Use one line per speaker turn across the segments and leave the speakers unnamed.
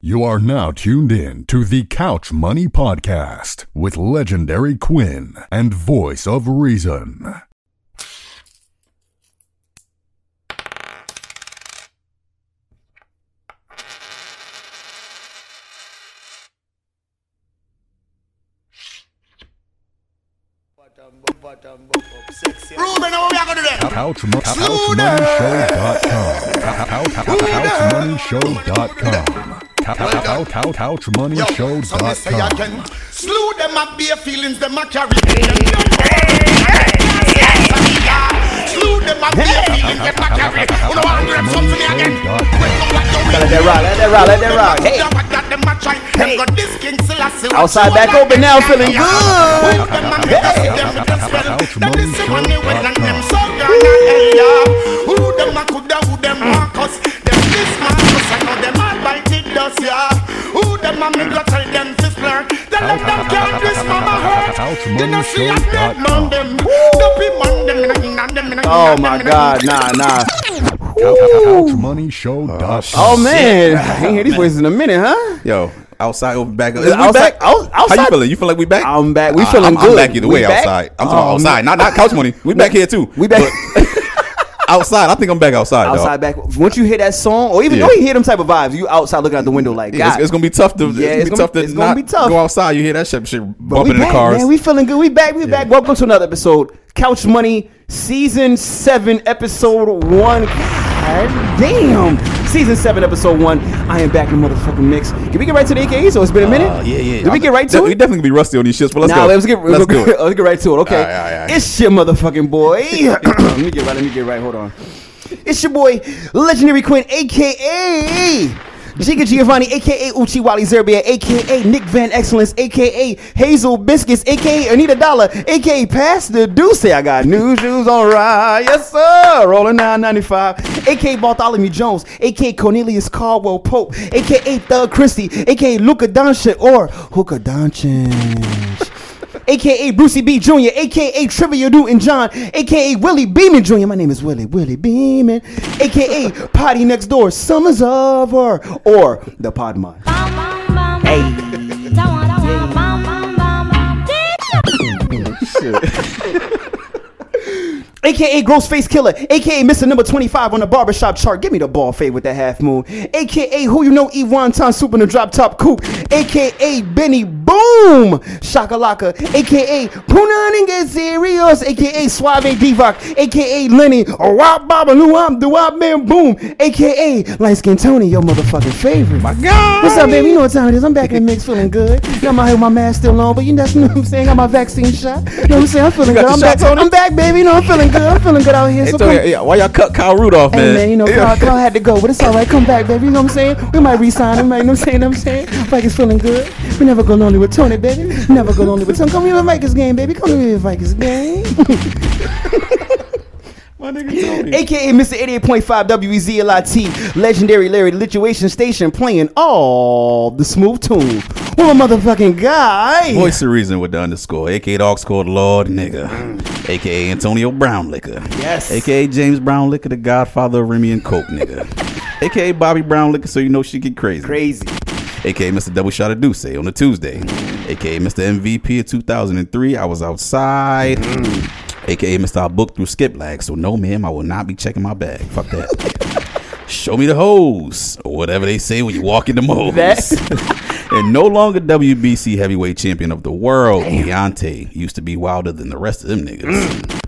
You are now tuned in to the Couch Money Podcast with legendary Quinn and voice of reason.
Ruben, now what we are gonna do then?
Couch, Mo- CouchMoneyShow.com. Couch, couch,
Yo, so me say
CouchMoneyShow.com.
again, slew them up bare feelings, them a carry. Slew them up bare feelings, them a carry. You know what, I'm gonna something again. Wake up like you're
Let that rock, let that rock, let that rock. Hey, Hey. Outside back open now, feeling good. Oh my God, nah, nah.
CouchMoneyShow.com.
Oh man, I ain't hear these voices in a minute, huh?
Yo, outside over back. Is we
outside-
back?
out- outside-
How you feeling? You feel like we back?
I'm back. We
I-
feeling
I'm,
good.
I'm back either
We
way.
back?
Outside. I'm talking
Oh,
outside. Not not couch money. We back here too.
We back
outside. I think I'm back outside. dog.
outside back. Once you hear that song, or even
Yeah.
though you hear them type of vibes, you outside looking out the window like,
Yeah,
God,
it's, it's gonna be tough to.
Yeah, it's
it's gonna be
gonna-
tough to
it's gonna
not
be tough.
Go outside. You hear that shit, shit
But we
bumping in the
back,
cars.
Man, we feeling good. We back. We back. Welcome to another episode, Couch Money, Season Seven, Episode One. God damn, Season Seven, Episode One. I am back in the motherfucking mix. Can we get right to the AKA? So it's been a minute.
Uh, yeah, yeah.
Did we
I'm-
get right to
We
it?
definitely gonna be rusty on these shits, but let's
nah,
go.
let's get
let's do it.
let's get right to it. Okay,
All right, all right, all right.
it's your motherfucking boy. let me get right. Let me get right. Hold on. It's your boy, Legendary Quinn, aka Jigga Giovanni, aka Uchi Wally Zerbia, aka Nick Van Excellence, aka Hazel Biscuits, aka Anita Dollar, aka Pass the Deuce. I got new shoes on right. Yes, sir. Rolling 995. aka Bartholomew Jones, aka Cornelius Caldwell Pope, aka Thug Christie, aka Luka Doncic or Hookah Doncic aka Brucey B Jr., aka Trivia Newton John, aka Willie Beeman Jr. My name is Willie Willie Beeman, aka Potty Next Door, Summer's Over, or the Podmon.
Hey.
aka Gross Face Killer, aka Mr. Number 25 on the barbershop chart. Give me the ball fade with that half moon. Aka Who You Know E Wonton Soup in the Drop Top Coupe. Aka Benny Boom Shakalaka. Aka Puna Ninga Serious. Aka Suave Divock. Aka Lenny Wap Baba Luam Duwap Man Boom. Aka Light Skin Tony, your motherfucking favorite. My
God.
What's up, baby? You know what time it is. I'm back in the mix feeling good. You know, I'm out here with my mask still on, but you know, that's- you know what I'm saying? I got my vaccine shot. You know what I'm saying? I'm feeling
got
good.
the
I'm
shot,
back,
Tony?
I'm back, baby. You know, I'm feeling good. I'm feeling good out here.
Hey,
So
Tony,
come,
yeah, why y'all cut Kyle Rudolph,
Hey,
man?
man, you know,
Yeah.
Carl, Carl had to go, but it's all right. Come back, baby. You know what I'm saying? We might resign him. You know what I'm saying? I'm saying, Vikings feeling good. We never go lonely with Tony, baby. Never go lonely with Tony. Come here, to Vikings game, baby. Come here, to Vikings game.
My nigga Tony.
AKA Mr. 88.5 WEZLIT, legendary Larry Lituation Station, playing all the smooth tunes. Well, my motherfucking guy.
Voice of reason with the underscore, aka Dogs called Lord Nigga, aka Antonio Brown Liquor,
Yes.
aka James Brown Liquor, the Godfather of Remy and Coke Nigga, aka Bobby Brown Liquor, so you know she get crazy,
Crazy.
aka Mr. Double Shot of Deuce on a Tuesday, aka Mr. MVP of 2003, I was outside, aka Mr. I booked through skip lag, so no ma'am, I will not be checking my bag. Fuck that. Show me the hose, or whatever they say when you walk in the moles. and no longer WBC heavyweight champion of the world, Deontay used to be wilder than the rest of them niggas.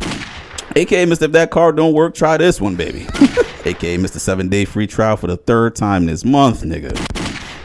AKA Mr. If that card don't work, try this one, baby. AKA Mr. Seven Day Free Trial for the third time this month, nigga.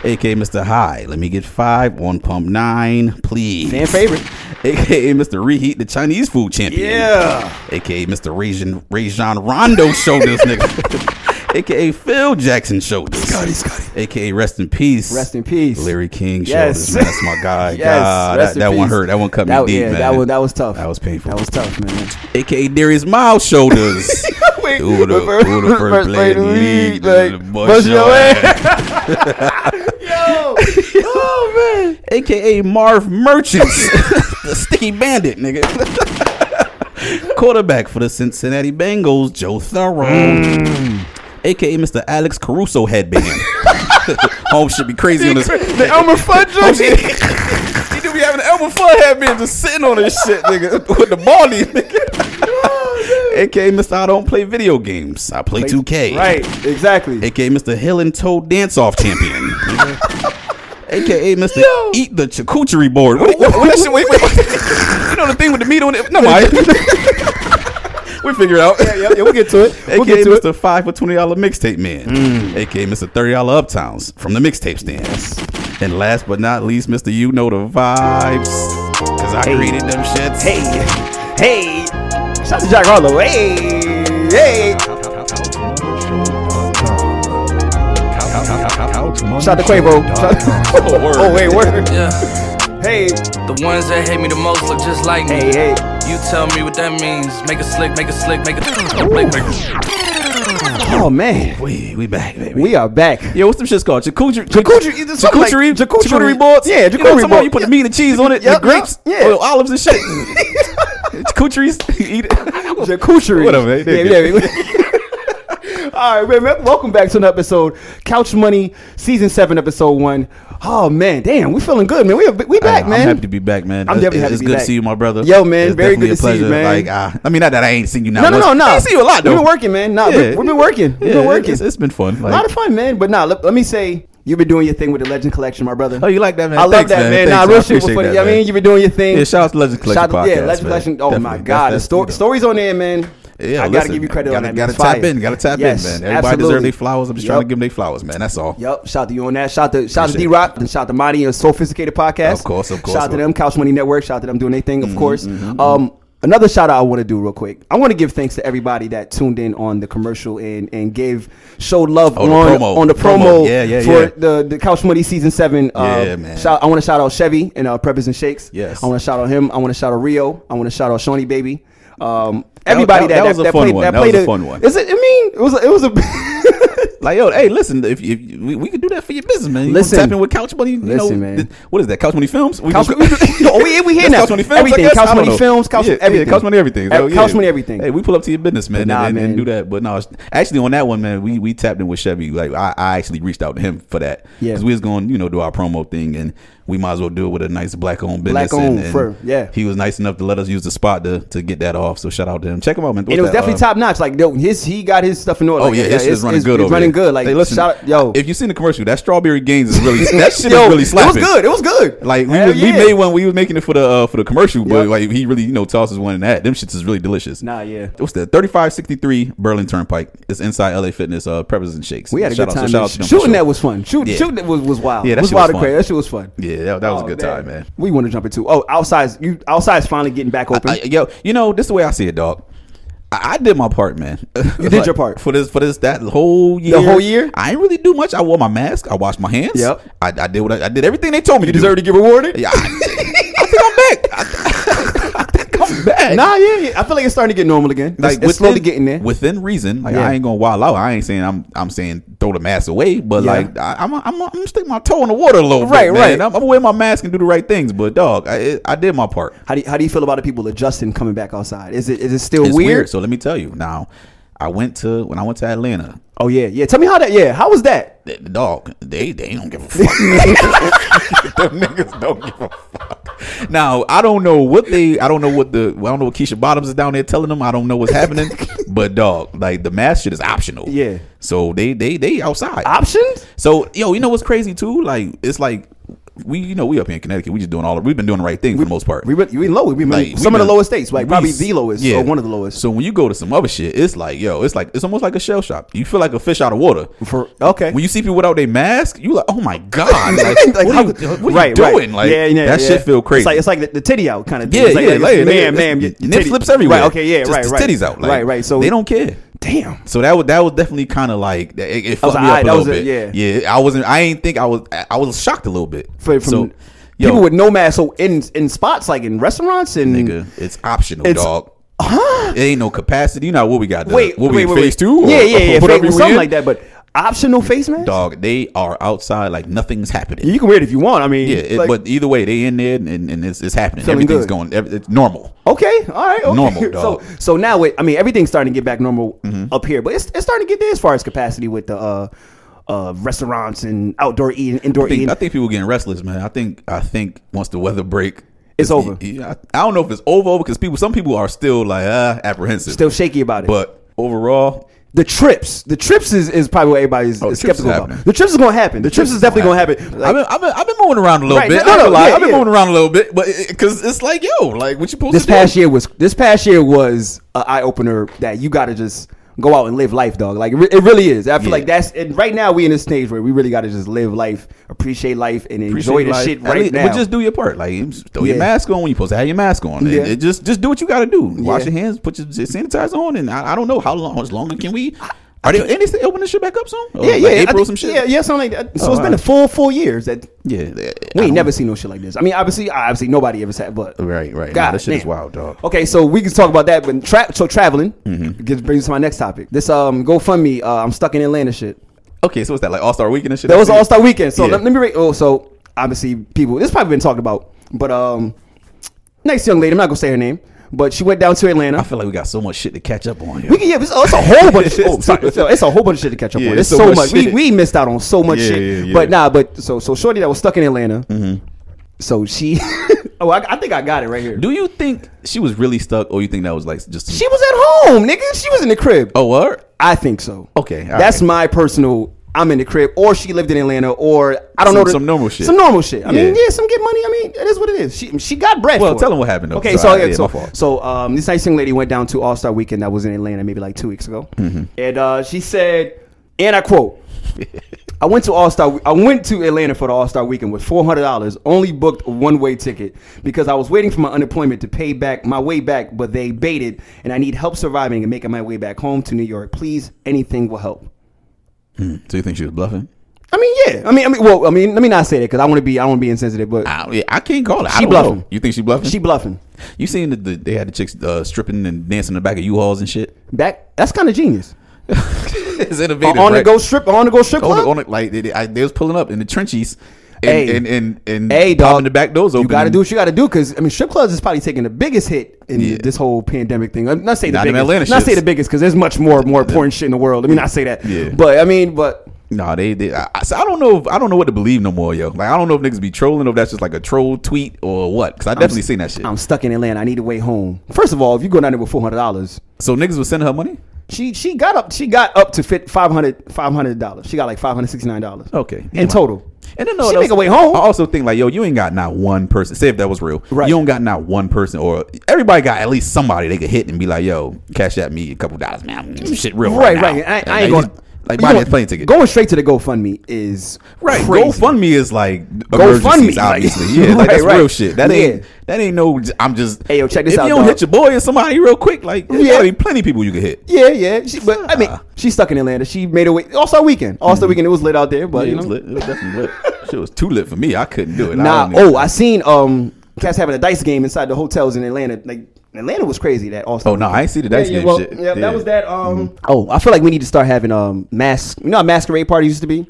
AKA Mr. High, let me get five on pump nine, please.
Fan favorite.
AKA Mr. Reheat, the Chinese food champion. Yeah. AKA Mr. Rajon, Rajon Rondo shoulders, nigga. AKA Phil Jackson shoulders. Scotty, Scotty. AKA Rest in Peace.
Rest in peace.
Larry King
Yes.
shoulders. man. That's my guy.
Yes,
God, that,
rest in
that one
peace.
hurt. That one cut me
That-
deep,
yeah,
man.
that was- that was tough.
That was painful.
That was tough, man.
AKA Darius Miles shoulders.
Wait,
Who the,
reverse-
who the first
reverse
player in the
play
league?
like,
to
bust your ass. Yo.
Oh man. AKA Marv Merchants, the sticky bandit, nigga. Quarterback for the Cincinnati Mm. Bengals, Joe Thurrow. AKA Mr. Alex Caruso headband. Home should be crazy on this.
The Elmer Fudd
Oh,
joint.
shit. he do be having an elbow fun headband just sitting on this shit, nigga, with the baldy, nigga. AKA Mr. I don't play video games. I play 2K.
Right.
Exactly.
AKA Mr. Hill and Toe Dance Off Champion. AKA Mr. Eat the Charcuterie Board. What, what, what that shit? Wait, wait, wait. You know the thing with the meat on it? No, I. We figure it out. Yeah, yeah, yeah, we'll get to it. Mm.
We'll
AKA
get to it.
Mr. Five for twenty dollar mixtape man. AKA Mr. Thirty dollar Uptowns from the mixtape stands. And last but not least, Mr. You know the vibes, cause I created them shits.
Hey, hey. Shout out to Jack Harlow. Hey, hey. Shout out to Quavo. Shout-
Oh, word.
oh wait, word.
Yeah,
Hey,
the ones that hate me the most look just like me.
hey, hey.
You tell me what that means. Make it slick, make it slick, make it. Make, make it.
Oh man,
we, we back, baby.
we are back.
Yo, what's them shits called? Charcuterie,
Charcuterie- it's something like-
charcuterie,
charcuterie.
charcuterie boards.
Yeah,
you know,
charcuterie
tomorrow
board.
you put the meat and the cheese on it,
Yup,
the grapes,
yup, yeah.
oh, olives and shit. Charcuteries, eat it.
Charcuterie.
Whatever, they- they
Yeah, yeah. All right, man. Welcome back to another episode, Couch Money, Season Seven, Episode One. Oh man, damn, we feeling good, man. We we back,
I-
man.
I'm happy to be back, man.
I'm
It's-
definitely
it's,
happy
It's
to be
good
back.
to see you, my brother.
Yo, man,
It's
very
definitely
good
a
to see you,
pleasure.
man.
Like, uh, I mean, not that I ain't seen you now.
No, no, no, no.
I see you a lot though.
We've been working, man. Nah, we-
Yeah.
we've been working. We've
Yeah,
been
it-
working.
it's- it's been fun.
a lot of fun, man. But nah, let, let me say, you've been doing your thing with the Legend Collection, my brother.
Oh, you like that, man?
I love
Thanks,
that, man.
man.
Nah,
Thanks, I
real shit was
appreciate
funny.
that,
Yeah, I mean,
man.
you've been doing your thing.
Yeah, shout out to Legend Collection
Shout out-
Podcast,
Yeah, Legend
man.
Collection. Oh my
Definitely.
God, the
That's- that's,
sto-
you know.
stories on there, man.
Yeah,
I gotta
listen,
give you credit
gotta,
on that.
Gotta
man.
tap
Fire.
in. Gotta tap
Yes,
in, man. Everybody deserves
absolutely.
their flowers. I'm just
Yup.
trying to give them their flowers, man. That's all.
Yep. Shout out to you on that. Shout out to shout out to
Appreciate
D
it.
Rock and shout out to Monty and Sophisticated Podcast.
Of course, of course. Mm-hmm,
Shout out to them, Couch Money Network. Shout out to them doing their thing, of course. Um, another shout out I want to do real quick. I want to give thanks to everybody that tuned in on the commercial and and gave showed love
Oh, the
on
promo.
on the promo,
Promo. Yeah, yeah,
for
yeah.
the the Couch Money season seven. Uh,
Yeah, man.
Shout, I want to shout out Chevy and uh, Preppers and Shakes.
Yes.
I want to shout out him. I want to shout out Rio. I want to shout out Shawnee Baby. Um, everybody
that- that was a fun
played
one.
that
That was
played
a fun one.
Is it? I mean, it was a, it was a.
Like yo, hey, listen. If, if we, we could do that for your business, man, you
Listen.
listen, tap in with Couch Money. You
Listen,
know,
man.
th- what is that? Couch Money Films. We
Couch,
just-
we, oh, we, we here
That's
now.
Couch Money Films. I
everything.
guess?
Couch
I don't
Money
know.
films. Couch
yeah,
everything.
Yeah, couch money everything. So,
Eh,
yeah.
Couch money everything.
Hey, we pull up to your business, man,
Nah,
and, and,
man.
and do that. But no, actually, on that one, man, we we tapped in with Chevy. Like I, I actually reached out to him for that.
Yeah.
because we was going, you know, do our promo thing, and we might as well do it with a nice black owned business.
Black-owned
and, and
firm, yeah.
He was nice enough to let us use the spot to to get that off. So shout out to him. Check him out, man. uh,
and it was definitely top notch. Like yo, his he got his stuff in order.
Oh
Like,
yeah, it's, it's running good.
It's
over
running
there.
good. Like
hey, listen,
shout out, yo,
If you've seen the commercial, that strawberry gains is really that shit
yo,
is really slapping.
It was good. It was good.
Like we,
Hell
was, we
yeah.
made one. We was making it for the uh, for the commercial, but
Yep.
like he really you know tosses one in that. Them shits is really delicious.
Nah, yeah.
What's that? Thirty five sixty three Berlin Turnpike. It's inside LA Fitness. Uh, Preppers and Shakes.
We had a
Shout
good
out- so
time.
shout out to them for
Shooting
sure.
that was fun. Shoot,
Yeah.
Shooting it was was wild.
Yeah, that
was
shit was
wild and
fun.
crazy. That shit was fun.
Yeah, that, that was a
Oh,
good time, man.
We want to jump into oh outside's you outside's finally getting back open.
I- I- yo, you know this is the way I see it, dog. I, I did my part, man. You
did your part.
for this for this that whole year.
whole year?
I didn't really do much. I wore my mask. I washed my hands.
Yep.
I, I did what I, I did. Everything they told me.
you
to
deserve to
do.
get rewarded.
Yeah, I, I think I'm back. I, I think I'm back.
Nah, yeah, yeah. I feel like it's starting to get normal again. Like it's, it's slowly getting there.
within reason. Like
Yeah.
I ain't gonna wild out. I ain't saying I'm I'm saying throw the mask away, but
Yeah.
like I, I'm, I'm I'm gonna stick my toe in the water a little
Right,
bit, man.
right.
I'm, I'm gonna wear my mask and do the right things, but dog, I it, I did my part.
how do you, how do you feel about the people adjusting coming back outside? Is it is it still
It's weird.
weird?
So let me tell you now. I went to when I went to Atlanta.
Oh yeah, yeah. Tell me how that. Yeah, how was that?
The, the dog, they they don't give a fuck. Them niggas don't give a fuck. Now I don't know what they. I don't know what the. I don't know what Keisha Bottoms is down there telling them. I don't know what's happening. but dog, like the mask shit is optional.
Yeah.
So they they they outside.
Options?
So yo, you know what's crazy too? Like it's like we you know we up here in Connecticut. We just doing all. We've been doing the right thing for the most part.
We were, we low. We've been
Like,
some
we
of the
been-
lowest states, like
we
probably
s-
the lowest or one of the lowest.
So when you go to some other shit, it's like yo, it's like it's almost like a shell shop. You feel like a fish out of water.
For- okay.
When you see people without their mask, you like, oh my god, like,
Like,
what,
how-
are you, what are you doing? Like that shit feel crazy.
It's like it's like the, the titty out kind of.
yeah,
thing. It's like,
yeah,
like,
like,
it's-
they-
man, man,
it's-
your
nip
titty-
slips everywhere.
Right, okay, yeah,
Just
right,
the
right.
Titties out, like,
right, right. So
they don't care.
Damn.
So that was that was definitely kind of like that- it, it fucked
like,
me up
alright,
a
that
little
was it,
bit. yeah, I wasn't. I ain't think I was. I I was shocked a little bit.
For- from
so, yo,
people with no mask, so in in spots like in restaurants and
nigga, it's optional,
Mm. It's-
dog. It ain't no capacity. You know what we got? the-
Wait,
what
wait,
we
wait,
in
wait.
phase two? or-
Yeah, yeah, yeah.
whatever
phase-
we
Something
in?
like that, but optional face mask.
dog. They are outside like nothing's happening.
You can wear it if you want. I mean,
yeah, it,
like-
but either way, they in there and, and it's, it's happening.
Feeling
Everything's
good.
going. Every, it's normal.
Okay, all right. Okay.
Normal, dog. Mm-hmm.
So, so now, it, I mean, everything's starting to get back normal up here, but it's, it's starting to get there as far as capacity with the uh, uh, restaurants and outdoor eating, indoor
I think,
eating.
I think people getting restless, man. I think I think once the weather break,
It's over.
Yeah, I, I don't know if it's over over because people, some people are still like uh, apprehensive,
Still shaky about it.
But overall,
the trips, the trips is, is probably what everybody's
Oh,
is
the trips is
skeptical about.
happening.
The trips is gonna happen. The, trips, is definitely gonna happen.
I've been, I've been I've been moving around a little
Right,
bit. I
no, no,
ain't gonna lie.
yeah,
I've been
yeah.
moving around a little bit, but because it's like yo, like what you supposed
this
to
past
do?
year was this past year was an eye opener that you got to just go out and live life, dog. Like it, re- it really is. I feel
Yeah.
like that's and right now we in this stage where we really got to just live life, appreciate life, and
Appreciate
enjoy the
life.
shit
At
right
least-
now.
But just do your part. Like just throw your
Yeah.
mask on when you're supposed to have your mask on. And
Yeah.
it- just just do what you got to do. Wash
Yeah.
your hands. Put your sanitizer on. And I, I don't know how long. How much longer can we? Are they? And they still opening this shit back up soon? Or
yeah,
like
yeah, I
April
think-
some shit.
Yeah, yeah, something like that. So
Oh,
it's been a
alright.
full four years that
yeah.
we ain't never seen no shit like this. I mean, obviously, obviously nobody ever said, but
Right, right. Nah,
God,
this shit is
damn.
wild, dog. Mm-hmm.
Okay, so we can talk about that. But tra- so traveling gets brings me to my next topic. This um GoFundMe. Uh, I'm stuck in Atlanta. Shit.
Okay, so what's that like All Star Weekend and shit?
That was All Star Weekend. So
Yeah.
let, let me. Re- oh, so obviously people. This probably been talked about, but um, next young lady. I'm not gonna say her name, but she went down to Atlanta.
I feel like we got so much shit to catch up on. Here.
we can, yeah, it's, oh, it's a whole bunch. Of shit. Oh, sorry, it's a- it's a whole bunch of shit to catch up
Yeah,
on. It's
it's
so,
so much
much. We,
shit.
we missed out on so much
Yeah,
shit.
yeah, Mm-hmm. yeah.
But nah, but so so shorty that was stuck in Atlanta. So she. oh, I, I think I got it right here.
Do you think she was really stuck, or you think that was like just? Some,
She was at home, nigga. She was in the crib.
oh, what?
I think so.
Okay, all
that's
right.
my personal. I'm in the crib, or she lived in Atlanta, or I don't
Some-
know the-
some normal shit.
Some normal shit. I mean,
Yeah.
yeah, some get money. I mean, it is what it is. She she got bread.
Well,
for
tell
it.
them what happened, though,
Okay,
so
so
I-
yeah,
yeah,
so,
my fault.
so um, this nice young lady went down to All Star Weekend that was in Atlanta maybe like two weeks ago,
Mm-hmm.
and uh, she said, and I quote. I went to All Star. I went to Atlanta for the All Star Weekend with four hundred dollars. Only booked a one way ticket because I was waiting for my unemployment to pay back my way back, but they baited, and I need help surviving and making my way back home to New York. Please, anything will help.
So you think she was bluffing?
I mean, yeah. I mean, I mean, well, I mean, let me not say that because I want to be, I want to be insensitive, but
I, yeah, I can't call it. I
She
don't
bluffing.
know. You think she bluffing?
she bluffing.
You seen that the, they had the chicks uh, stripping and dancing in the back of U-Hauls and shit?
That that's kind of genius.
it's innovative.
Uh, on the
right?
go strip, on the go strip
On
club.
the, on the, like they, they, I, they was pulling up in the trenches. And,
Hey.
and and and
hey,
popping
dog,
the back doors open.
You got to
and-
do what you got to do because I mean, strip clubs is probably taking the biggest hit in this whole pandemic thing. I'm not saying
Not them
the biggest,
Atlanta
not
shits.
say the biggest because there's much more more important shit in the world. I mean, I say that,
Yeah.
but I mean, but
Nah, they they. I, I- so I don't know. If, I don't know what to believe no more, yo. Like I don't know if niggas be trolling or if that's just like a troll tweet or what. Because I definitely seen that shit.
I'm stuck in Atlanta. I need a way home. First of all, if you go down there with four hundred dollars,
so niggas was sending her money.
she she got up she got up to fit 500 dollars. She got like five hundred sixty nine dollars.
Okay.
in total.
And then no,
she
those-
make her way home.
I also think like, yo, you ain't got not one person. Say if that was real,
Right.
You don't got not one person, or everybody got at least somebody they could hit and be like, yo, cash at me a couple dollars, man. I'm doing Shit, real
Right,
right,
right.
now.
I, I
Like,
ain't
you
going.
just- like buying a plane ticket.
Going straight to the GoFundMe is
Right,
Crazy.
GoFundMe is like
GoFundMe,
emergencies,
like-
obviously. Yeah, like that's
Right, right.
real shit. That ain't
Yeah.
that ain't no. j- I'm just.
Hey, yo, check this
if
out,
If you don't
dog.
hit your boy or somebody real quick, like there's
Yeah.
gotta be plenty of people you can hit.
Yeah, yeah. She, but I mean, she's stuck in Atlanta. She made her way All Star Weekend. All Star Weekend. It was lit out there,
Mm-hmm.
but
It
you
was
know,
lit. It was definitely lit. Shit was too lit for me. I couldn't do it.
nah.
don't even-
oh, I seen um cats having a dice game inside the hotels in Atlanta. Like Atlanta was crazy. That All Star.
Oh, no, I ain't see the dice game shit.
Yeah,
Yeah.
that was that. Um. Oh, I feel like we need to start having um mask. You know, how masquerade party used to be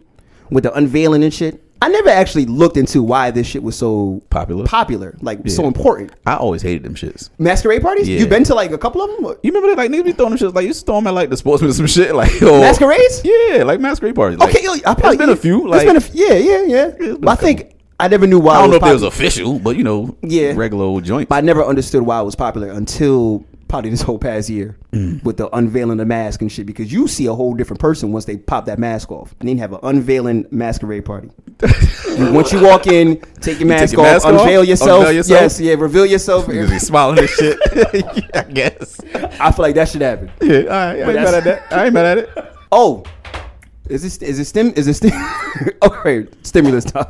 with the unveiling and shit. I never actually looked into why this shit was so
Popular.
popular, like so
Yeah.
important.
I always hated them shits.
Masquerade parties?
Yeah.
You've been to like a couple of them?
You remember that? Like niggas be throwing them shits. Like you used to throw them at like the sportsman or some shit. Like oh,
Masquerades?
Yeah, like masquerade parties. Like,
okay, yo, I probably
it's been a few.
it's
Like
been a few. Yeah, yeah, yeah.
been a
But I
couple.
think I never knew why.
I don't know
it
if
was
it was
popular.
official, but you know,
Yeah.
regular old joint.
But I never understood why it was popular until probably this whole past year
Mm.
with the unveiling the mask and shit. Because you see a whole different person once they pop that mask off, and then you have an unveiling masquerade party. And once you walk in, take your mask
your
off,
mask off,
unveil yourself.
unveil yourself.
Yes, yeah, reveal yourself.
Niggas be smiling and shit. I guess.
I feel like that should happen.
Yeah, all right, I ain't
that's-
mad at that. I ain't mad at it.
Oh, is this is it stim is it stim? okay, stimulus time.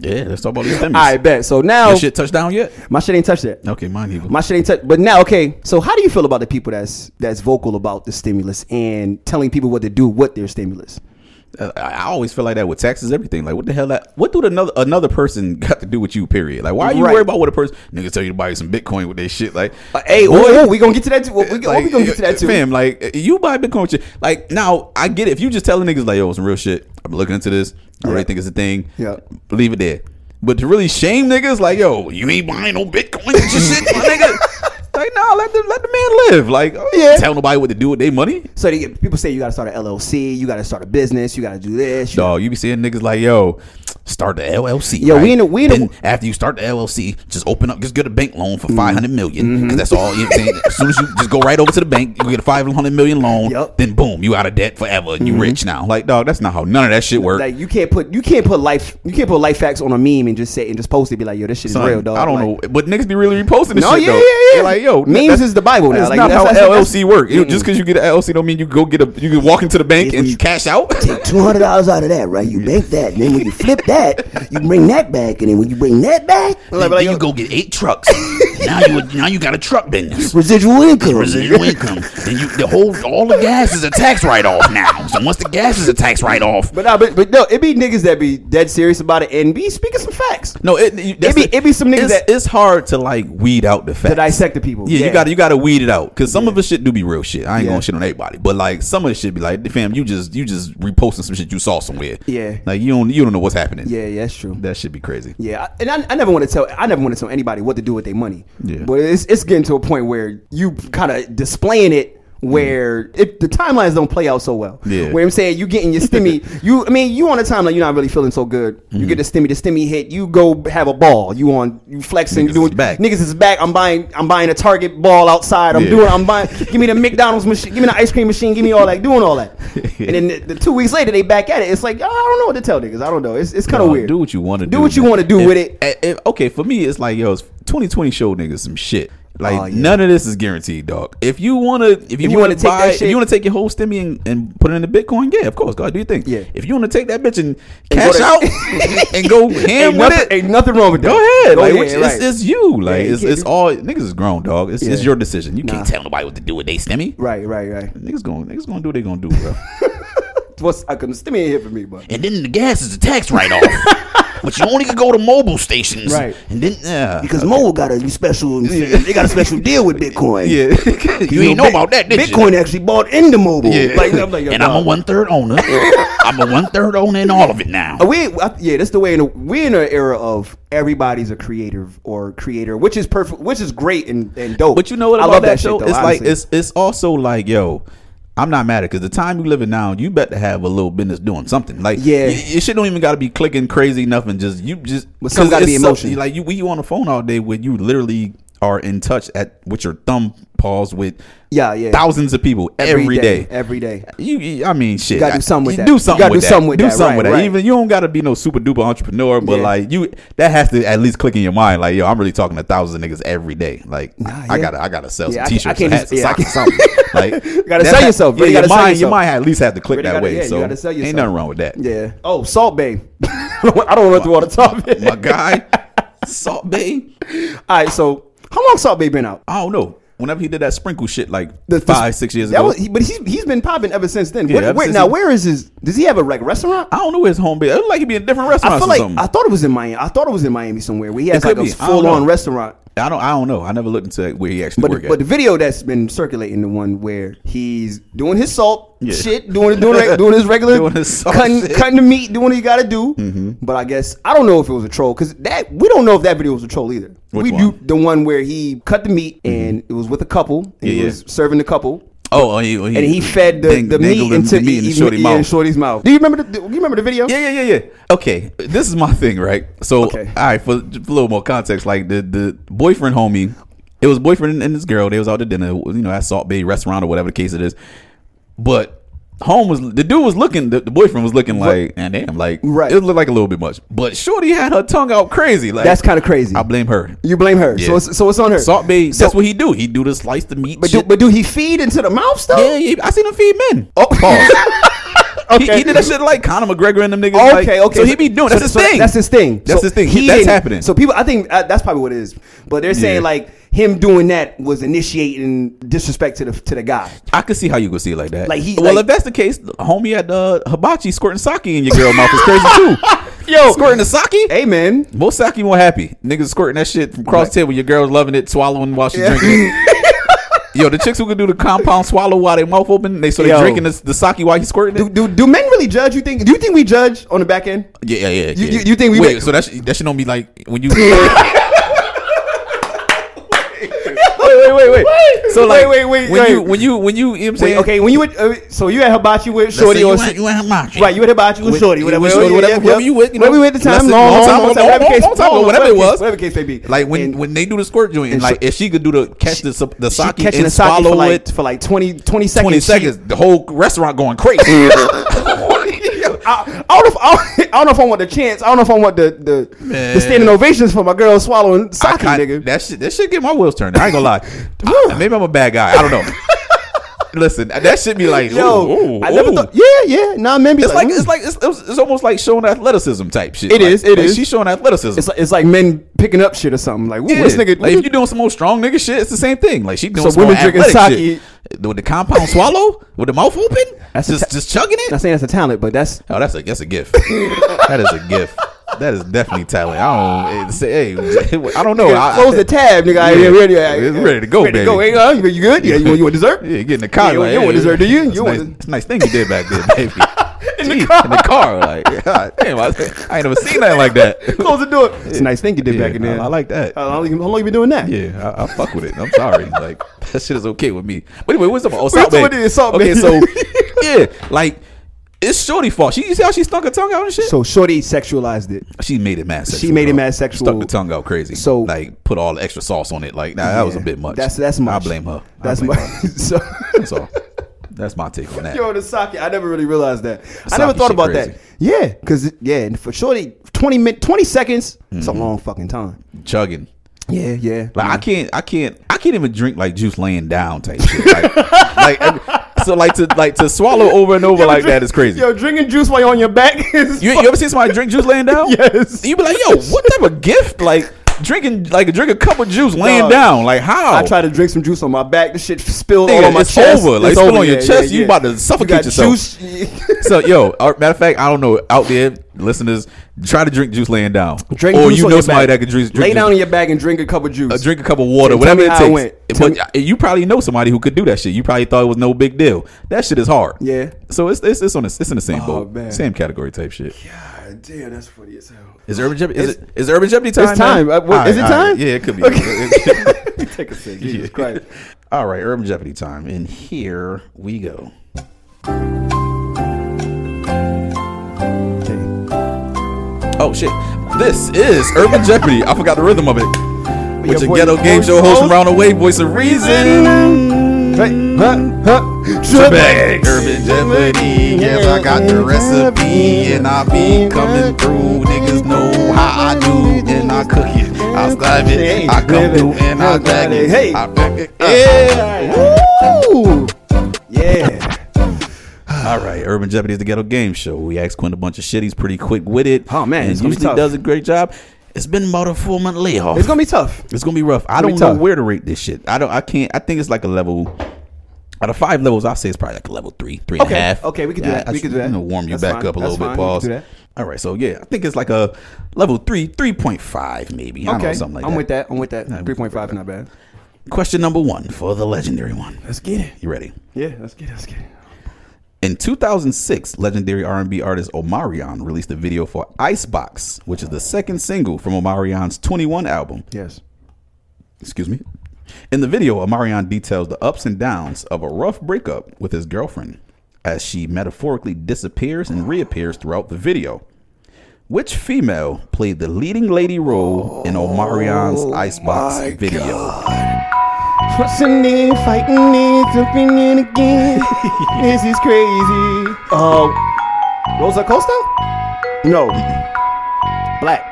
Yeah, let's talk about these stimmies.
I bet. So now
Your shit touched down yet?
my shit ain't touched that.
Okay, mine even.
My shit ain't touched. But now, okay. So how do you feel about the people that's that's vocal about the stimulus and telling people what to do with their stimulus?
Uh, I, I always feel like that with taxes, everything. Like, what the hell? That what do another another person got to do with you? Period. Like, why are you
Right.
worried about what a person? Niggas tell you to buy some Bitcoin with their shit. Like,
Uh, hey,
boy,
oh, oh, we gonna get to that too. Oh, we, oh,
Like, uh,
we gonna get to that too.
Fam, like you buy Bitcoin with your- Like now, I get it. If you just telling niggas like, yo, some real shit. I'm looking into this. I
Yeah.
really think it's a thing.
Yeah.
Leave it there. But to really shame niggas, like, yo, you ain't buying no Bitcoin with your shit, my nigga. Like, nah, let the let the man live. Like, oh,
Yeah.
tell nobody what to do with their money.
So they, people say you got to start an LLC, you got to start a business, you got to do this. You
Dog, you be seeing niggas like, yo, start the LLC.
Yo, we
right?
in the- we in the- Mm-hmm.
Then after you start the LLC, just open up, just get a bank loan for five hundred million, because that's all. You know what I'm saying? as soon as you just go right over to the bank, you get a five hundred million loan.
Yup. Mm-hmm.
Then boom, you out of debt forever, and you rich now. Like, dog, that's not how none of that shit works.
like you can't put you can't put life you can't put life facts on a meme and just say and just post it be like yo this shit is
Son,
real dog.
I don't
Like,
know, but niggas be really reposting this
No,
shit
yeah,
though.
yeah, yeah.
They're Like, yo,
Memes
that's-
is the Bible now.
That's
Like,
not
that's-
how
that's-
LLC work. You-
Mm-mm.
Just because you get an LLC don't mean you go get a you can walk into the bank
It's
and
what you-
cash out.
take two hundred dollars out of that, right? You bank that, and then when you flip that, you bring that back, and then when you bring that back,
Then you go get eight trucks. now you now you got a truck business.
residual income.
residual income. Then you the whole all the gas is a tax write off now. So once the gas is a tax write off,
But nah, but, but no, it be niggas that be dead serious about it and be speaking some facts.
no, it you- that's
It be-
the-
it be some niggas
it's,
that-
it's hard to like weed out the facts.
To dissect the people.
Yeah,
Yeah.
you got to you got to weed it out because some of the shit do be real shit. I ain't
Yeah.
gonna shit on everybody, but like some of the shit be like, fam, you just you just reposting some shit you saw somewhere.
Yeah.
like you don't you don't know what's happening.
Yeah, yeah, that's true.
that should be crazy.
Yeah, I- and I, I never want to tell I never want to tell anybody what to do with their money.
Yeah.
But it's it's getting to a point where you kind of displaying it where if the timelines don't play out so well.
Mm. Yeah.
Where I'm saying you getting your stimmy, you I mean you on a timeline you're not really feeling so good. You get the
Mm-hmm.
stimmy, the stimmy hit, you go have a ball. You on you flexing,
Niggas
doing
is back.
niggas is back. I'm buying I'm buying a Target ball outside. I'm
Yeah.
doing I'm buying. Give me the McDonald's machine. Give me the ice cream machine. Give me all that. Doing all that. And then the, the two weeks later they back at it. It's like I don't know what to tell niggas. I don't know. It's it's kind of
Dog,
weird.
Do what you want to do.
Do what you
man.
want to do
If-
with it.
eh, if- okay, for me, it's like yo, it's 2020 show niggas some shit. Like
Oh, yeah.
none of this is guaranteed, dog. If you wanna, if you,
you
wanna,
wanna take that
buy, if
shit-
you wanna take your whole stimmy and, and put it into Bitcoin, yeah, of course, God, do you think?
Yeah.
If you wanna take that bitch and cash
to-
out and go ham
ain't,
with
nothing,
it,
ain't nothing wrong with that.
Go ahead. like,
ahead,
which-
right.
it's, it's you. Like,
you
it's,
can't
it's
do-
all niggas is grown, dog. It's, it's
Yeah.
your decision. You
Nah.
can't tell nobody what to do with they stemmy.
right, right, right.
Niggas going, niggas going to do what they going to do, bro.
What's I couldn't stimmy ain't here for me, but
and then the gas is a tax write off. but you only can go to mobile stations.
Right.
And then, uh, yeah.
Because Mobile got a special, they got a special deal with Bitcoin.
yeah. you ain't know
Bit-
about that, did
Bitcoin
you?
actually bought into Mobile.
Yeah.
Like, I'm like, yo,
and I'm a
dog.
one third owner. I'm a one third owner in all of it now.
Uh, we I, yeah, that's the way. In a, we're in an era of everybody's a creative or creator, which is perfect, which is great and, and dope.
But you know what?
I
About
love
that,
that, shit.
show.
though,
it's like
honestly.
it's it's also like yo. I'm not mad at because the time you live in now, you better have a little business doing something. Like
Yeah.
y- your shit don't even got to be clicking crazy nothing. Just you just
But something gotta
it's
be
so-
emotion.
like you, we you on the phone all day when you literally are in touch at with your thumb paws with
Yeah, yeah.
thousands of people every day.
every day.
You- You, I mean, shit.
gotta do something with
you
that.
Do
You
something
gotta
with
do
that.
something with
do
that,
something
right,
with that.
right.
Even you don't gotta be no super duper entrepreneur, but
Yeah.
like you, that has to at least click in your mind. Like, yo, I'm really talking to thousands of niggas every day. Like, I
yeah.
gotta, I gotta sell
Yeah, I
some
ca- I
t-shirts,
can't
and hats,
just-
and
yeah,
socks, and something. Like,
You gotta
that's
sell
how-
yourself.
Yeah,
You
your
gotta sell
mind, your
yourself.
mind at least have to click
Really
that
gotta-
way.
yeah, you
so
gotta sell
ain't
yourself.
nothing wrong with that.
Yeah. Oh, Salt Bay. I don't want to through all the top.
my guy, Salt Bay.
all right, so how long Salt Bay been out?
I don't know. Whenever he did that sprinkle shit, like
The- the-
five, six years
that
ago.
was- he- but he he's been popping ever since then.
Yeah,
What-
ever
where-
since
now,
he-
where is his? Does he have a like restaurant?
I don't know where his home base. It looked like he'd be in different restaurants
I feel
or
like
something.
I thought it was in Miami. I thought it was in Miami somewhere. Where he
It
has
could
like a
be. I don't
full on
know.
restaurant.
I don't. I don't know. I never looked into where he actually
But the,
worked.
but the
at.
video that's been circulating, the one where he's doing his salt
Yeah.
shit, doing doing reg- doing his regular,
Doing his salt
cutting
shit. Mm-hmm.
cutting the meat, doing what he got to do. But I guess I don't know if it was a troll because that we don't know if that video was a troll either.
Which
we
one? Mm-hmm.
do the one where he cut the meat and it was with a couple. And
Yeah,
he
yeah.
was serving the couple.
oh, oh, he, oh,
and he fed the,
dang-
the
dangled
meat into
the meat in
he-
Shorty's
yeah,
mouth.
in Shorty's mouth. Do you remember the Do you remember the video?
Yeah, yeah, yeah, yeah. Okay, this is my thing, right? So,
Okay.
all right, for just a little more context, like the the boyfriend homie, it was boyfriend and this girl. They was out to dinner, you know, at Salt Bay restaurant or whatever the case it is. But home was the dude was looking, the, the boyfriend was looking like, and damn, like
Right.
It looked like a little bit much, but Shorty had her tongue out crazy. Like
That's kinda crazy.
I blame her.
You blame her. So
Yeah.
it's, so it's on her.
Salt Bay.
So-
that's what he do. He do the slice the meat.
But do,
shit.
but do he feed into the mouth stuff?
Yeah, yeah, I seen him feed men. Oh, He, he did that shit like Conor McGregor and them niggas. like-
Okay, okay.
So he be doing
so-
that's his
so
thing.
That's his thing.
That's
So
his thing. He, that's
didn't-
happening.
So people, I think uh, that's probably what it is. But they're saying
Yeah.
like him doing that was initiating disrespect to the to the guy.
I could see how you could see it like that.
Like, he-
well,
like-
if that's the case, homie had uh, hibachi squirting sake in your girl mouth is crazy too.
Yo.
squirting the sake.
Hey man,
Most sake more happy niggas squirting that shit from cross table. Your girl's loving it, swallowing while she's drinking. it. Yo, the chicks who can do the compound swallow while they mouth open, they so they
Yo.
drinking the, the sake while he's squirting it.
do, do do men really judge? You think? Do you think we judge on the back end?
Yeah, yeah, yeah.
You-
yeah.
you- you think we
wait?
make-
so that sh- that should don't be like when you. wait, wait, wait,
wait, wait.
So like,
wait, wait, wait,
when
wait.
you when you when you, you know what I'm
Wait,
saying?
okay, when you would, uh, so you at hibachi with Shorty or
you at Hibachi.
right, you at hibachi with
With-
Shorty,
you
whatever,
with Shorty, whatever- whoever you with, you
whatever
know,
you with at the
let's
time,
say-
long,
long
long,
time
long,
ago,
whatever
long,
case,
long time ago,
long,
whatever it was.
whatever case may be.
Like when
And
when they do the squirt joint, and
and
like
she-
if she could do the catch the sup- the
she
sake
catching
and
the sake
swallow
for like,
it
for like 20, 20 seconds.
twenty
She-
seconds, the whole restaurant going crazy.
I, I don't know. If, I, don't know if I want the chance. I don't know if I want the the, the standing ovations for my girl swallowing
I
sake,
kinda-
nigga.
That shit, that shit get my wheels turned. I ain't gonna lie. I- maybe I'm a bad guy. I don't know. Listen, that should be like,
Yo,
ooh,
I
ooh,
never
ooh.
thought. Yeah, yeah. Nah, maybe
It's like
mm.
it's like it's, it's, it's almost like showing athleticism type shit.
It
It is.
is,
like,
it
like
is.
She's showing athleticism.
it's like it's like men picking up shit or something. Like, ooh,
Yeah.
this nigga.
like if you're doing some old strong nigga shit, it's the same thing. Like she doing
So
some
women
women
drinking
drinking
sake-
shit. with the compound swallow with the mouth open,
That's a
just
ta-
just chugging it.
not saying that's a talent, but that's
Oh, that's a that's a gift. that is a gift. That is definitely talent. I don't eh, say. Hey, I don't know. I,
close
I,
the tab, nigga. I-
Yeah.
ready,
It's ready to go,
ready
baby.
To go. Hey, uh, you, you good? Yeah, you, want- you want dessert?
Yeah, get in the car.
Yeah, you
like,
want- you want
hey,
dessert, do you?
that's
You
nice,
want-
that's a nice thing you did back there, baby. in, the car. in the car, like God, damn, I, I ain't never seen nothing like that.
Close the door. It's a nice thing you did
Yeah,
back in there.
I, I like that.
How long, you- how long you been doing that?
Yeah, I, I fuck with it. I'm sorry. Like that shit is okay with me. But anyway, what's up? Oh,
We're
Salt
doing
Bae.
it in Salt Bae.
Okay, so yeah, like it's Shorty fault. She you see how she stuck her tongue out and shit.
So Shorty sexualized it.
she made it mad. Sexual,
She made it
bro.
mad sexual.
Stuck the tongue out crazy.
So-
So like put all the extra sauce on it. Like nah, that was a
Yeah.
bit much.
That's that's much.
I blame her. I
That's
blame
much.
her.
so.
That's all. That's my take on that.
Yo, the socket. I never really realized that. I
Sake
never thought
shit
about that.
crazy.
Yeah, because yeah, and for shorty, twenty min, twenty seconds. It's a long fucking time.
Chugging.
Yeah, yeah.
Like I can't, I can't, I can't even drink like juice laying down type shit. Like, like I- so like to like to swallow over and over
Yo,
like
drink-
that is crazy.
Yo, drinking juice while you're on your back is
You, you ever seen somebody drink juice laying down?
Yes.
You be like, yo, what type of gift? Like drinking, like drink a cup of juice laying
Dog.
down. Like how?
I tried to drink some juice on my back. The shit spilled all
Nigga,
on my
it's
chest.
over. Like,
It's
spill
over.
on your
Yeah,
chest,
yeah,
you
yeah.
about to suffocate
got
yourself.
Juice.
So yo, uh, matter of fact, I don't know out there, listeners, try to drink juice laying down,
drink
or
juice
you
on
know
your
somebody
back.
that can drink, drink
Lay
juice-
down in your bag and drink a cup of juice.
uh, drink a cup of water,
Tell
whatever
me
it
how it
takes.
went. Tell
But y- you probably know somebody who could do that shit. You probably thought it was no big deal. That shit is hard.
Yeah. Oh,
So it's it's, it's on the, it's in the same boat,
man.
same category type shit.
God damn, that's funny as hell.
Is Urban Jeopardy? Is, it, is Urban Jeopardy time? man?
time. Uh, what-
All
is it
all
time?
Yeah, it could be.
Take a sip.
Yeah.
Jesus Christ.
All right, Urban Jeopardy time, and here we go. Oh shit! This is Urban Jeopardy. I forgot the rhythm of it. With your
boy-
ghetto game
voice-
show host from
voice-
Round Away, voice of reason.
Hey, huh, huh.
Trebek, Urban Jeopardy. Yes, I got the recipe, and I be coming through. Niggas know how I do, and I cook it. I stop it. I come through, and I bag it.
Hey.
I back it. Yeah.
Ooh. Yeah.
All right, Urban Jeopardy is the ghetto game show. We asked Quinn a bunch of shit. He's pretty quick with it.
Oh, man,
and
it's gonna be
usually
tough.
does a great job. It's been about a four month layoff.
It's gonna be tough.
It's gonna be rough. I
gonna
don't
be
know
tough.
where to rate this shit. I don't. I can't. I think it's like a level. Out of five levels, I say it's probably like a level three, three and a
Okay,
half.
okay, we can do that.
I
We
should,
can do that.
You know, warm you
That's
back
fine.
up a
That's
little bit.
fine. We can
Pause.
do that.
All right, so yeah, I think it's like a level three, three point five maybe. I don't know
Okay,
something like
I'm
that.
with that. I'm with that.
Nah,
Three point five, not bad.
Question number one for the legendary one.
Let's get it.
You ready?
Yeah, let's get it. Let's get it.
In 2006, legendary R&B artist Omarion released a video for Icebox, which is the second single from Omarion's 21 album.
Yes.
Excuse me. In the video, Omarion details the ups and downs of a rough breakup with his girlfriend as she metaphorically disappears and reappears throughout the video. Which female played the leading lady role in Omarion's
Oh
Icebox video?
Trusting it, fighting it, jumping in again. this is crazy. Uh, Rosa Costa? No. Black.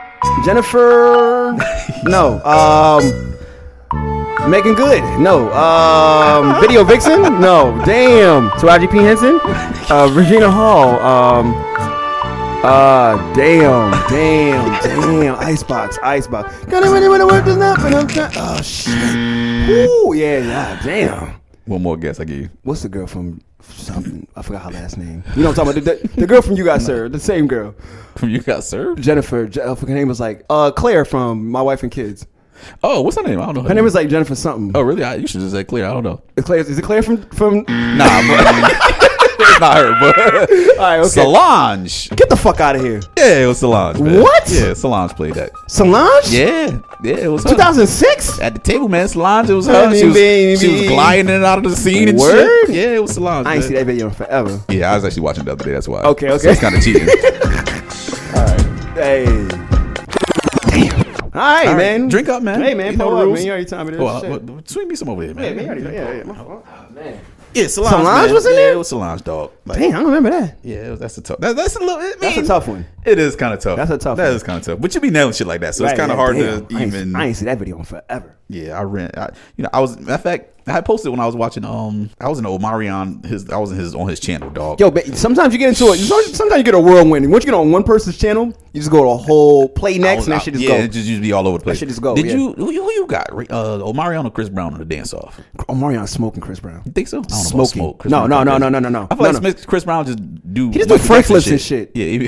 Jennifer? No. Um, Megan Good? No. Um, Video Vixen? No. Damn. Taraji P. Henson? Uh, Regina Hall? Um, uh, damn, damn, damn. Icebox, icebox. Gonna really wanna work this up, and I'm trying. Oh, shit. Ooh, yeah, nah, damn.
One more guess I give you.
What's the girl from something? I forgot her last name. You know what I'm talking about? The, the, the girl from You Got Served, the same girl.
You got served?
Jennifer, Je- her name was like uh, Claire from My Wife and Kids.
Oh, what's her name? I don't know.
Her name was like Jennifer something.
Oh, really? I, you should just say clear. I don't know.
Is Claire, is it Claire from, from
Nah, bro. It's not her, but
All right, okay.
Solange.
Get the fuck out of here.
Yeah, it was Solange. Man.
What?
Yeah, Solange played that.
Solange?
Yeah, yeah, it was her.
2006?
At the table, man, Solange. It was her.
Honey
She was, she
baby.
was gliding in and out of the scene and
Word?
shit. Yeah, it was Solange.
I ain't
man.
see that video in forever.
Yeah, I was actually watching it the other day. That's why.
Okay, okay.
So it's kind of cheating.
Hey. All right, man.
Drink up, man.
Hey, man.
You know
pull
the
up,
rules.
man. You already time it is.
Oh, uh,
Shit.
well, swing me some over here,
Yeah,
man.
man, you already- yeah, yeah, my fault.
Yeah, Solange,
Solange
man.
was in
yeah,
there?
It was Solange, dog. Like,
Damn, I don't remember that.
Yeah, it was- that's a tough. That, that's a little. I mean,
That's a tough one.
It is kind of tough.
That's a tough
That
one.
is kind of tough. But you be nailing shit like that, so it's kind of hard to
I ain't-
even.
I ain't, see that video in forever.
Yeah, I rent. I, you know, I was. Matter of fact, I had posted when I was watching. Um, I was in Omarion. His, I was in his on his channel, dog.
Yo, but sometimes you get into it. Sometimes you get a whirlwind. Once you get on one person's channel, you just go to a whole play
I
next,
was-
and
I-
that shit just
yeah,
go.
it just used to be all over the place.
shit just go,
Did
yeah.
you who, you who you got? Re- Uh, Omarion or Chris Brown on the dance off?
Omarion smoking Chris Brown.
You think so? I don't know about
Smoking.
smoke.
No,
Brown
no,
kinda
no,
does.
no, no, no, no.
I feel like
No, no.
Smith- Chris Brown just do.
He just do
Michael Jackson
frickless and shit.
Yeah. He,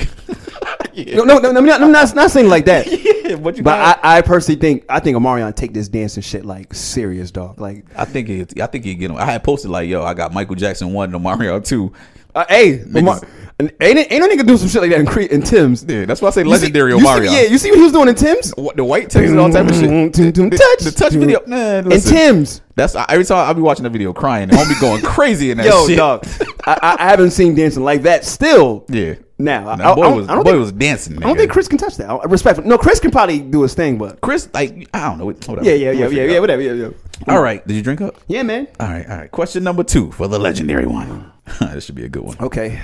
yeah.
No, no, no, no, I'm not, I'm not, not saying like that.
Yeah, but you
But
got-
I, I personally think I think Omarion take this dance and shit like serious, dog. Like,
I think it, I think he get him. I had posted like, yo, I got Michael Jackson one, and Omarion two.
uh, hey, Omar,
Niggas-
and ain't ain't no nigga do some shit like that in, Cre- in Tim's.
Yeah, that's why I say
You see-
legendary
you see-
Omarion.
yeah, you see what he was doing in Tim's.
What, the white tips and all type of shit.
Touch,
The, the touch video. Man,
and
listen.
Tim's.
That's I- every time I be watching the video crying. I'll be going crazy in that
Yo,
shit.
dog, I, I I haven't seen dancing like that still.
Yeah.
Now,
Nah,
I,
boy
I, I,
was-
was, I don't
boy
think,
was dancing,
I don't
nigga.
think Chris can touch that. I, respectful. No, Chris can probably do his thing, but
Chris, like I don't know. Whatever.
yeah, yeah, yeah,
We'll
yeah,
figure it
yeah,
out.
whatever, yeah, yeah.
All right. Did you drink up?
Yeah, man.
All right, all right. Question number two for the legendary one. this should be a good one.
Okay.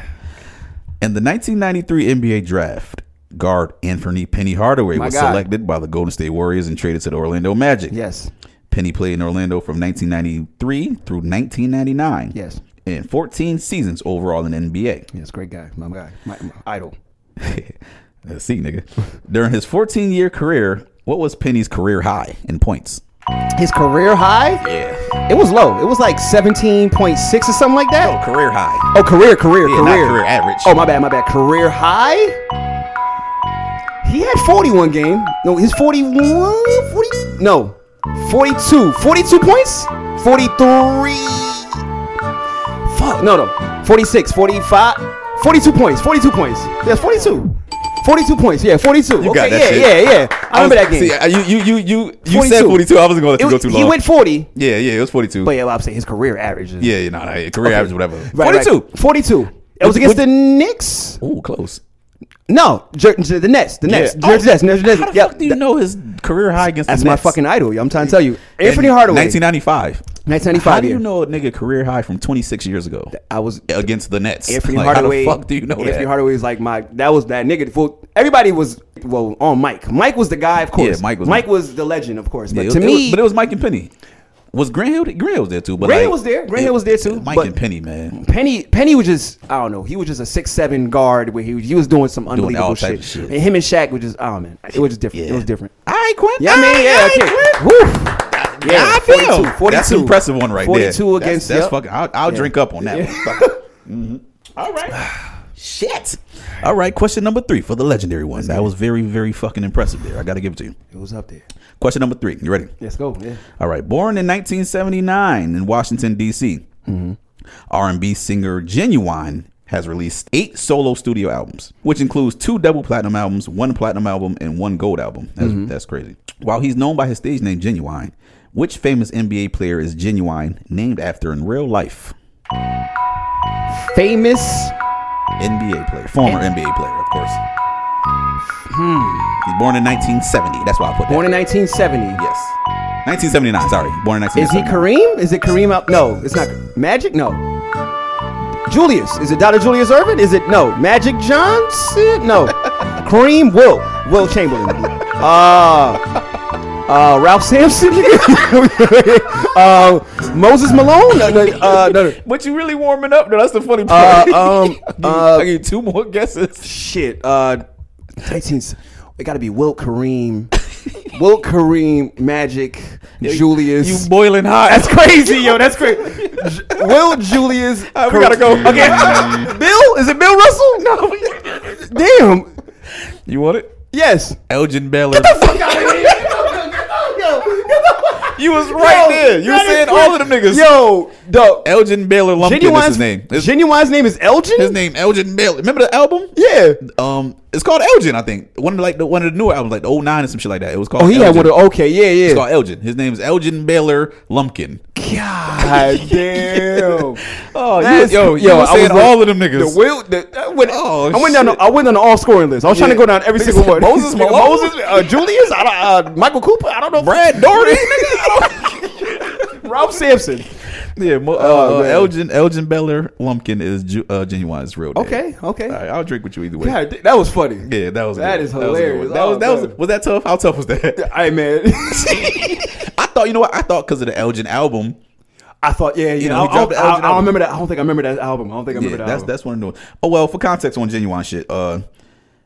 In the 1993 NBA draft, guard Anthony Penny Hardaway
My
was
guy.
selected by the Golden State Warriors and traded to the Orlando Magic.
Yes.
Penny played in Orlando from 1993 through 1999.
Yes.
In 14 seasons overall in NBA.
Yes, great guy, my guy, my, my idol.
Let's See, nigga. During his 14 year career, what was Penny's career high in points?
His career high?
Yeah.
It was low. It was like seventeen point six or something like that.
Oh, career high.
Oh, career, career,
Yeah, not
career.
career average.
Oh, my bad, my bad. Career high? He had 41 game. No, his 41, 40, no, 42. 42 points? 43. Fuck, no, no. 46, 45, 42 points, 42 points. Yes, 42. 42 points, yeah, 42.
You
okay,
got that
yeah,
shit.
yeah, yeah. I, remember
was-
that game.
See, I- you, you, you, you, you said 42. I wasn't going to let
It
you go
was-
too
he
long.
went 40,
yeah, yeah, it was 42.
but yeah, I'm saying his career average is.
Yeah, yeah, nah, nah, yeah, career average, whatever.
Right, right.
42.
42. It was
Would-
against
would-
the Knicks.
Ooh, close.
No, Jer- Jer- the Nets, the Nets,
Yeah.
Jer- the Nets, the Nets, the Nets.
How the
Yep,
fuck do you
th-
know his career high against
That's
the
my
Nets?
fucking idol. yo, I'm trying to tell you,
In
Anthony Hardaway,
1995.
1995.
How do you
yeah.
know a nigga career high from 26 years ago
I was
against the Nets?
Anthony
Like,
Hardaway.
How the fuck do you know
Anthony
that?
Hardaway is like my. That was that nigga. Well, everybody was well on Mike. Mike was the guy, of course.
Mike was-
Mike was the legend, of course.
Yeah,
But
it-
to
it
me,
was, but it was Mike and Penny. Was Grant Hill? Grant Hill was there too. But
Grant
like,
Hill was there. Grant Hill was there too,
Mike
but-
and Penny, man.
Penny Penny was just I don't know. He was just a six seven guard where he was, he was doing some unbelievable
all type
shit.
of shit.
And him and Shaq were just oh man, it was just different.
Yeah.
It was different.
All right, Quinn.
Yeah, I mean, yeah, okay. Woo.
Yeah, I feel.
42, 42.
That's an impressive one right
42
there. That's-
against.
That's,
yep.
fucking. I'll, I'll
Yeah.
drink up on that. one. Fuck it. Mhm. All right. Shit. All right. Question number three for the legendary one. That was very, very fucking impressive. There, I got to give it to you.
It was up there.
Question number three. You ready?
Let's go. Yeah.
All right. Born in 1979 in Washington Mm-hmm. D.C., R&B singer Genuine has released eight solo studio albums, which includes two double platinum albums, one platinum album, and one gold album. That's,
Mm-hmm.
that's crazy. While he's known by his stage name Genuine, which famous NBA player is Genuine named after in real life?
Famous.
NBA player, former NBA player, of course. He's born in 1970. That's why I put that.
Hmm. Born in
there.
1970.
yes, 1979. Sorry, born in 1979.
Is he Kareem? Is it Kareem out? No, it's not. Magic? No. Julius? Is it Dr. Julius Irvin? Is it no? Magic Johnson? No. Kareem Will Will Chamberlain. Uh, uh, Ralph Sampson? uh, Moses Malone? No, no, uh, no, no.
But you really warming up though. That's the funny part.
Uh, um, uh,
I get two more guesses.
shit. Uh, 19s. It got to be Wilt Kareem. Wilt Kareem, Magic, Julius.
You boiling hot.
That's crazy, yo. That's crazy. J- Will Julius.
right, we gotta go.
Okay. Bill? Is it Bill Russell? No. Damn.
You want it?
Yes.
Elgin Baylor.
Yo,
You was right there. You were saying all of them niggas.
Yo, dog.
Elgin Baylor Lumpkin. That's
Genuine's
his name. His,
Genuine's name is Elgin.
his name Elgin Baylor. Remember the album?
Yeah.
Um, it's called Elgin. I think one of the, like the one of the newer albums, like the 09 and some shit like that. It was called.
Oh, he had
Elgin.
one. Of, okay, yeah,
It's
yeah.
called Elgin. His name is Elgin Baylor Lumpkin.
God damn.
Oh,
That's-
yo, yo, I was
like,
all of them niggas.
The will, the, I went,
Oh,
I went down. The,
shit.
I went on the all scoring list. I was trying to
Yeah.
go down every
Niggas
single
said
one.
Moses
Nigga,
Malone?
Moses, uh, Julius, I don't, uh, Michael Cooper. I don't know.
Brad Doherty,
Ralph Sampson.
yeah, mo-
Oh,
uh,
man.
Elgin Elgin Baylor Lumpkin is ju- uh, genuine's real. name.
Okay, okay.
All right, I'll drink with you either way.
God, th- that was funny.
Yeah, that was a
That
good one. That was a
is
good one.
hilarious.
That was
Oh,
that was,
man.
was that tough? How tough was that?
All right, man.
I thought you know what I thought because of the Elgin album.
I thought, yeah, yeah.
know,
I,
he dropped the
I, I, I,
Elgin
don't
album.
remember that. I don't think I remember that album. I don't think I
Yeah,
remember that.
that's
album.
that's one of the. Oh well, for context on genuine shit, uh,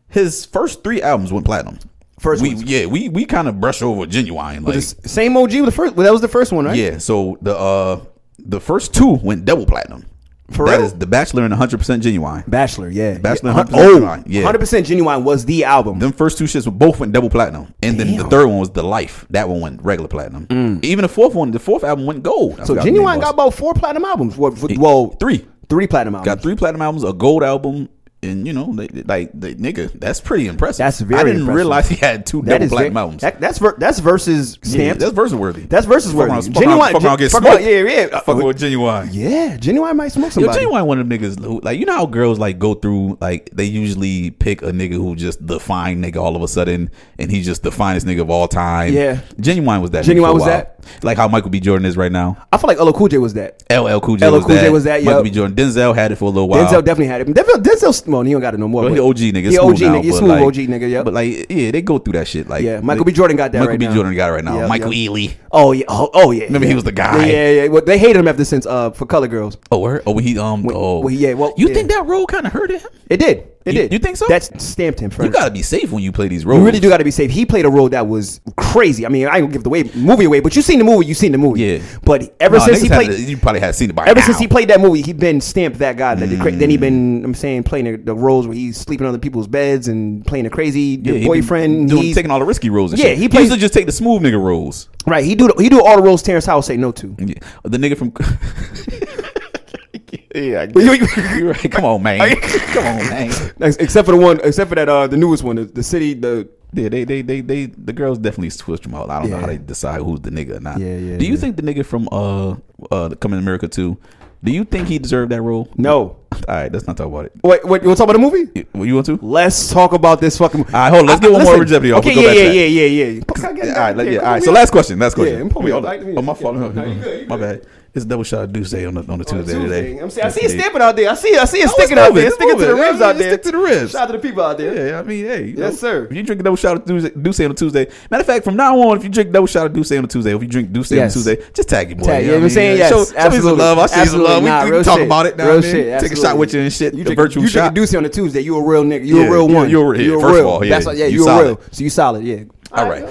his first three albums went platinum.
First
we
ones.
yeah we we kind of brush over genuine like
The s- same OG. with The first. Well, that was the first one, right?
yeah. So the uh the first two went double platinum.
For
That
real?
is the Bachelor and 100 percent genuine.
Bachelor. Yeah.
Bachelor,
Yeah.
100%
Oh,
Genuine, yeah.
100% genuine was the album.
Them first two shits were both went double platinum, and then the
Damn. Mm.
third one was the life. That one went regular platinum. Even the fourth one, the fourth album went gold. I forgot
so
the name
genuine
was.
got about four platinum albums. Well, f- well,
three.
three platinum albums.
got three platinum albums, a gold album, and you know, they, they- like they, nigga, that's pretty impressive.
That's very
I didn't
impressive.
realize he had two
That
double
is
platinum
ve-
albums.
That, that's ver- that's versus
Yeah,
stamped.
that's version worthy.
That's versus
fuck
worthy.
Around,
Genuine-
genuine, fuck around, get
fuck
smoked.
around- yeah, yeah.
Fuck with genuine.
yeah, genuine might
Yo,
smoke somebody.
genuine one of them niggas who, like you know how girls like go through like they usually pick a nigga who just the fine nigga all of a sudden and he's just the finest nigga of all time.
Yeah.
genuine was that. nigga
Genuine
for a
was
while.
that?
Like how Michael B. Jordan is right now.
I feel like LL Cool J was that.
LL Cool J,
LL
was,
Cool J
that.
was that,
Michael
yup.
B. Jordan. Denzel had it for a little while.
Denzel definitely had it. Denzel, Denzel, well, he don't got it no more.
Well, he
but-
OG nigga.
He
smooth
OG
now,
nigga. He
but
smooth
like-
OG nigga. Yeah.
But like, yeah, they go through that shit. Like,
Yeah, Michael B. Jordan got that
Michael
right
B.
now.
Jordan got it right now.
Yeah,
Michael
yeah.
Ealy.
oh yeah. Oh, oh yeah.
Remember
yeah.
he was the guy.
Yeah, yeah. yeah. Well, they hated him after since uh for Color Girls.
Oh, where? Oh, he um.
Well,
oh,
well, yeah, well,
you
yeah.
think that role kind of hurt him?
It did. It
You-
did.
you think so?
That's stamped him. For
You gotta be safe when you play these roles.
You really do got to be safe. He played a role that was crazy. I mean, I ain't gonna give the way, movie away, but you seen the movie. You seen the movie.
Yeah.
But ever
Nah,
since he
niggas had
played,
to- you probably had seen it by
Ever
now.
since he played that movie, he been stamped that guy. That the cra- Then he
Mm.
been, I'm saying, playing the, the roles where he's sleeping on other people's beds and playing a crazy
Yeah, he be
boyfriend.
doing,
He's-
taking all the risky roles. And
Yeah,
shit.
he plays-
used to just take the smooth nigga roles.
right. He do the- he do all the roles Terrence Howell say no to.
Yeah. The nigga from. yeah, I guess. You're right. Come on, man. Come on, man.
Ex- Except for the one, except for that uh the newest one, the, the city, the
Yeah, they, they, they, they, the girls definitely switch them out. I don't know
Yeah.
how they decide who's the nigga or not.
Yeah, yeah,
Do you
yeah.
think the nigga from uh uh Coming to America too? Do you think he deserved that role?
no.
All right, let's not talk about it.
Wait, wait, you want to talk about the movie?
What you want to? All
Let's talk about this fucking. All
right, hold on. Let's get one more Jeopardy off.
Okay,
We'll go
yeah,
back to
yeah,
that.
yeah, yeah, yeah,
All right, let- yeah,
come
all right.
on,
So
yeah.
last question. Last
Yeah,
question.
pull me up. Like me.
oh, my fault.
No, you good, you
my
good.
bad. It's double shot of Duce on the on the Tuesday today.
I'm saying, I see it
Today.
stamping out there. I see it, I see it
Oh, it's
sticking out
moving,
there. It's
it's
sticking to the
moving.
ribs
Yeah,
out
it
there.
stick to the ribs.
Shout out to the people out there.
Yeah, I mean, hey, you
Yes, sir.
If you drink a double shot of Tuesday, Duce on a Tuesday. Matter of fact, from now on, if you drink double shot of Duce on a Tuesday, if you drink Duce
Yes.
on a Tuesday, just tag your boy.
Tag,
you
you know what I'm saying?
Yeah,
Yes,
show, show me some
absolutely.
love. I see some
Absolutely.
love. We,
Nah,
we
real
talk
shit.
about it. Now,
Real
man.
shit,
Take a
absolutely.
shot with you and shit.
You
the
drink,
virtual
you drink
shot.
a Ducey on a Tuesday. You a real nigga. You
Yeah,
a real
yeah,
one.
you're- yeah,
You a
first of
real.
all, yeah,
That's what, yeah.
you
You, a
solid.
real. So you solid. Yeah.
All right.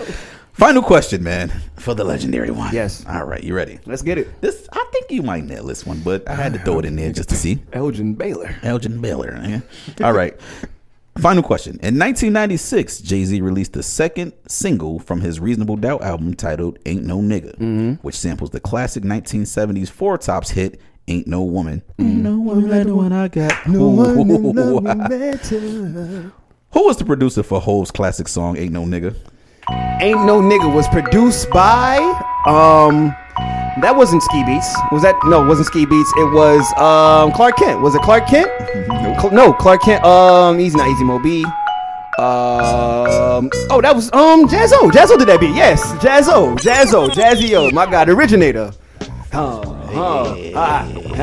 Final question, man, for the legendary one.
Yes.
All right, you ready?
Let's get it.
This, I think you might nail this one, but I had to throw it in there just to see.
Elgin Baylor.
Elgin Baylor. eh? All right. Final question. In 1996, Jay Z released the second single from his Reasonable Doubt album titled Ain't No Nigga,
Mm-hmm.
which samples the classic 1970s Four Tops hit Ain't No Woman. Ain't no woman like the one I got. No
Mm-hmm. One that love me better.
Who was the producer for Hove's classic song Ain't No Nigga?
Ain't no nigga was produced by um. That wasn't Ski Beats. Was that no? It wasn't Ski Beats. It was um Clark Kent. Was it Clark Kent? Cl- no, Clark Kent. Um, he's not Easy Mo B. Um, oh, that was um Jazzo. Jazzo did that beat. Yes, Jazzo, Jazzo, Jazzio. My God, originator. Huh, huh, ah, ah,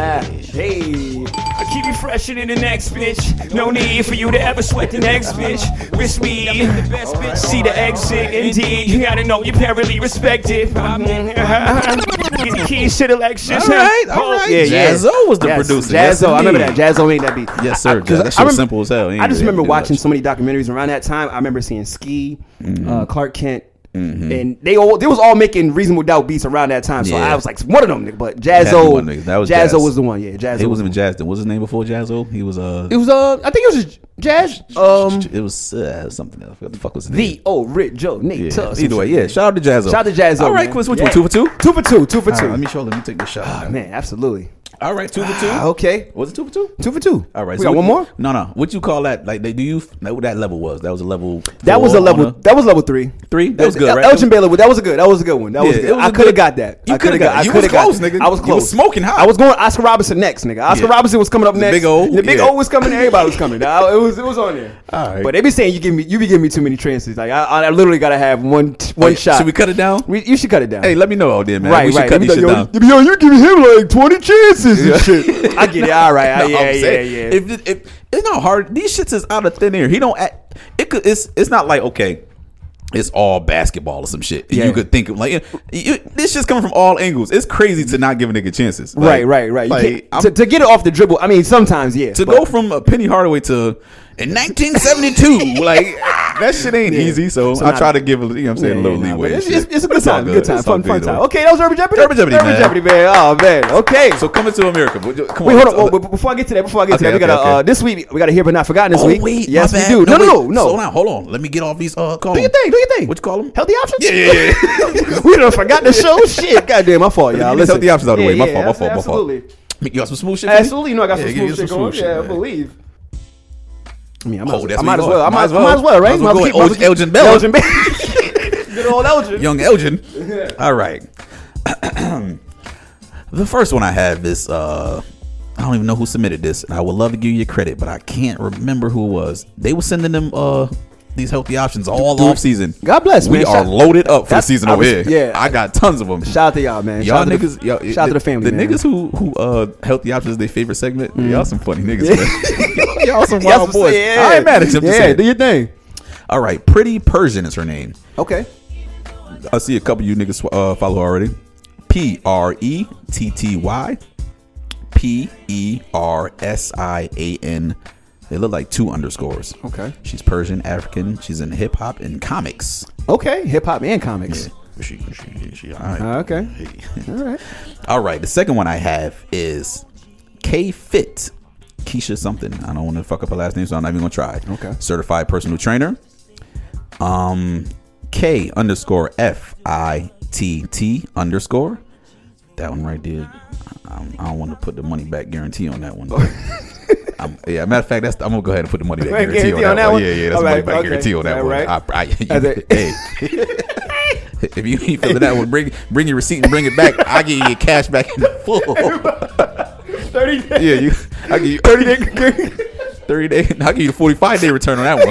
hey.
I keep you fresh and in the next bitch. No need for you to ever sweat the next bitch. With me, the best bitch. See the exit, indeed. You gotta know you're apparently respected. I mean, the keys to the elections.
All right, all right.
Oh, Yeah, yeah.
Jazzo was the producer.
Jazzo,
Yes,
I remember that.
indeed.
Jazzo made that beat.
Yes, sir.
I- 'cause
That shit
I
was
remem-
simple as hell. He
I
ain't
just
really
remember
do
watching
much. Mm-hmm.
so many documentaries around that time. I remember seeing Ski, uh, Clark Kent, and they all they was all making reasonable doubt beats around that time. So
Yeah.
I was like one of them, nigga.
Had
But
to be
Jazzo,
one, nigga. That was
Jazzo
Jazz.
was the one. Yeah, Jazzo.
It wasn't even Jazz. then. What was his name before Jazzo? He was uh
It was uh, I think it was. just- Jazz. Um,
It was uh, something else. What the fuck was it?
the originator.
yeah. Either way, yeah. Shout out to Jazzo.
Shout out to Jazzo,
All right,
man.
Chris, what you
Yeah.
want, two for two?
Two for two. Two for
All
two.
right, let me show. Let me take the shot.
Ah, Man, absolutely.
All right, two for two.
Ah, okay.
Was it two for two?
Two for two.
All right.
We got
what
one
you-
more.
No, no. What you call that? Like, they, do you know what that level was? That was a level.
That was
four
a level.
on
that was level three.
Three? That was good,
El-
right?
Elgin Baylor. That was a good. That was a good one. That was
Yeah,
good.
it was
I
a
could have
good-
got that.
You
I
coulda
coulda
got- you
I coulda
was
got
close,
that.
nigga.
I was
You
close.
was smoking hot.
I was going Oscar Robinson next, nigga. Oscar
Yeah.
Robinson was coming up next.
big O,
The big
yeah.
O was coming. Everybody was coming. I- it was. It was on there.
All right.
But they be saying you give me. You be giving me too many chances. Like I, I literally gotta have one. T- one
yeah.
shot.
Should we cut it down?
We, you should cut it down.
Hey, let me know out there, man.
right,
we should
right.
cut
Let me
this shit
know, yo,
down.
Yo, you giving him like twenty chances and shit. I get it. All right.
No,
yeah,
I'm
yeah,
saying,
yeah.
If, it- if it's not hard, these shits is out of thin air. He don't act. It could. It's it's not like okay. It's all basketball or some shit.
Yeah.
You could think of like you, this shit's coming from all angles. It's crazy to not give a nigga chances. Like-
right, right, right. You
like,
can't-
I'm-
to, to get it off the dribble. I mean, sometimes yeah.
to
but-
go from a Penny Hardaway to in 1972, like that shit ain't easy. So,
So
I
now-
try to give, a, you know, what I'm saying a
Yeah,
little
yeah, nah,
leeway.
but
and
It's,
shit.
it's, it's a
But
good
all
time. Good, time.
It's all
Fun, fun
good, though.
time. Okay, that was Urban Jeopardy.
Urban Jeopardy, man.
man. Oh man. Okay.
So coming to America. would you- Come
Wait,
on.
hold on.
So-
Whoa, wait, before I get to that, before I get
Okay,
to that, we
okay,
gotta
okay.
uh, this week we gotta hear but not forgotten this
Oh,
week.
wait, my
yes, we
bad.
do. No, no, no,
wait.
no.
Slow down. Hold on. Let me get off these. Uh, call
Do your thing. Do your thing.
What you call them?
Healthy options.
Yeah, yeah, yeah.
we done forgot the show. Shit. Goddamn, my fault, y'all.
Get
Listen,
these healthy options out of the
Yeah,
way. My
yeah,
fault, my fault, my fault.
Absolutely.
You got some smooth shit. for me?
Absolutely. You know I got some
give you
smooth shit going.
smooth
Yeah, I
man.
believe. I mean, I
Oh,
might as
that's
I might
what
as
you
well. I
are.
might as well. Might as well, right?
Might as well go with Elgin Bell.
Elgin Bell. Good old Elgin.
Young Elgin. All right. the first one I have is uh I don't even know who submitted this, and I would love to give you credit, but I can't remember who it was. They were sending them uh these healthy options all off season.
God bless,
We
man.
are
Shout-
loaded up for the
That's-
season
I
over
was-
here.
yeah.
I got tons of them.
Shout out to y'all, man.
Y'all
Shout out to
niggas,
the-
y'all,
shout out to the family,
The
man. Mm.
niggas who who uh healthy options is their favorite segment. Y'all some funny niggas, man. y'all some
That's
wild
what I'm
boys.
saying,
I ain't mad at you. I'm just
Yeah,
saying.
do your thing.
All right, Pretty Persian is her name.
Okay.
I see a couple of you niggas uh, follow her already. P R E T T Y P E R S I A N. They look like two underscores.
Okay.
She's Persian, African. She's in hip hop and comics.
Okay. Hip hop and comics.
She, she, she, all right.
Uh, okay. All right.
All right. The second one I have is K Fit. Keisha something. I don't want to fuck up her last name, so I'm not even gonna try.
Okay.
Certified personal trainer. Um K underscore F I T T underscore. That one right there. I, I don't want to put the money back guarantee on that one. Um, yeah, matter of fact, that's I'm gonna go ahead and put the money back
Right,
guarantee on, that, one. Yeah, yeah, that's
All
money
right,
back
okay.
guarantee on that
All
one.
right.
I, I,
That's it.
hey, if you ain't feeling that one, bring bring your receipt and bring it back. I give you your cash back in full.
30 days.
Yeah, you. I give you thirty day, thirty day. I give you the forty five day return on that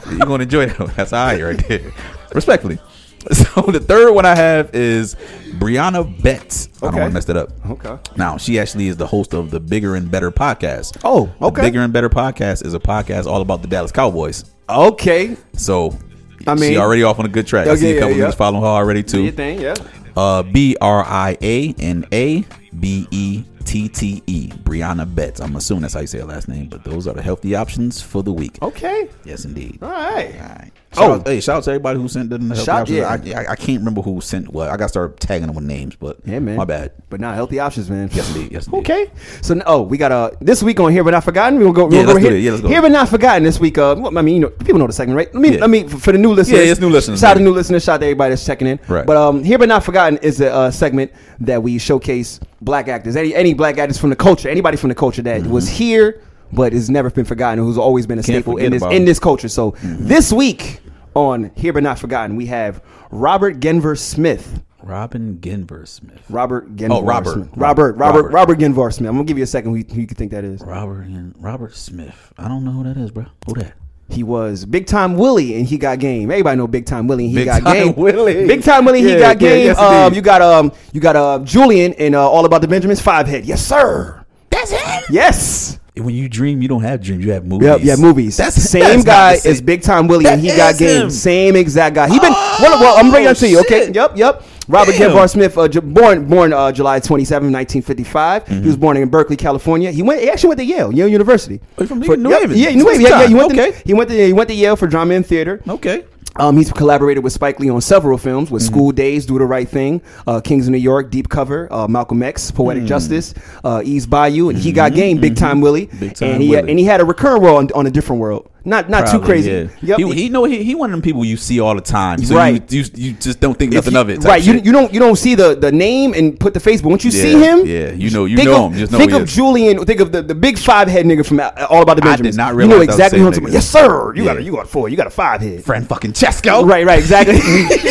one. You're gonna enjoy that one. That's all right, right there. Respectfully. So the third one I have is Brianna Betts. I don't
Okay.
want to mess that up.
Okay.
Now she actually is the host of the Bigger and Better podcast.
Oh,
The
okay.
Bigger and Better podcast is a podcast all about the Dallas Cowboys.
Okay.
So.
I
she
mean-
already off on a good track. I
Yeah,
see
yeah,
a couple
yeah,
of
yeah.
niggas following her already
Do
too.
your thing, yeah.
Uh, B R I A N A B E T T E. Brianna Betts. I'm assuming that's how you say her last name, but those are the healthy options for the week.
Okay.
Yes, indeed.
Oh. All
All
right.
right. Shout
Oh.
out, hey, shout out to everybody who sent the healthy
Shout-
options.
yeah.
I, I, I can't remember who sent what. I got to start tagging them with names, but
Yeah, man.
my bad.
But not healthy options, man.
Yes, indeed. Yes, indeed.
Okay. So n- oh, we got uh this week on here but not forgotten. We gonna go.
Yeah,
we're
let's do
here,
that. Yeah, let's go.
here but not forgotten this week. Uh, well, I mean, you know, people know the segment, right? Let me
Yeah.
let me for the new listeners.
Yeah, it's new listeners,
Shout out to
man.
new listeners. Shout out to everybody that's checking in.
Right.
But um, here but not forgotten is a uh, segment that we showcase black actors, any any black actors from the culture, anybody from the culture that
Mm-hmm.
was here but has never been forgotten, who's always been a staple
forget
in this
about Mm-hmm.
in
them.
this culture. So this week on here but not forgotten, we have Robert Genver Smith.
Robin Ginver Smith.
Robert
Oh,
Genvar.
Robert.
Smith. Robert. Robert.
Robert.
Robert. Genvar Smith. I'm gonna give you a second. Who you, who you could think that is?
Robert and Robert Smith. I don't know who that is, bro. Who that?
He was Big Time Willie, and he got game. Everybody know Big Time Willie, and he
Big
got
Time
game.
Willie.
Big Time Willie,
Yeah,
he got
yeah,
game.
yes,
um,
indeed.
you got um, you got uh, Julian in uh, All About the Benjamins Five Head. Yes, sir.
That's him.
Yes.
When you dream, you don't have dreams. You have movies.
Yep, yeah, movies. That's
That's
same
that's not
guy
the same.
as Big Time Willie, and he
That
got
is
game.
him.
Same exact guy. He been
Oh,
well, well. I'm bringing it to you. Okay.
shit.
Yep. Yep. Robert
Damn.
Genvar Smith, uh, ju- born born uh, July 27, 1955. He
Mm-hmm.
was born in Berkeley, California. He went. He actually went to Yale, Yale University.
Oh, he from
For-
New
yep,
Haven.
Yeah, New
First
Haven. Yeah, yeah, he
time.
went to
Okay.
he went to he went to Yale for drama and theater.
Okay.
Um, he's collaborated with Spike Lee on several films
Mm-hmm.
with School Days, Do the Right Thing, uh, Kings of New York, Deep Cover, uh, Malcolm X,
Mm.
Poetic Justice, uh, Ease Bayou, and He Got Game, Big Time Willie.
Mm-hmm. Big Time
and he Had,
Willie.
and he had a recurring role on, on a different world. Not not too
Probably,
crazy.
yeah.
Yep.
He, he know he, he one of them people you see all the time. So
Right.
You, you, you just don't think
If
nothing
you-
of it. type
Right. You,
shit.
you don't you don't see the, the name and put the face, but once you see
Yeah,
him,
yeah, you know- you
think
know
of,
him, just know
think
he
of
is.
Julian. Think of the, the big five head nigga from uh, All About the
I did
Benjamins.
not
You
realize
know
that was
exactly
the
who
same
I'm
nigga.
talking about. Yes, sir. You
Yeah.
got a, you got a four. You got a five head.
friend fucking Chesco.
Right, right, exactly,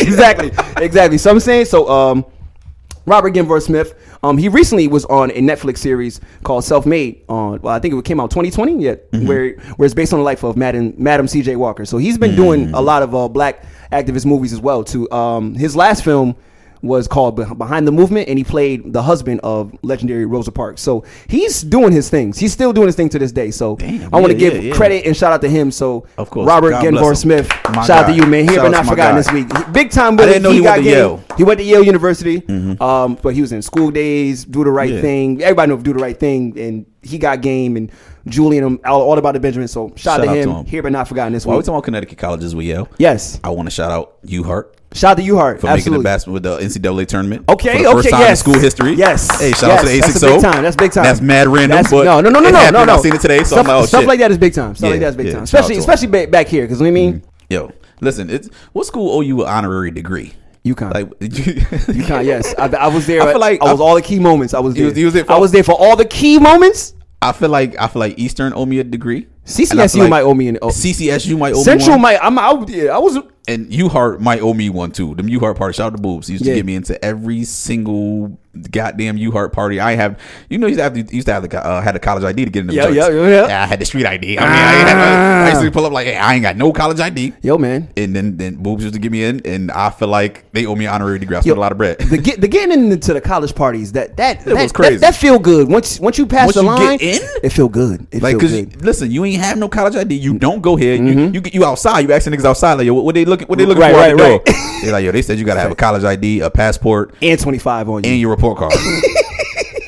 exactly, exactly. So I'm saying so. Um, Robert Ginvor Smith. Um, he recently was on a Netflix series called Self Made. On well, I think it came out 2020. Yeah,
Mm-hmm.
where where it's based on the life of Madam Madam C.J. Walker. So he's been doing
Mm-hmm.
a lot of uh, black activist movies as well. Too. Um, his last film was called Beh- Behind the Movement, and he played the husband of legendary Rosa Parks. So he's doing his things. He's still doing his thing to this day. So
Damn,
I want to
yeah,
give
yeah, yeah.
credit and shout out to him. So
Of course.
Robert
God bless
Ginvor
him.
Smith.
My
shout out
guy.
to you, man. Here
Shout
but
out to
not
my
forgotten
guy.
this week. He- Big time
I
with it.
didn't know
He,
he
got
went to
game.
Yale. Mm-hmm.
He went to Yale University, um, but he was in school days, do the right
Yeah.
thing. Everybody know do the right thing, and he got game. And Julian, um, all, all about the Benjamin. So shout, out to him. Here but not forgotten this
While we're
week.
talking about Connecticut colleges with Yale,
yes,
I want to shout out you Hart
shout out to you, Hart.
for making
Absolutely.
the basketball with the NCAA tournament.
Okay,
for the first
okay,
time in
yes.
school history.
Yes,
Hey, shout out to the
yes.
A
That's
six
a
O.
big time. That's big time.
That's mad random.
That's-
but
no, no, no, no,
it
no, no,
happened.
no.
I seen it today, so
stuff,
I'm like, oh
stuff
shit.
like that is big time. Stuff like
Yeah,
that is big
yeah.
time.
Shout out
Especially,
to him. Mm-hmm.
especially ba- back here, because you know what I mean.
Yo, listen, it's what school owe you an honorary degree?
UConn.
Like UConn,
You can't. Yes, I, I was there.
I
I,
feel like-
I was
I-
all the key moments. I was
You
there.
was- you was there for-
I was there for all the key moments.
I feel like I feel like Eastern owe me a degree.
CCSU
And I feel
might owe me an- oh.
CCSU might owe
Central
me one.
might. I'm out. Yeah, I was.
and U Heart might owe me one too. Them U Heart parties, shout out to Boobs. He used
Yeah.
to get me into every single goddamn U Heart party. I have, you know, he used to have, he used to have the co- uh, had a college ID to get in the
Yeah, yeah, yeah, yeah.
I had the street ID. I mean, I, ain't have a, I used to pull up like, hey, I ain't got no college ID.
Yo, man.
And then then Boobs used to get me in, and I feel like they owe me an honorary degree. I spent a
Yo,
lot of bread.
The get the getting into the college parties that that that,
was crazy.
that that feel good once once you pass
Once
the
you
line
get in?
it feel good it
Like,
feel
cause you-
good
listen, you ain't have no college ID. You don't go here. You You you you outside. You asking niggas outside like, yo, what, what they looking? What they looking
Mm-hmm. Right,
for?
right,
at the door?
right.
they like, yo, they said you gotta have a college ID, a passport,
and twenty five on you
and your report card,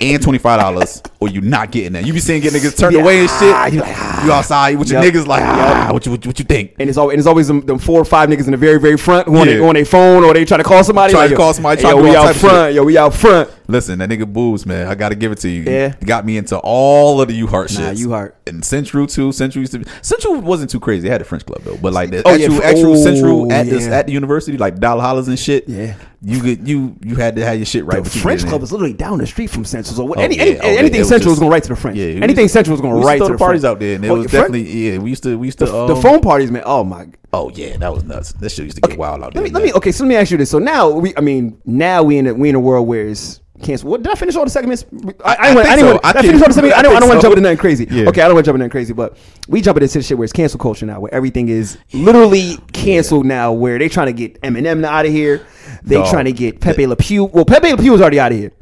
and twenty five dollars, or you not getting that. You be seeing get niggas turned away and shit. You,
ah.
outside with your
Yep.
niggas like, ah, what you what, you- what you think?
and it's always and it's always them, them four or five niggas in the very very front who on
Yeah.
their on their phone or they try to call somebody
Try to
yo,
call somebody, try
yo,
to do
we
all
out
type of shit.
front yo we out front
Listen, that nigga boobs, man. I gotta give it to you.
Yeah.
He got me into all of the U Heart shit.
Nah, U-Heart.
And Central too. Central used to be, Central wasn't too crazy. They had the French club though. But like the
Oh, yeah.
actual actual
Oh,
Central at this
yeah.
at the university, like Dollar Hollers and shit.
Yeah.
You could you you had to have your shit right.
the
but you
French
didn't.
club is literally down the street from Central. So what,
Oh,
any,
yeah.
any-
Oh, yeah.
anything
It was
Central
just-
is going right to the French.
Yeah, we
anything
used-
Central is going
we used
right
throw
to
the
the
parties
French.
out there, and it
Oh,
was
French-
definitely yeah. We used to we used to
the
um,
phone parties, man. Oh my.
Oh yeah, that was nuts. That shit used to get wild out there.
Let me, let me. Okay, so let me ask you this. So now we, I mean, now we in a, we in a world where it's canceled. What did I finish all the segments? I, I,
I
didn't wanna-
think so.
I, didn't wanna-
I
I,
think-
finished all the segments. I don't,
I
I
think
don't want to
so.
jump into nothing crazy.
Yeah.
Okay, I don't want to jump into nothing crazy, but we jump into this shit where it's cancel culture now, where everything is literally canceled now, where they trying to get Eminem out of here, they
Dog.
trying to get Pepe Le Pew. Well, Pepe Le Pew is already out of here.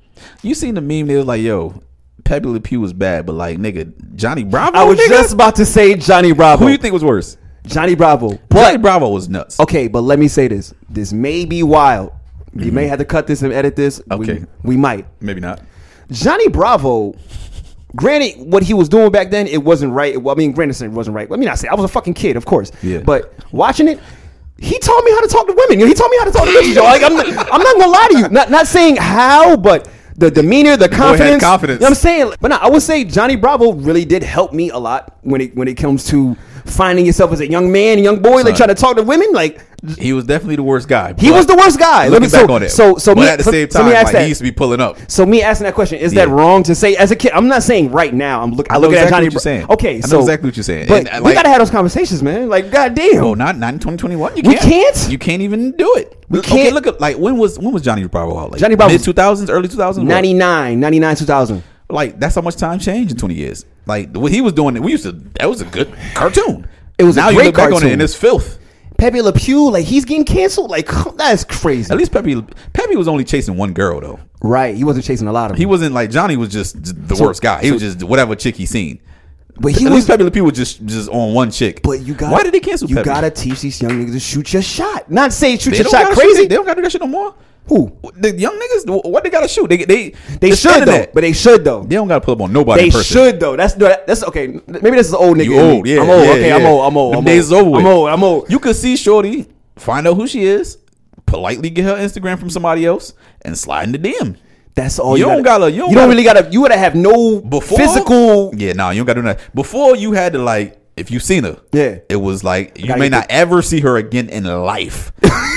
You seen the meme? They was like, "Yo, Pepe Le Pew was bad, but like, nigga, Johnny Bravo."
I was
Oh, nigga?
just about to say Johnny Bravo.
Who you think was worse?
Johnny Bravo.
Johnny Bravo was nuts.
Okay, but let me say this. This may be wild. You may have to cut this and edit this. We-
Mm-hmm. Okay.
we might.
maybe not.
Johnny Bravo, granted, what he was doing back then, it wasn't right. Well, I mean, granted, it wasn't right. Let me not say I was a fucking kid, of course.
Yeah.
But watching it, he taught me how to talk to women. He taught me how to talk to bitches. yo. Like, I'm, not, I'm not gonna lie to you. Not not saying how, but the demeanor, the
had
confidence.
confidence.
You know what I'm saying? But no, I would say Johnny Bravo really did help me a lot when it when it comes to finding yourself as a young man, a young boy, like
Son.
trying to talk to women. Like
He was definitely the worst guy.
he
but
was the worst guy. Let me-
Looking back
so,
on it,
So so
but
me-
at the
so-
same
so
time,
me ask
like,
that.
he used to be pulling up.
So me asking that question is that
Yeah.
wrong to say as a kid? I'm not saying right now. I'm looking. I,
I know
look at
exactly
Johnny.
what you're
Bra-
saying. I
Okay,
know
so
exactly what you're saying.
But
And, uh,
we
like-
gotta have those conversations, man. Like, goddamn.
No, not not in 2021. You
We
can't.
can't?
You can't even do it.
We
Okay,
can't.
look at like when was when was Johnny Bravo out? Like
Johnny Bravo
mid
was-
2000s, early 2000s.
99, 99, 2000.
Like that's how much time changed in 20 years. Like what he was doing, we used to. That was a good cartoon.
It was a
now you
great
look back on
cartoon.
it and it's filth.
Pepe Le Pew, like he's getting canceled. Like that's crazy.
At least Pepe Pepe was only chasing one girl though.
right, he wasn't chasing a lot of.
He
Them.
wasn't like Johnny was just j- the worst guy. He was just whatever chick he seen.
but he
At
was.
least Pepe Le Pew was just just on one chick.
but you got.
why did they cancel?
You
Pepe?
gotta teach these young niggas to shoot your shot. Not say shoot
They
your
don't
shot
gotta shoot.
crazy.
They don't gotta do that shit no more.
Who?
The young niggas, wh- what they gotta shoot? They they
They
it's
should though.
internet.
But they should though.
They don't gotta pull up on nobody.
They
in person.
should though. That's no, that's okay. Maybe this is old nigga.
You
in me.
old, yeah.
I'm old.
yeah,
okay, I'm
yeah.
old. I'm old.
Them
I'm
days
old.
over. with.
I'm old. I'm old.
You could see Shorty Find out who she is, politely get her Instagram from somebody else, and slide in the DM.
That's all
You
you,
don't
gotta-
gotta- you don't
you don't
gotta-
really gotta. You would have no
Before
physical.
Yeah, no, you don't gotta do that. Before you had to like if you seen her,
Yeah.
it was like you
gotta
may
get
not ever see her again in life.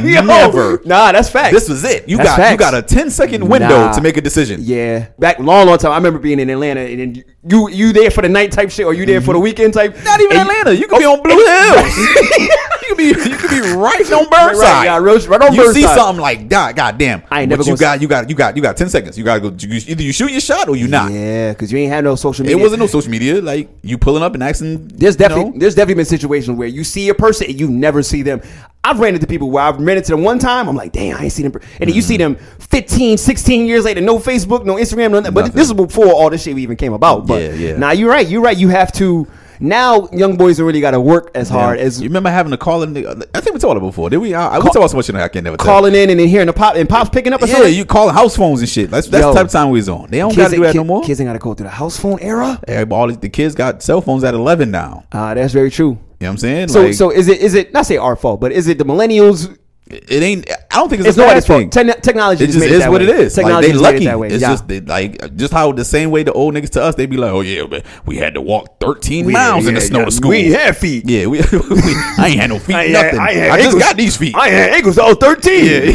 Yo,
Never.
Nah, that's fact.
This was it. You
That's
got you
facts.
got a 10 second window
Nah.
to make a decision.
Yeah, back long, long time. I remember being in Atlanta, and then you you there for the night type shit, or you there for the weekend type.
Mm-hmm. Not even
and Oh,
Atlanta. You could be on Blue Hills. you could be you could be right on Burnside.
Right, yeah, right- right on
you see
Burnside.
something like that, goddamn.
I ain't
But
never
you
gonna
got you got you got you got 10 seconds. You got to go you, either you shoot your shot or you not.
Yeah, because you ain't had no social
It
media.
wasn't no social media like you pulling up and asking
There's
you know,
definitely there's definitely been situations where you see a person and you never see them. I've ran into people where I've ran into them one time. I'm like, damn, I ain't seen them. per-" And then you see
Mm-hmm.
them 15, 16 years later, no Facebook, no Instagram, no. nothing. But
Nothing.
this is before all this shit even came about. But
Yeah, yeah.
now you're right. You're right. You have to. Now young boys don't really got to work as
Yeah.
hard as
you remember having to call in. the- I think we talked about it before. Did we? I, I- we talked about so much. You know, I can never tell.
calling in and then hearing the pop and pops picking up. or
Yeah,
something.
you calling house phones and shit. That's that's
Yo.
the type of time we was on. They don't
Kids
got to do
ain't-
that
kid-
no more. Eh.
Kids ain't got to go through the house phone era.
Yeah, but all these, the kids got cell phones at eleven now.
Ah, that's very true.
You know what I'm saying?
So,
Like,
so is it is it not say our fault, but is it the millennials?
it ain't. I don't think it's,
It's
a bad
nobody's
thing.
fault. Techn- technology
it
just
just
made it
is
that
what
way.
it is. Like
Technology
they
just made it
lucky.
that way.
It's
Yeah.
just they, like just how the same way the old niggas to us, they be like, oh yeah, but we had to walk thirteen miles in the snow to school.
We had feet.
Yeah, we, we- I ain't had no feet.
I had-
nothing.
I had
I just
ankles.
got these feet.
I had ankles. I was thirteen.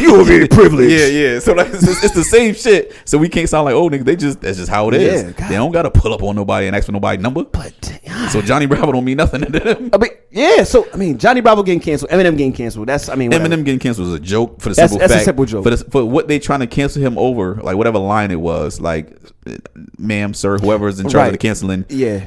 You over here privileged.
Yeah, yeah. So like, it's, it's the same shit. So we can't sound like old niggas. They just that's just how it is.
Yeah, God.
they don't gotta pull up on nobody and ask for nobody number. But so Johnny Bravo don't mean nothing to them.
I mean, yeah. So I mean, Johnny Bravo getting canceled, Eminem getting canceled. That's I mean, whatever.
Eminem getting canceled was a joke for the
That's-
simple
that's a
fact.
simple joke.
For, the, for what they trying to cancel him over, like whatever line it was, like, ma'am, sir, whoever's in charge of
Right.
the canceling.
Yeah.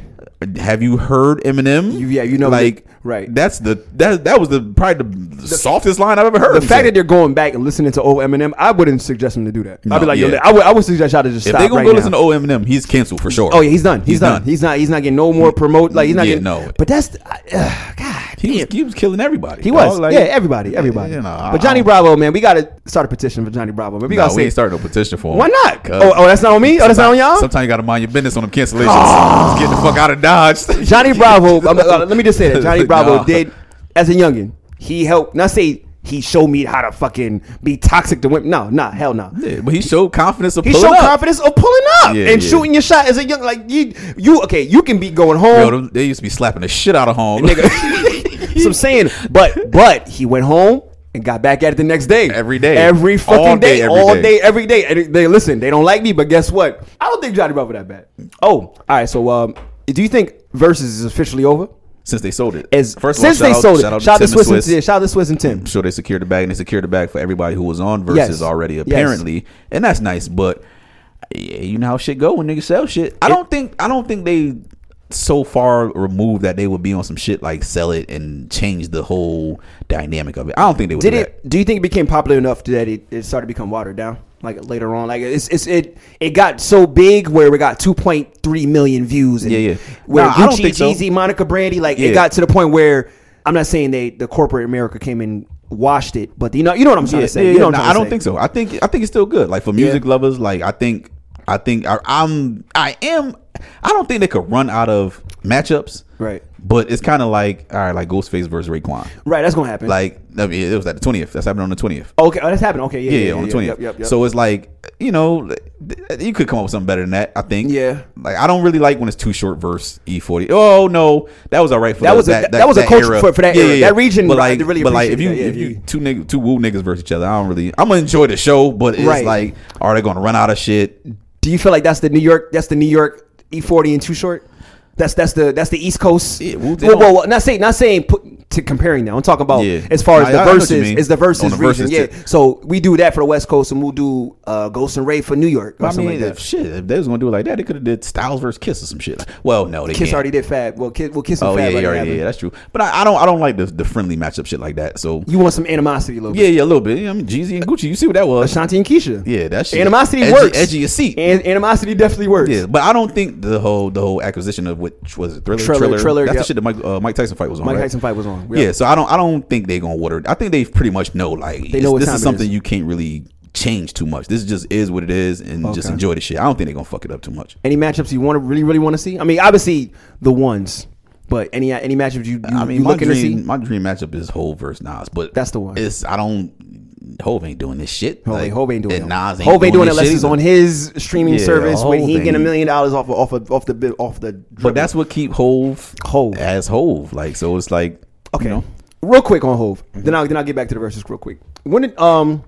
Have you heard Eminem?
You- yeah, you know
like
that- right.
That's the that that was the probably the, softest line I've ever heard.
The fact that they're going back and listening to old Eminem, I wouldn't suggest them to do that. I'd
No,
be like, yo,
yeah.
I would, I would suggest y'all to just
if
stop
they gonna
right
go
now.
listen to old Eminem, he's canceled for sure.
Oh yeah, he's done. He's, done. He's not. He's not getting no more promote. Like he's not
Yeah,
getting.
no.
But that's uh, God.
He was, he was killing everybody.
He
dog.
was.
Like,
yeah, everybody, everybody.
you know, I-
but Johnny
I don't-
Bravo, man, we gotta start a petition for Johnny Bravo, man. We
Nah,
gotta
we
say
ain't starting a petition for him.
why not?
'Cause
Oh, oh, that's not on me. Oh, that's not on y'all.
Sometimes you gotta mind your business on them cancellations. Just get the fuck out of Dodge.
Johnny Bravo. I'm- uh, let me just say that Johnny Bravo
Nah.
did as a youngin. He helped. Not say he showed me how to fucking be toxic to women. No, nah, hell no.
Yeah, but he showed confidence of
He
pulling
showed
up.
confidence of pulling up
Yeah,
and
yeah.
shooting your shot as a young like you. You okay? You can be going home.
Yo, them- they used to be slapping the shit out of home.
That's what I'm saying. But but he went home and got back at it the next day.
Every day.
Every fucking
All
day,
day, every
All
day.
day. every day. And they, they- listen, they don't like me, but guess what? I don't think Johnny Bravo that bad. Oh, all right. So um do you think Versus is officially over?
since they sold it.
As
First of all,
since they
shout out-
sold it. Shout out
Tim
to Swiss and Tim. Shout out to Swiss and Tim.
I'm sure they secured the bag and they secured the bag for everybody who was on versus
Yes.
already
Yes.
apparently, and that's nice. But yeah, you know how shit go when niggas sell shit. I don't think I don't think they so far removed that they would be on some shit like sell it and change the whole dynamic of it. I don't think they would.
Did
do
it? Do you think it became popular enough that it, it started to become watered down? Like later on, like it's, it's it it got so big where we got 2.3 million views. And
Yeah, yeah.
Where
Nah, I don't
Gucci,
think so.
Jeezy, Monica Brandy, like
Yeah.
it got to the point where I'm not saying they the corporate America came and washed it, but you know you know what I'm trying
Yeah,
to say.
yeah,
you
yeah.
know what I'm
Nah,
trying
I
to
don't
say.
think so. I think I think it's still good. Like for music lovers, like I think I think I, I'm I am I don't think they could run out of matchups.
Right.
But it's kind of like all right, like Ghostface versus Raekwon.
Right, that's gonna happen.
Like I mean, it was at the twentieth. That's happening on the twentieth.
okay, oh, that's happening. Okay, yeah,
yeah, yeah, on the twentieth.
Yep, yep, yep.
So it's like you know, th- you could come up with something better than that. I think.
Yeah.
Like I don't really like when it's too short verse E forty. Oh no, that was all right for
That
the-
was a- that- that was a culture for- for that era. That region,
But
I
like,
really
but like if you
appreciated
if
that, yeah,
you
yeah.
two niggas two woo niggas versus each other, I don't really. I'm gonna enjoy the show, but it's
Right.
like, are they gonna run out of shit?
do you feel like that's the New York? That's the New York E40 and Too Short. That's that's the that's the East Coast.
Yeah,
whoa,
well, they
whoa,
don't-
whoa, not saying not saying put, to comparing now. I'm talking about
Yeah.
as far as
Nah, I- I know
the
what you
verses
mean.
is the
On
verses
the
region.
verses
yeah,
too.
so we do that for the West Coast, and we'll do uh, Ghost and Ray for New York or
I
something
mean,
like
if
that.
shit, if they was gonna do it like that, they could have did Styles versus Kiss or some shit. Well, no, they
Kiss
can't.
already did Fab. Well, Kiss, well, Kiss and
Oh yeah,
Fab.
yeah,
already
yeah,
happened.
yeah, that's true. But I, I don't, I don't like the the friendly matchup shit like that. So
You want some animosity, a little
yeah,
bit.
yeah, a little bit. I mean, Jeezy and Gucci. You see what that was?
Ashanti and Keisha.
Yeah, that shit-
animosity
edgy-
works.
edgy as seat.
An- animosity definitely works.
Yeah, but I don't think the whole the whole acquisition of which was it thriller
Triller,
thriller,
Triller,
that's
yep.
the shit that Mike uh, Mike Tyson fight was on.
Mike
right?
Tyson fight was on, yep.
Yeah, so I don't I don't think they're gonna water. it. I think they pretty much know like
They know what
this
time
is
it
something
is.
you can't really change too much. This just is what it is, and just
Okay.
enjoy the shit. I don't think they're gonna fuck it up too much.
Any matchups you want to really, really want to see? I mean, obviously the ones. But any any matchup you, you,
I mean,
you
my
looking to
dream,
see?
my dream matchup is Hove versus Nas, but
That's the one.
It's I don't. Hove ain't doing this shit.
Hove,
Like,
Hove ain't doing
and
it.
Nas ain't
Hove
doing
ain't doing it
this
unless
shit
it's
either.
on his streaming
Yeah,
service when
Hove
he getting a
ain't-
million dollars off of, off of, off the bi- off the. dribble.
But that's what keep Hove
Hove.
as Hove. Like so, it's like
Okay.
You know, Mm-hmm.
Real quick on Hove. Then I'll then I'll get back to the verses real quick. When did um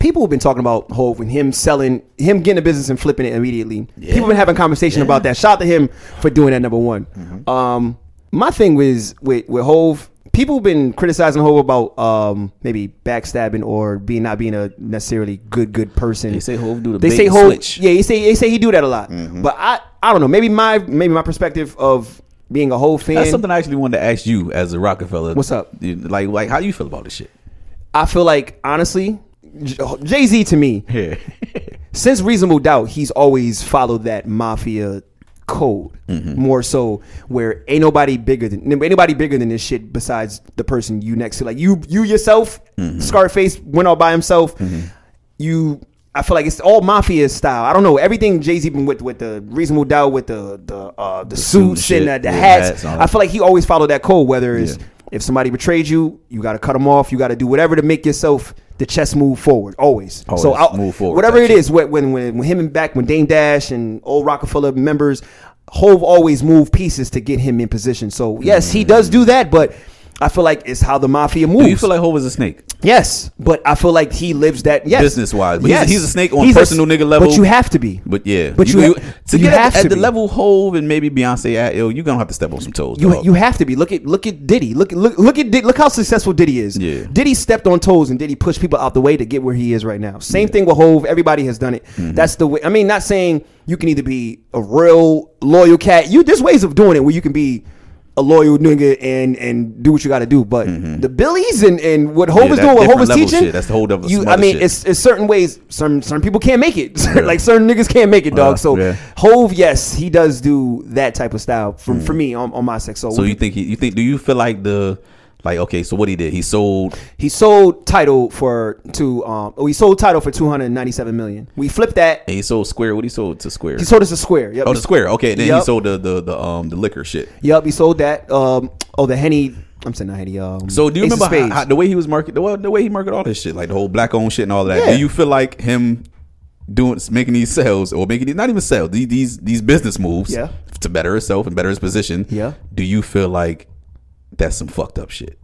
people have been talking about Hove and him selling him getting a business and flipping it immediately.
Yeah.
People been having conversation about that. Shout out to him for doing that number one.
Mm-hmm.
Um my thing was with with Hove People been criticizing Hove about um, maybe backstabbing or being not being a necessarily good good person.
They say Hov do the
They
bait
say
and
Hov,
switch. Mm-hmm.
yeah, they say they say he do that a lot. But I I don't know. Maybe my maybe my perspective of being a Hove fan.
that's something I actually wanted to ask you as a Rockefeller.
What's up?
You- Like like how you feel about this shit?
I feel like honestly, Jay Z to me,
Yeah.
since Reasonable Doubt, he's always followed that mafia code
Mm-hmm.
more so where ain't nobody bigger than anybody bigger than this shit besides the person you next to like you you yourself
Mm-hmm.
scarface went all by himself you i feel like it's all mafia style i don't know everything jay-z been with with the reasonable doubt with the the uh the,
suit
suits
shit,
and the, the
yeah,
hats
hats, all
i
that.
feel like he always followed that code whether it's
Yeah.
if somebody betrayed you you got to cut them off you got to do whatever to make yourself the chess move forward always, so
Always
I'll,
move forward
whatever
type
it
shit.
is when, when when when him and back when Dame Dash and old Rockefeller members, Hove always move pieces to get him in position. So yes, he does do that, but I feel like it's how the mafia moves.
Do you feel like Hove is a snake?
yes, but I feel like he lives that yes.
Business-wise, but he's- he's a snake on personal nigga
But
level.
you have to be.
But yeah,
but you,
to
you
get at,
have
at
to
the
be.
level Hove and maybe Beyonce at, yo, you gonna have to step on some toes.
You,
dog.
you have to be. Look at look at Diddy. Look look look at Diddy. look how successful Diddy is.
Yeah.
Diddy stepped on toes and Diddy pushed people out the way to get where he is right now. Same thing with Hove. Everybody has done it.
Mm-hmm.
That's the way. I mean, not saying you can either be a real loyal cat. You there's ways of doing it where you can be a loyal nigga and and do what you got to do. But the Billies and and what Hove
Mm-hmm. Yeah,
is
that
doing, what Hove
different
is
level
teaching,
shit. That's the whole level of
You,
some
I
other
mean,
shit.
it's it's certain ways. Some certain people can't make it. like certain niggas can't make it, dog.
Uh,
so
yeah.
Hove, yes, he does do that type of style for, for me on, on my sex. So,
Hmm. so you think he, you think do you feel like the like okay? So what he did? He sold
he sold title for to um oh he sold title for two hundred ninety seven million. We flipped that.
and he sold Square. What he sold to Square?
He sold us a square. Yep.
oh, the Square. Okay, then
Yup.
he sold the, the the um the liquor shit.
Yep, he sold that. Um oh the Henny. I'm saying not Henny. Um,
Mm. So do you
Ace of
remember how,
Spades.
how- the way he was market the way, the way he marketed all this shit, like the whole black owned shit and all that?
Yeah.
Do you feel like him doing making these sales or making these not even sales these these, these business moves
Yeah.
to better himself and better his position?
Yeah.
Do you feel like that's some fucked up shit?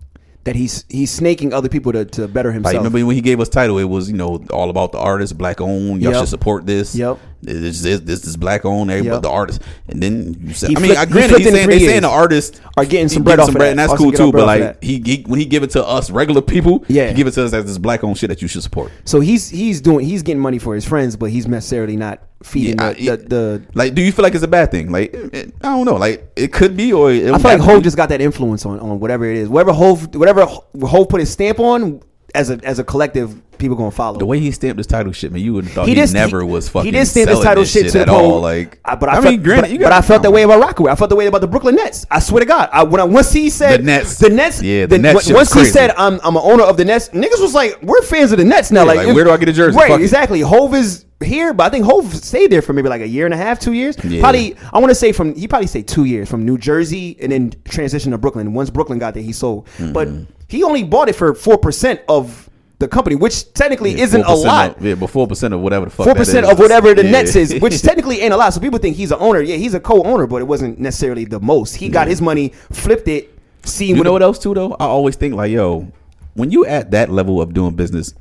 that he's he's snaking other people to, to better
Like
himself.
remember when he gave us title, it was you know all about the artist, black owned. Y'all
Yep.
should support this.
Yep.
This this, this is black owned. Everybody,
Yep.
the artist, and then you said,
He
I mean,
flipped-
I
he
granted
flipped
he's
it in
saying,
three
they saying
years.
the artists
Are getting some
he
bread
getting
off of that.
and that's
Also
cool
getting
too.
bread
But
off of
like
that.
he, he when he give it to us regular people,
Yeah.
he give it to us as this black owned shit that you should support.
so he's he's doing he's getting money for his friends, but he's necessarily not feeding
I-
the, the, the
like, do you feel like it's a bad thing? Like, it- it- I don't know. Like, it could be, or it
I
don't
feel like
have to
Hove
be.
just got that influence on, on whatever it is. Whatever Hove whatever Hove put his stamp on as a as a collective, people gonna follow.
the way he stamped his title shit. Man, you would have thought he,
did-
never was fucking.
He did stand this
selling
title
this
shit to the
at
pole.
all. Like,
I, but I, felt, but,
you
but
gotta-
I felt that way about Rockaway. I felt the way about the Brooklyn Nets. I swear to God, I, when I once he said
The Nets.
the Nets,
Yeah, the Nets shit
Once
was
he
crazy.
said I'm I'm an owner of the Nets, niggas was like, we're fans of the Nets now.
Yeah,
like,
like, where do I get a jersey?
Right,
Fuck it.
exactly. Hove is here, but I think Hove stayed there for maybe like a year and a half, two years.
Yeah.
Probably, I want to say from he probably stayed two years from New Jersey and then transitioned to Brooklyn. Once Brooklyn got there, he sold, but
Mm-hmm.
he only bought it for four percent of. The company, which technically isn't a
4%
lot,
Of, yeah, but four percent of whatever the fuck.
four
that
percent
is.
of whatever the
Yeah.
Nets is, which technically ain't a lot. So people think he's an owner. Yeah, he's a co-owner, but it wasn't necessarily the most. He got his money, flipped it. Seen
you know
what
what else too though? I always think like, yo, when you at that level of doing business,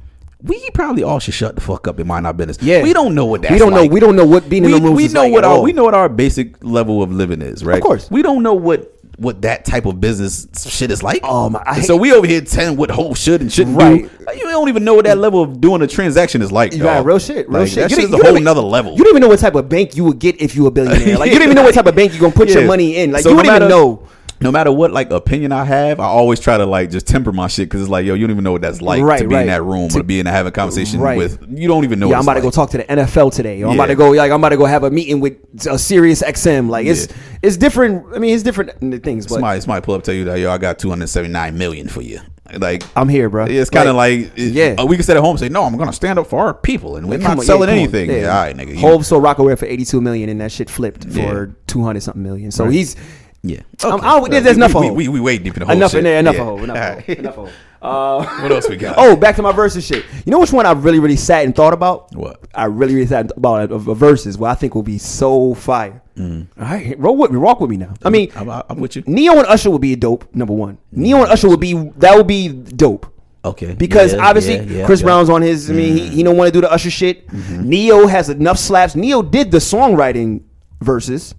we probably all should shut the fuck up and mind our business.
Yeah.
we don't know what that's
We don't know-
like.
we don't know what being in
we,
the rooms
We
is
know
like
what
at
our
all.
we know what our basic level of living is, right?
Of course.
we don't know what. What that type of business shit is like?
Oh, my- I
And so
hate-
we over here telling what whole should and shouldn't do.
Right.
Like, you don't even know what that level of doing a transaction is like.
You got
dog.
real shit, real
Like,
shit.
That
You
shit
don't-
is a
you don't
whole
even-
nother level.
You don't even know what type of bank you would get if you were a billionaire. Like you don't even know what type of bank you're gonna put your
Yeah.
money in. Like
So
you
no
wouldn't
matter-
even know.
No matter what like opinion I have, I always try to like just temper my shit because it's like, yo, you don't even know what that's like
Right,
to be
right.
in that room
To-
or to be in having a conversation
Right.
with. You don't even know.
Yeah,
what
I'm
it's
about to go
like.
talk to the NFL today. Or I'm about
Yeah.
to go like I'm about to go have a meeting with a serious XM. Like it's
Yeah.
it's different. I mean, it's different things. But
Somebody, somebody pull up tell you that yo, I got two hundred seventy nine million for you. Like
I'm here, bruh.
It's kind of
Like,
like, it-
yeah.
uh, we can sit at home and say no, I'm gonna stand up for our people and we're
Come
not
on, yeah,
selling
come on.
anything. Yeah, all right, nigga. you-
Hove sold Rockaway for 82 million and that shit flipped
Yeah.
for 200 something million. So he's
Yeah.
Um, I don't- there's- there's enough of
we,
hole.
we, we, we way deep in the hole.
Enough
shit.
in there, enough
Yeah.
of hole, enough
All
of
right.
hole, enough of hole. Uh,
What else we got?
Oh, back to my verses shit. You know which one I really, really sat and thought about?
What?
I really, really sat and thought about it, of- of verses where I think will be so fire. All right, roll with me, rock with me now. I mean,
Mm. I'm, I'm with you.
Neo and Usher would be dope. Number one, Neo and Usher would be that would be dope.
Okay.
Because
Yeah,
obviously
yeah, yeah, Mm-hmm.
Chris
yeah.
Brown's on his. I mean, he, he don't want to do the Usher shit. Neo has enough slaps. Neo did the songwriting verses,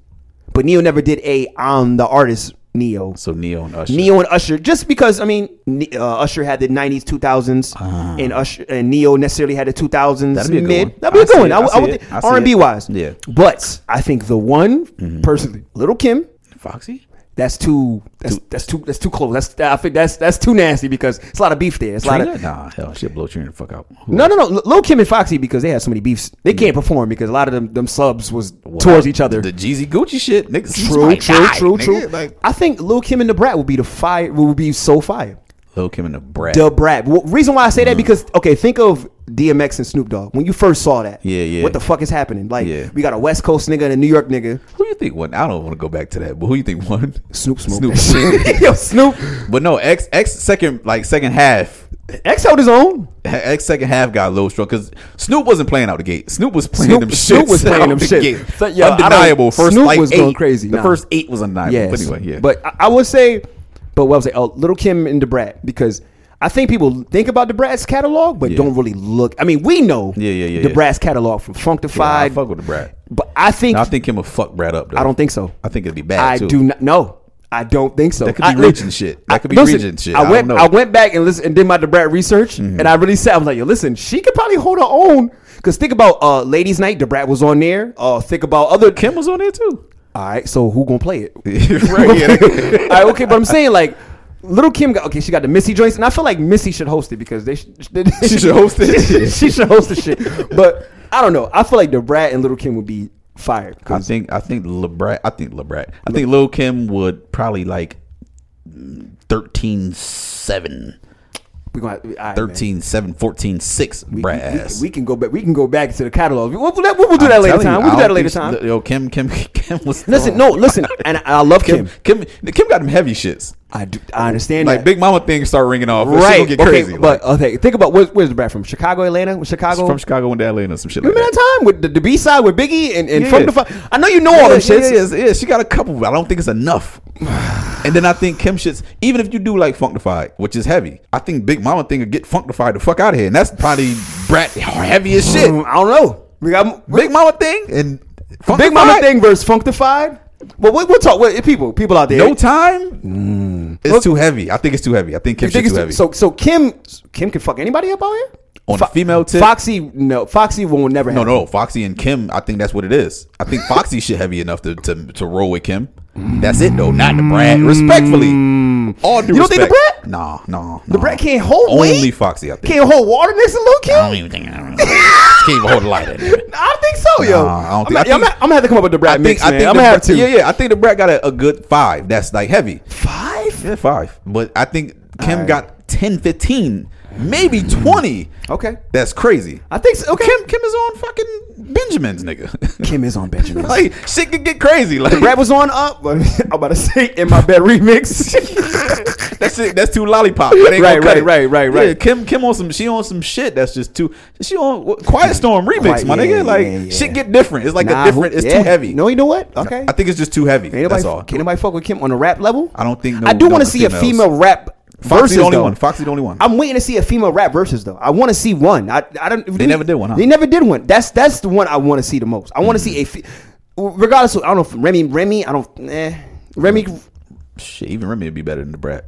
but Neo never did a I'm the artist Neo.
So Neo and Usher.
Neo and Usher, just because I mean, Ne- uh, Usher had the '90s, 2000s, and Usher and Neo necessarily had the 2000s
Ah. That'd be a good
mid.
one.
That'd be
I
a good
see
one.
it,
I,
I
would- I
see
would
it,
think
I see
R&B
it.
wise.
Yeah. Mm-hmm.
but I think the one personally, Little Kim.
Foxy.
That's too. That's, that's too. That's too close. That's. I think that's that's too nasty because it's a lot of beef there. It's a lot
Trina?
of.
Nah, hell, she'll blow Trina the fuck out. Who
No, no, no. L- Lil Kim and Foxy because they had so many beefs. They can't perform because a lot of them them subs was towards each other.
The Jeezy Gucci shit, niggas.
True,
might
true,
die,
true,
nigga.
true.
Like
I think Lil Kim and the Brat would be the fire. Would be so fire.
Lil Kim and the brat.
The Brat. Well, reason why I say
Mm.
that because okay, think of DMX and Snoop Dogg when you first saw that.
Yeah, yeah.
What the fuck is happening? Like
Yeah.
we got a West Coast nigga and a New York nigga.
Who do you think won? I don't want to go back to that, but who do you think won?
Snoop Snoop.
Snoop.
Yo, Snoop.
but no, X X second like second half.
X held his own.
X second half got a little struck because Snoop wasn't playing out the gate. Snoop was playing
Snoop-
them shit.
Snoop was playing them shit. So, yo, I don't-
undeniable. First
Snoop
like
was
eight.
going crazy.
The
Nah.
first eight was undeniable.
Yes.
But anyway, yeah.
But I, I would say, but what I would say, oh, Little Kim and the Brat, because I think people think about the Brat's catalog, but
Yeah.
don't really look. I mean, we know
Yeah, yeah, yeah,
the
yeah.
Brat's catalog from
yeah, I
Funkified.
fuck with the brat.
but I think,
Now, I think him would fuck Brad up. Though.
I don't think so.
I think it'd be bad.
I
too.
do not. No, I don't think so.
That could
I-
be region shit. That
I-
could be
listen,
region shit. I
I
don't
went.
know. Mm-hmm.
I went back and listened and did my Debrat research, and I really said, I was like, yo, listen, she could probably hold her own. Cause think about uh, Ladies Night, Debrat was on there. Uh, think about other.
Kim was on there too.
All right, so who gonna play it?
right. Yeah.
All right, okay, but I'm saying like. Little Kim got okay. She got the Missy joints, and I feel like Missy should host it because they should.
She should host it?
she should host the shit. But I don't know. I feel like the Brat and Little Kim would be fired.
I think I think LeBrat I think LeBrat I think Lil Kim would probably like 13 7
we're gonna all right, man.
13 7 14 6 brat
we,
ass.
we can go back. We can go back to the catalog. We'll, we'll, we'll do that
I'm
later
telling you,
time.
I
We'll do that
don't
later
think she-
time.
Yo, Kim Kim Kim was
Listen, no,
strong.
listen, and I love Kim.
Kim, Kim Kim got them heavy shits.
I do. I understand
Like
that.
Big Mama things start ringing off. Right.
right?
Shit gonna get
okay,
crazy.
but
like,
okay. Think about where's, where's the Brat from? Chicago, Atlanta,
she's
Chicago.
from Chicago and Atlanta or some shit like
Remember
that.
that time with the, the B side with Biggie and, and
Yeah.
from the. Fi- I know you know all them
yeah,
shits.
yeah, yeah, yeah, she got a couple, but I don't think it's enough. and then I think Kim shits. Even if you do like Funkified, which is heavy, I think Big Mama thing would get Funkified the fuck out of here, and that's probably brat heavy as shit.
Mm, I don't know. We got
Big Mama thing and Funkified,
Big Mama thing versus Funkified. Well, we, we'll talk. Well, people, people out there.
No time. It's too heavy. I think it's too heavy. I think Kim
Mm. You think
shits
it's
too heavy.
so so Kim Kim can fuck anybody up out here
On the female tip?
Foxy no Foxy will never
no,
happen.
no, Foxy and Kim. I think that's what it is. I think Foxy shit heavy enough to, to to roll with Kim. That's it though. Not the Brad. Respectfully, all due
You don't think the
respect.
Brad?
Nah, nah.
The Brat can't hold
Only
weight?
Foxy. I think.
Can't hold water next to Lil
I
Kim.
don't even think. I don't know. Can't even hold a light in there.
I don't think so, yo.
Nah, I don't
I'm,
think-
not-
I
yeah, I'm,
think-
not- I'm gonna have to come up with the Brat mix, man.
the
I'm gonna have
Brat-
to.
Yeah, yeah. I think the Brett got a, a good five. That's like heavy.
Five?
Yeah, five. But I think Kim
Alright.
got 10, 15, maybe 20.
Okay.
That's crazy.
I think so. Okay.
Kim Kim is on fucking Benjamin's nigga.
Kim is on Benjamin.
like shit could get crazy. Like
Brat was on up. I'm about to say in my bed remix.
that's it. That's too lollipop. That ain't
Right,
gonna cut
right,
it.
right, right,
Yeah,
right.
Kim Kim on some she on some shit that's just too she on what- Quiet Storm remix,
Mm. Quiet-
my
yeah,
nigga. Like
yeah, yeah.
shit get different. It's like
Nah,
a different
who-
it's
yeah.
too heavy.
No, you know what? Okay.
I think it's just too heavy.
Can anybody,
that's all.
Can anybody fuck with Kim on a rap level?
I don't think no-
I do
no
want to see a
females.
female rap.
Foxy
versus,
the only
though.
one. Foxy the only one.
I'm waiting to see a female rap versus though. I want to see one. I, I don't. They
never did one, huh?
They never did one. That's that's the one I want to see the most. I want to see a, fe- regardless of I don't know if Remy Remy I don't eh Remy.
Shit, even Remy would be better than the Brat.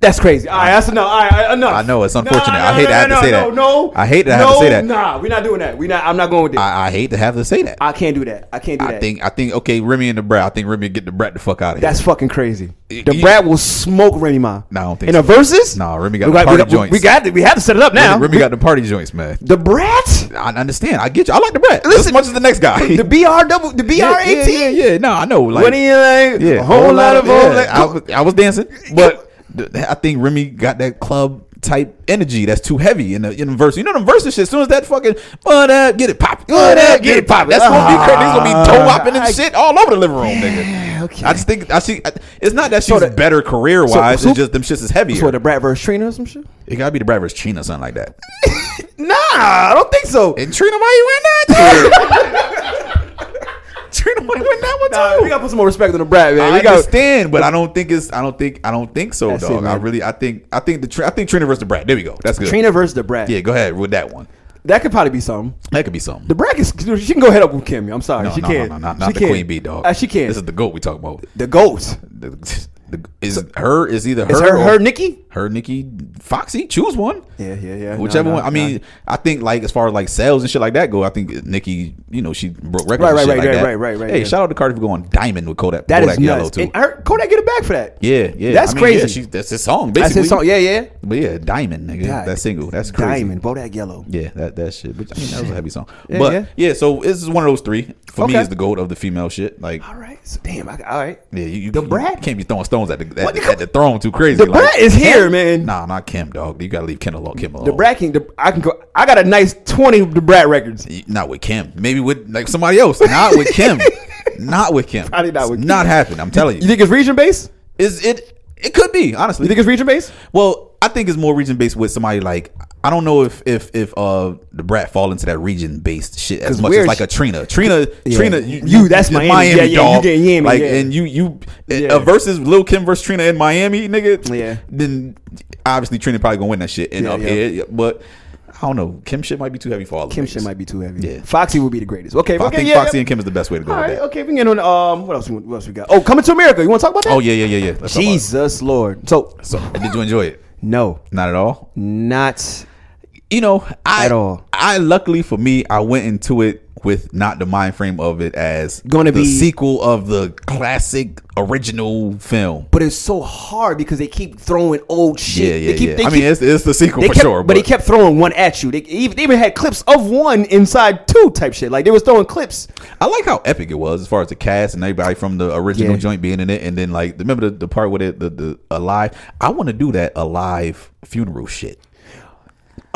That's crazy. All right, that's enough. All right, enough.
I know, it's unfortunate. I hate to have to say
no,
that.
No, no,
I hate to have to
no,
say that.
Nah, we're not doing that. We not. I'm not going with it. I,
I, I hate to have to say that. I,
can't do that. I can't do that.
think I think okay, Remy and the Brat. I think Remy get the Brat the fuck out of here.
That's fucking crazy.
Y-
The
you-
Brad will smoke Remy Ma.
Nah, I don't think
In
so.
the verses?
Nah, Remy got
we
the
we
party
got, we-
joints.
We got to- we have to set it up now.
Remy, Remy got the party joints, man.
the Brat?
I understand. I get you. I like the Brat as much as the next guy.
The BR double the BR
Yeah, yeah,
eighteen?
yeah, yeah. No, I know. Like,
What do you like?
yeah,
a whole lot of whole
yeah,
lot-
I, was, I was dancing, but th- I think Remy got that club type energy that's too heavy in the, in the verse. You know the verses shit. As soon as that fucking what Ah. up, get it pop, what up, get it pop. That's gonna be crazy. It's gonna be toe whopping and shit all over the living room, nigga.
Okay.
I just think I see. I- It's not that she's
the-
better career wise.
so-
it's just them shits is heavier.
So the Brat versus Trina or some shit?
it gotta be the Brad versus Trina, something like that.
Nah, I don't think so.
And Trina, why you in that? Trina, why you in that one
Nah,
too?
we gotta put some more respect on the Brat, man.
I
we gotta-
understand, but I don't think it's. I don't think. I don't think so,
That's it,
dog. I
man.
really. I think. I think the. Tr- I think Trina versus the Brad. There we go. That's good.
Trina versus the Brat.
Yeah, go ahead with that one.
That could probably be something.
That could be something.
The Brat is she can go head up with Kimmy. I'm sorry.
no,
she
no,
can't.
no, no, no,
she
not the
can't.
Queen Bee, dog.
Uh, she can't.
This is the goat we talking about.
the GOAT.
The, the- is her is either her
Is her
or-
her Nikki?
her Nikki Foxy choose one.
Yeah, yeah, yeah. No,
Whichever
no,
one. I mean,
no.
I think like as far as like sales and shit like that go, I think Nikki, you know, she broke records.
Right,
and
right,
shit
right,
like
right,
that.
right, right, right,
Hey,
yeah.
shout out to Cardi for going diamond with Kodak.
That is
Kodak Yellow
nuts.
too.
And her, Kodak get it back for that.
yeah, yeah.
That's
I mean,
crazy.
Yeah, she, that's his song. Basically.
That's his song. Yeah, yeah.
But yeah, diamond. Nigga,
God.
that single. That's crazy.
Diamond, Bodak Yellow.
Yeah, that that shit. But I mean, that was a heavy song.
Yeah,
but
yeah.
yeah. so this is one of those three for me
Okay.
is the gold of the female shit. Like,
All right. So damn. I, all right.
yeah, you, you,
The
you
brat?
can't be throwing stones at the at,
What
the,
the-
at the throne too crazy.
The
like,
brat is here,
Kim?
man.
Nah, not Kim, dog. You gotta leave Kim alone. Kim alone.
The Brat can. The, I can go. I got a nice twenty the Brat records.
Not with Kim. Maybe with like somebody else. Not with Kim. not with Kim.
Probably not with
It's Not
Kim.
happening. I'm telling
You
you.
think it's region based?
Is it? It could be honestly.
You think it's region based?
Well, I think it's more region based with somebody like I don't know if if if uh the brat fall into that region based shit as
'Cause
much
we're
as like a
sh-
Trina. Trina,
Yeah.
Trina, you,
You, that's
it's
Miami. Yeah, yeah, you
dog.
getting Miami,
like
yeah.
and you you
Yeah.
uh, versus Lil Kim versus Trina in Miami, nigga.
Yeah.
Then obviously Trina probably gonna win that shit and
Yeah,
up
yeah.
here, yeah, but. I don't know. Kim shit might be too heavy for all of
Kim
niggas.
shit might be too heavy.
Yeah.
Foxy would be the greatest. Okay.
I
okay,
think
yeah,
Foxy
yeah.
and Kim is the best way to go.
All
with
right.
that.
Okay. We can get on. Um. What else? we- What else we got? Oh, coming to America. You want to talk about that?
Oh yeah, yeah, yeah, yeah. Let's talk about it.
Jesus Lord. So
So, did you enjoy it?
no,
Not at all.
not
you know, I
At all.
I luckily for me, I went into it with not the mind frame of it as
Gonna
the
be-
sequel of the classic original film.
But it's so hard because they keep throwing old shit.
Yeah, yeah,
they keep,
yeah.
They
I
keep,
mean, it's, it's the sequel
they
for
kept,
sure.
but, they kept throwing one at you. They even, they even had clips of one inside two type shit. Like they was throwing clips.
I like how epic it was as far as the cast and everybody from the original
Yeah.
joint being in it, and then like remember the, the part with it, the the alive. I want to do that alive funeral shit.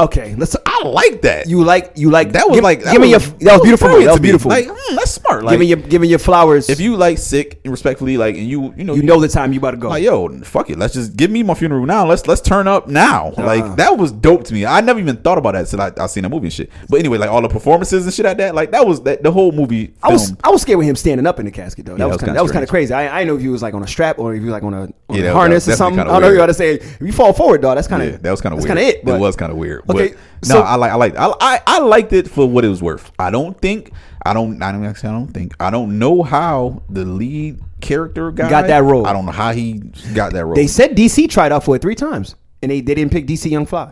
Okay, let's.
I like that.
You like you like
that was
give,
like
give me your that was beautiful.
brilliant
That was
to me.
beautiful.
Like mm, that's smart. Like
giving your giving your flowers.
if you like sick and respectfully like and you you know
you know the time you about to go.
Like yo, fuck it. Let's just give me my funeral now. Let's let's turn up now. Like that was dope to me. I never even thought about that until I, I seen that movie and shit. But anyway, like all the performances and shit like that. Like that was that the whole movie.
I was
filmed.
I was scared with him standing up in the casket though.
Yeah,
That was
that was
kind of
kinda
that was kind of
strange.
crazy. I I didn't know if you was like on a strap or if you like on a, on
Yeah, that-
a
that
harness
was
or something. I
definitely
don't know.
kinda
You ought to say if you fall forward, dog. That's kind of
Yeah, that was kind of
That's
weird.
kind of it. but-
it was kind of weird.
Okay,
but,
so-
no, I like I like I, I I liked it for what it was worth. I don't think I don't I don't actually I don't think I don't know how the lead character guy
Got that role.
I don't know how he got that role.
They said DC tried out for it three times, and they, they didn't pick DC Young Fly.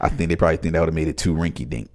I think they probably think that would have made it too rinky dink.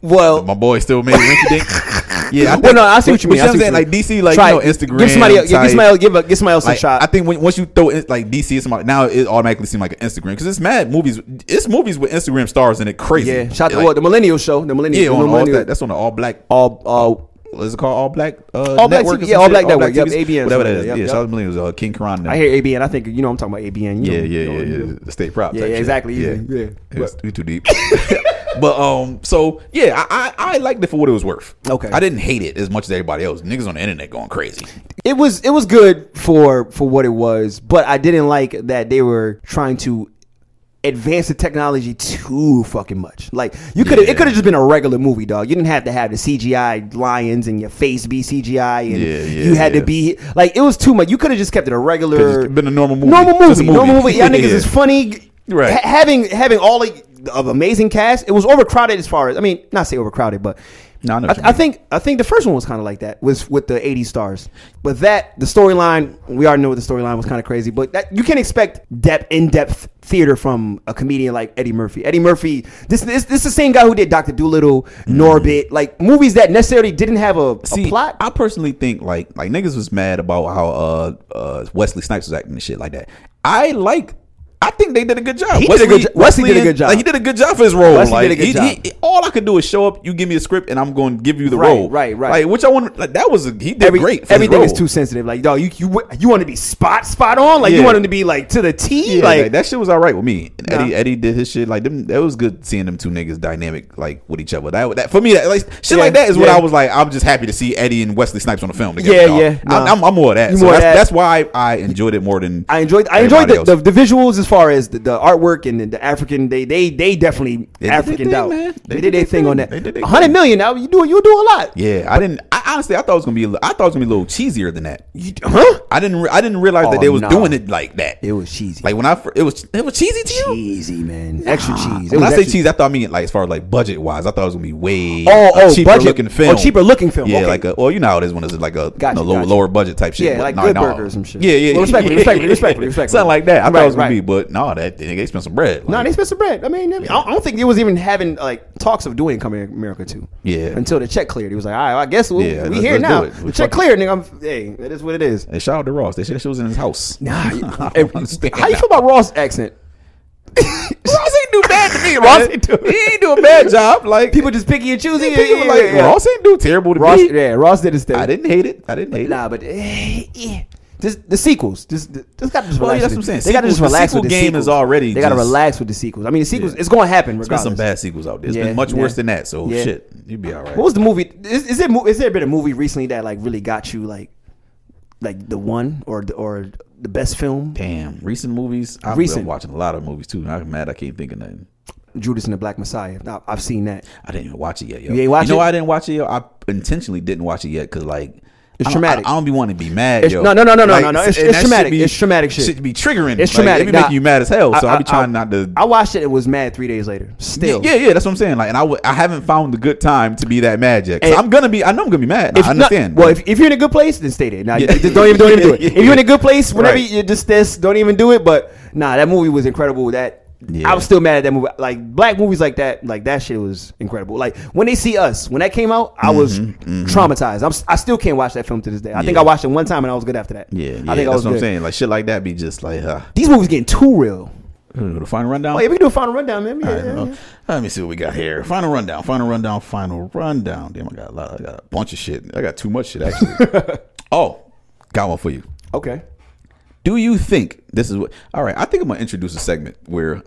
well,
My boy still made it rinky dink. Yeah, I
well, no, I see what you mean. I
I'm
see
saying,
what
like
you mean.
DC, like
Try-
you know, Instagram.
Give somebody, else- yeah,
type.
give somebody, else- give, a- give somebody else
Like,
a shot.
I think when, once you throw in, like DC, is somebody now it automatically seems like an Instagram because it's mad movies. It's movies with Instagram stars in it. Crazy.
yeah, shout out
Like,
well, the Millennial Show, the Millennial,
yeah,
the
on all
millennial
that, that's on the all black.
all, all
what is it called? All black. Uh,
All Black
network
TV,
or
yeah,
some
All
shit?
Black network, yep,
TVs,
ABN,
Whatever
something
that
like
is.
that,
Yeah,
yep,
shout out
yep.
to Millennials, uh, King Karan.
I hear ABN. I think you know I'm talking about ABN.
Yeah,
You know,
yeah,
you know,
yeah,
you
yeah.
know.
The state prop.
Yeah,
type
yeah,
shit.
exactly,
Yeah,
yeah, yeah.
It's we too deep. but um, so yeah, I, I I liked it for what it was worth.
Okay.
I didn't hate it as much as everybody else. Niggas on the internet going crazy.
It was it was good for for what it was, but I didn't like that they were trying to advance the technology too fucking much. Like you could have
Yeah.
it could have just been a regular movie, dog. You didn't have to have the CGI lions and your face be CGI, and
Yeah, yeah,
you had
yeah.
to be like it was too much. You could have just kept it a regular,
Could've just been a normal movie.
normal
Just
movie,
a movie.
normal movie. Y'all niggas
Yeah.
is funny.
Right.
Ha- having having all of, of amazing cast, it was overcrowded as far as I mean, not say overcrowded, but
No, I know what you
I
mean.
think I think the first one was kind of like that was with the 80 stars. But that the storyline we already know the storyline was kind of crazy. But that you can't expect depth in depth theater from a comedian like Eddie Murphy. Eddie Murphy, this this, this is the same guy who did Doctor Doolittle,
Mm-hmm.
Norbit, like movies that necessarily didn't have a, a plot.
I personally think like like niggas was mad about how uh uh Wesley Snipes was acting and shit like that. I like I think they did a good job.
He did a good jo- Wesley did a good job.
Like, he did a good job for his role.
Wesley
like
did a good
he- he- all I could do is show up. You give me a script, and I'm going to give you the
Right,
role.
right, right.
Like which I want. Like that was a, he did
Every,
great. For
everything
his
is too sensitive. Like, dog, you you you want to be spot spot on. Like, you
Yeah.
want him to be like to the T.
Yeah,
like,
like, that shit was all right with me. And Eddie
Nah.
Eddie did his shit like them. That was good seeing them two niggas dynamic like with each other. That, that for me, that, like shit like
Yeah,
that is what
yeah.
I was like. I'm just happy to see Eddie and Wesley Snipes on the film together.
Yeah,
dog.
yeah,
I,
nah.
I'm, I'm more of that.
You
so
more of
that's,
that.
that's why I enjoyed it more than
I enjoyed I enjoyed
everybody
the,
else.
the, the visuals as far as the, the artwork and the, the African. They they they definitely
They did their
African
thing,
out.
man.
They, did their thing on that.
They did their
A hundred
thing.
million now. You do you do a lot.
Yeah, I didn't. I honestly, I thought it was gonna be. a li- I thought it was gonna be a little cheesier than that.
You- huh?
I didn't. re- I didn't realize
Oh,
that they was
nah.
doing it like that.
It was cheesy.
Like when I, fir- it was. It was cheesy to you.
cheesy man. Extra cheese. It
When
was
I say
extra-
cheese, I thought I mean like as far as like budget wise, I thought it was gonna be way
Oh,
a
oh,
cheaper
budget-
looking
oh,
film,
cheaper looking film,
Yeah,
okay.
like a well, you know how it is when it's like a you
Gotcha,
know, low,
gotcha.
lower budget type shit.
Yeah,
but
like
nah,
Good
nah.
Burger or some shit.
Yeah, yeah,
Well, respectfully,
yeah.
respectfully, respectfully, respectfully.
something like that. I thought
Right,
it was gonna
right.
be, but no, that they spent some bread.
No,
Like,
they spent some bread. I mean, I mean, I don't I don't think it was even having like talks of doing "Come America" too.
Yeah.
Until the check cleared, he was like, "All right, well, I guess we,
Yeah,
we
let's-
here
let's
now."
do it.
The
We fucking-
check cleared, nigga. I'm, hey, that is what it is.
and shout out to Ross. That shit that shit was in his house.
Nah, you-
don't understand
how you
that.
feel about Ross accent?
Ross ain't do bad to me.
Ross
man.
ain't do-
He ain't do a bad job. Like
People just picky and choosy.
people
Yeah,
like
yeah, yeah.
Ross ain't do terrible to
Ross,
me.
yeah, Ross did his thing.
I didn't hate it. I didn't hate it.
Nah, but eh, eh. Just the sequels. Just, just got to just
Well,
relax.
yeah, that's what
with
I'm
it.
saying.
They got
Sequels-
to just
the
relax
sequel
with the
game
sequels.
is already
They got to
just-
relax with the sequels. I mean, the sequels.
Yeah.
It's going to happen.
There's been
Regardless.
some bad sequels out there. It's
Yeah,
been much
yeah.
worse than that. So
Yeah.
shit, you'd be all right.
What was the movie? Is, is it? mo- Is there been a movie recently that like really got you like, like the one or the, or the best film?
Damn, recent movies. I've
Recent.
been watching a lot of movies too. and I'm mad I can't think of nothing.
Judas and the Black Messiah. Now, I've seen that.
I didn't even watch it yet. Yo.
You ain't watch
You know
it?
why I didn't watch it? Yo, I intentionally didn't watch it yet because like
It's
I don't-
traumatic.
I, I don't be wanting to be mad.
It's-
yo.
no, no, no, no, no,
Like,
no, no. It's-
and
it's
that
traumatic.
be-
It's traumatic shit.
be triggering.
It's
Like,
traumatic.
It be
Nah,
making you mad as hell. So I, will be
I-
trying not to.
I watched it. It was mad three days later. Still,
Yeah, yeah, that's what I'm saying. Like, and I w- I haven't found the good time to be that mad yet. 'Cause
And-
I'm gonna be. I know I'm gonna be mad.
If
I
not-
understand.
well,
but-
if, if you're in a good place, then stay there. Nah,
Yeah.
just don't even don't even do it.
Yeah,
If you're in a good place, whenever
Right.
you just this, don't even do it. But nah, that movie was incredible. That
Yeah.
I was still mad at that movie. Like black movies like that, like that shit was incredible. Like when they see us, when that came out, I
Mm-hmm,
was traumatized. I'm, s- I still can't watch that film to this day. I think
Yeah.
I watched it one time and I was good after that.
yeah, yeah,
I think
that's
I was
what I'm
good.
saying. Like shit like that be just like uh,
These movies getting too real.
the final rundown.
Oh yeah, we can do a final rundown, man. Yeah,
I don't
yeah,
know. Let me see what we got here. Final rundown. Final rundown. Final rundown. Damn, I got a lot. I got a bunch of shit. I got too much shit actually. oh, got one for you.
yeah. Okay.
Do you think this is what? All right, I think I'm gonna introduce a segment where.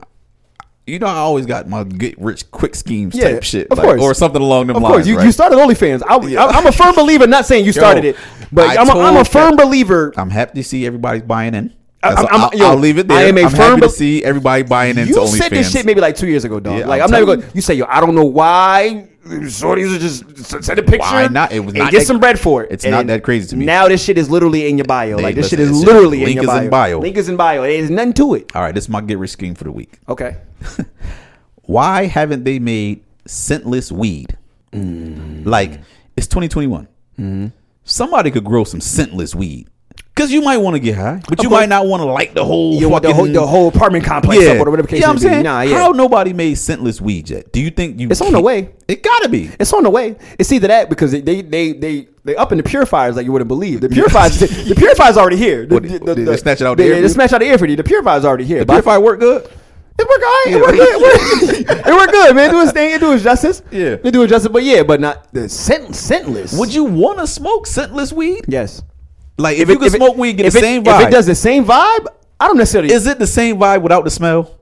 You know, I always got my get rich quick schemes
Yeah,
type shit,
of
like-
course.
or something along them
Of
lines.
course, you,
right?
you started OnlyFans. I,
Yeah.
I, am a firm believer. Not saying you started it, but
I
I am a, I'm a
told
firm
Cap-
believer.
I'm happy to see everybody's buying in.
I-
That's-
I'm- I'm-
I'll,
yo,
I'll leave it there.
I am a
I'm
firm
happy to
be-
see everybody buying into
You
OnlyFans.
said this shit maybe like two years ago, dog.
Yeah,
like
I'm
I'm, not even
telling
going. You say yo, I don't know why. Shorties are just s- send a picture.
Why not? It was
and
not
get
that-
some bread for it.
It's
And
not that crazy to me.
Now this shit is literally in your bio.
They-
like this
listen,
shit is
this shit-
literally in
link
your
is
bio.
in bio.
Link is in bio. There's nothing to it.
All right, this is my get rich scheme for the week.
Okay.
why haven't they made scentless weed?
Mm.
Like it's 2021. Somebody could grow some scentless weed because you might want to get high, but you might not want to light the whole
You want the whole
fucking
the whole apartment complex up or whatever the case
yeah, I'm
may be.
saying.
Nah, yeah.
How nobody made scentless weed yet? Do you think you?
It's on the
can't-
way.
It gotta be.
It's on the way. It's either that because they they they they, they up in the purifiers like you wouldn't believe. The purifiers the purifiers already here. The,
What, they- they snatch it out the
they,
air for
They
you?
snatch out the air for you. The purifiers already here. But I-
But if I work good,
It worked all right. It worked good. It worked, it worked good, man. Do his thing. It do his justice.
Yeah.
It do his justice. But yeah, but not the sent- sentless.
would you want to smoke scentless weed?
Yes.
Like if, you could
it-
smoke weed, get
if
the
it-
same vibe.
If it does the same vibe, I don't necessarily.
is it the same vibe without the smell?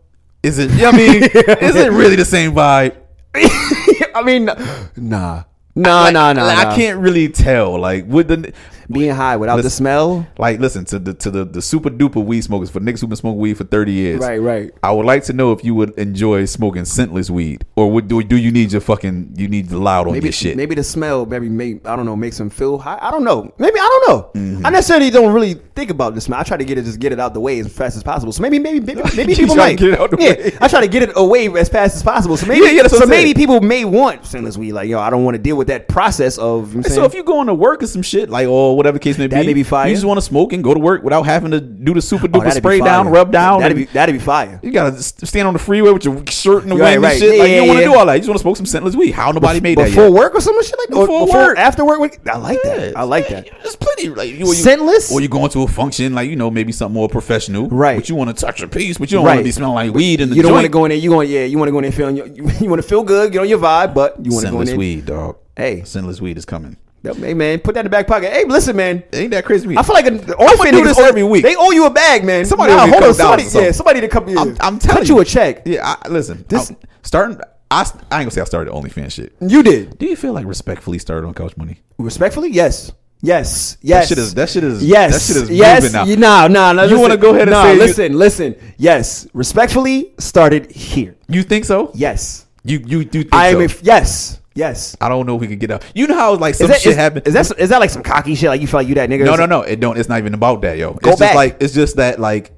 Is it? I mean, is it really the same vibe?
I mean, nah, nah,
Like,
nah, nah,
like,
nah.
I can't really tell. Like, would the
Being high without the
Listen.
smell.
like listen to the to the, the super duper weed smokers for niggas who've been smoking weed for thirty years?
Right, right.
I would like to know if you would enjoy smoking scentless weed, or would do do you need your fucking you need the loud on
Maybe
your shit?
maybe the smell. Maybe may, I don't know. Makes them feel high. I don't know. Maybe I don't know.
Mm-hmm.
I necessarily don't really think about the smell. I try to get it just get it out the way as fast as possible. So maybe maybe maybe, maybe
You
people
try to
might
get it out the
yeah.
way.
I try to get it away as fast as possible. So maybe
Yeah, yeah, that's what
so
I'm saying.
maybe people may want sinless weed. Like yo, I don't want to deal with that process of. You know what
so
I'm saying?
if you going to work or some shit, like oh whatever case may be.
That may be fire.
You just want to smoke and go to work without having to do the super
Oh,
duper
that'd be
spray
fire.
down, rub down.
That'd
and-
be that'd be fire.
You gotta s- stand on the freeway with your shirt in the
Right,
wind
right.
and shit.
Yeah,
like you
yeah,
don't want to
yeah.
do all that. You just want to smoke some scentless weed. How nobody made that
Before
yet?
work or some shit like that. Or
Before work.
after work. I like that. I like that.
There's plenty. Like you, you,
Scentless?
Or you going to a function, like you know, maybe something more professional.
Right.
But you want to touch your piece, but you don't want
Right.
to be smelling like weed in the
You don't want to
joint.
go in there. You want yeah. You want to go in there feeling. your- You, you want to feel good. Get on your vibe, but you want to go in
Scentless
there.
weed, dog.
Hey.
scentless weed is coming.
That- Hey man, put that in the back pocket. Hey, listen man.
Ain't that crazy? to me?
I feel like an orphan
do
niggas
this
owe-
every week.
They owe you a bag, man.
Somebody owe me a
hold
couple
on. Somebody,
dollars or
yeah,
something.
somebody to come. Yeah.
I'm, I'm telling
cut you, a check.
Yeah, I, listen.
This-
This starting. I, s- I ain't gonna say I started OnlyFans shit.
You did
Do you feel like respectfully started on Couch Money?
respectfully. Yes. Yes. Yes.
shit is- that shit is-
Yes.
that shit is
yes.
moving now.
You, nah. Nah. nah
You wanna
listen.
go ahead and
nah,
say you-
Listen. listen. Yes. Respectfully started here.
You think so?
Yes.
You you do? Think
I am.
so?
a f- yes. Yes.
I don't know if we could get out. You know how like some
Is that,
shit
is,
happens.
is that is that like some cocky shit? Like you feel like you that nigga?
no, no, no. It don't. It's not even about that, yo.
Go
it's
back.
just like it's just that like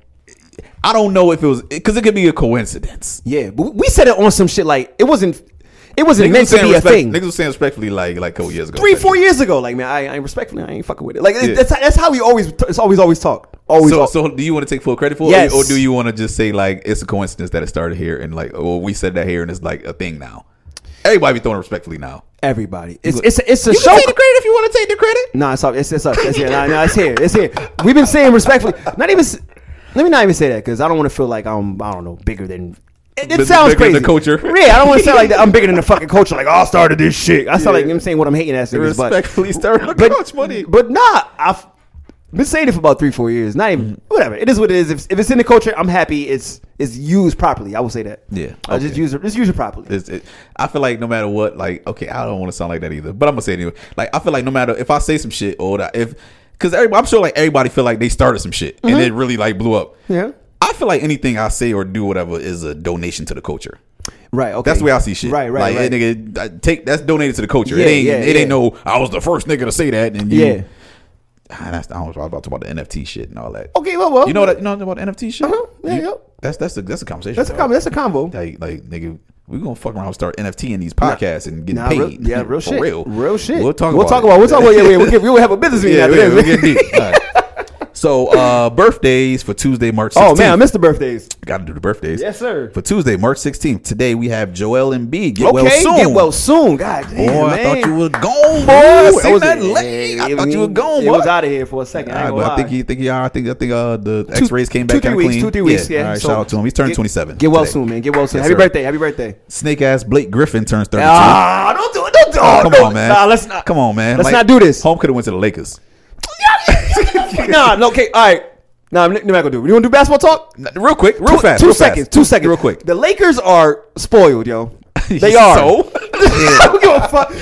I don't know if it was because it could be a coincidence.
Yeah, but we- we said it on some shit like it wasn't. It wasn't
Niggas
meant
was
to
saying
be a
respect-
thing.
Niggas was saying respectfully like like a couple years ago.
Three, four years ago, like man, I, I ain't respectfully, I ain't fucking with it. Like
Yeah.
that's that's how we always. It's always always talk. Always.
So,
talk.
so do you want to take full credit for it,
Yes.
or do you want to just say like it's a coincidence that it started here and like oh we said that here and it's like a thing now? Everybody be throwing respectfully now.
everybody. It's it's a, it's a
You
show.
can take the credit if you want to take the credit.
Nah, it's up. It's, it's up. It's here. Nah, nah, it's here. It's here. We've been saying respectfully. Not even. s- Let me not even say that because I don't want to feel like I'm. I don't know. Bigger than. It, it
Bigger
sounds
than
crazy.
the culture.
Yeah, I don't want to sound like that. I'm bigger than the fucking culture. Like oh, I started this shit. I sound like I'm saying what I'm hating ass niggas. But
Respectfully started on
but,
Couch Money.
But nah, I've been saying it for about three, four years. Not even whatever. It is what it is. If, if it's in the culture, I'm happy. It's it's used properly. I will say that.
Yeah,
I just
okay.
use it. Just use it properly.
It's, it, I feel like no matter what, like okay, I don't want to sound like that either, but I'm gonna say it anyway. Like I feel like no matter if I say some shit or that, if because I'm sure like everybody feel like they started some shit and it really like blew up.
Mm-hmm. Yeah.
I feel like anything I say or do whatever is a donation to the culture.
right. Okay.
That's the way I see shit.
Right. Right.
Like
right.
eh, nigga, I take that's donated to the culture.
Yeah,
it ain't.
yeah,
it
yeah.
ain't no. I was the first nigga to say that. And you,
yeah.
Ah, that's, I was about to talk about the NFT shit and all that.
Okay. Well. Well.
You know that you know about the NFT shit?
Uh-huh. Yeah,
You-
yeah.
That's that's a that's a conversation.
That's a
dog.
combo. That's a combo.
Like, like nigga, we gonna fuck around, and start NFT in these podcasts and get
Nah,
paid.
real, yeah, real
For
shit.
real,
Real shit.
We'll talk.
We'll
about
talk
it.
about. We'll talk about. Yeah, yeah. We'll, get, we'll have a business meeting
yeah,
after
yeah,
this.
we'll get deep. All right. So, uh, birthdays for Tuesday, March. 16th.
oh man, I missed the birthdays.
Got to do the birthdays.
Yes, sir.
For Tuesday, March 16th. Today we have Joel and B. Get
Okay,
well soon.
get well soon. God damn,
Boy,
man.
I thought you were gone, boy.
Ooh,
I
that
seen
was
that
it.
leg. I
Yeah,
thought you were gone,
It
boy.
was out of here for a second. I, ain't
Alright,
gonna
but I think
lie.
he, think he, I think, I think, uh, the
Two-
X-rays came back
two, three
kind of
weeks,
clean.
Two, three weeks. Yeah.
Alright,
So
shout out to him. He's turning
get-
27.
Get well
today.
soon, man. Get well soon.
Yes,
Happy
sir.
birthday. Happy birthday.
Snake ass Blake Griffin turns 32.
Ah, don't do it. Don't do it.
Come
no.
on, man.
Nah, let's not.
Come on, man.
Let's not do this.
Home could have went to the Lakers.
nah, no. Okay, all right. Nah, I'm not gonna do it. You wanna do basketball talk?
N- Real quick, real
Two-
fast.
Two
real fast.
seconds. Two seconds.
Real quick.
The Lakers are spoiled, yo. They are.
So?
I don't give a fuck.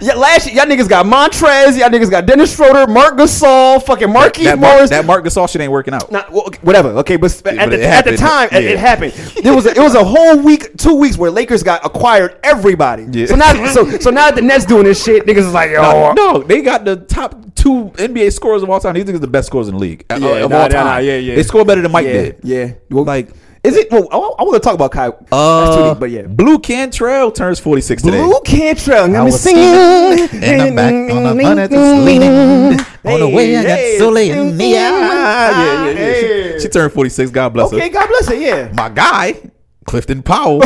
Yeah, last year, y'all niggas got Montrez, y'all niggas got Dennis Schroeder, Mark Gasol, fucking Marquise
that, Mark,
Morris.
that Mark Gasol shit ain't working out.
Nah, well, okay, whatever. Okay, but at,
but it
the, at
happened.
the time, it-
Yeah.
it happened. There was a, it was a whole week, two weeks where Lakers got acquired everybody.
Yeah.
So now, so so now the Nets doing this shit. Niggas is like, yo,
No, no, they got the top two NBA scorers of all time. These niggas the best scorers in the league uh,
Yeah,
of
nah,
all
nah,
time.
nah, yeah, yeah.
They score better than Mike
yeah,
did.
yeah. Well,
Like,
is it? Well, I, want to talk about Kai. that's
uh,
too deep, but yeah.
Blue Cantrell turns forty six today.
Blue Cantrell, I'm
was
singing,
And I'm back on a bonnet that's leaning on the way I got
Hey,
so late
hey,
in the eye. Yeah, yeah, yeah.
hey.
She, she turned forty six. God bless her.
Okay, God bless her. Yeah,
My guy, Clifton Powell.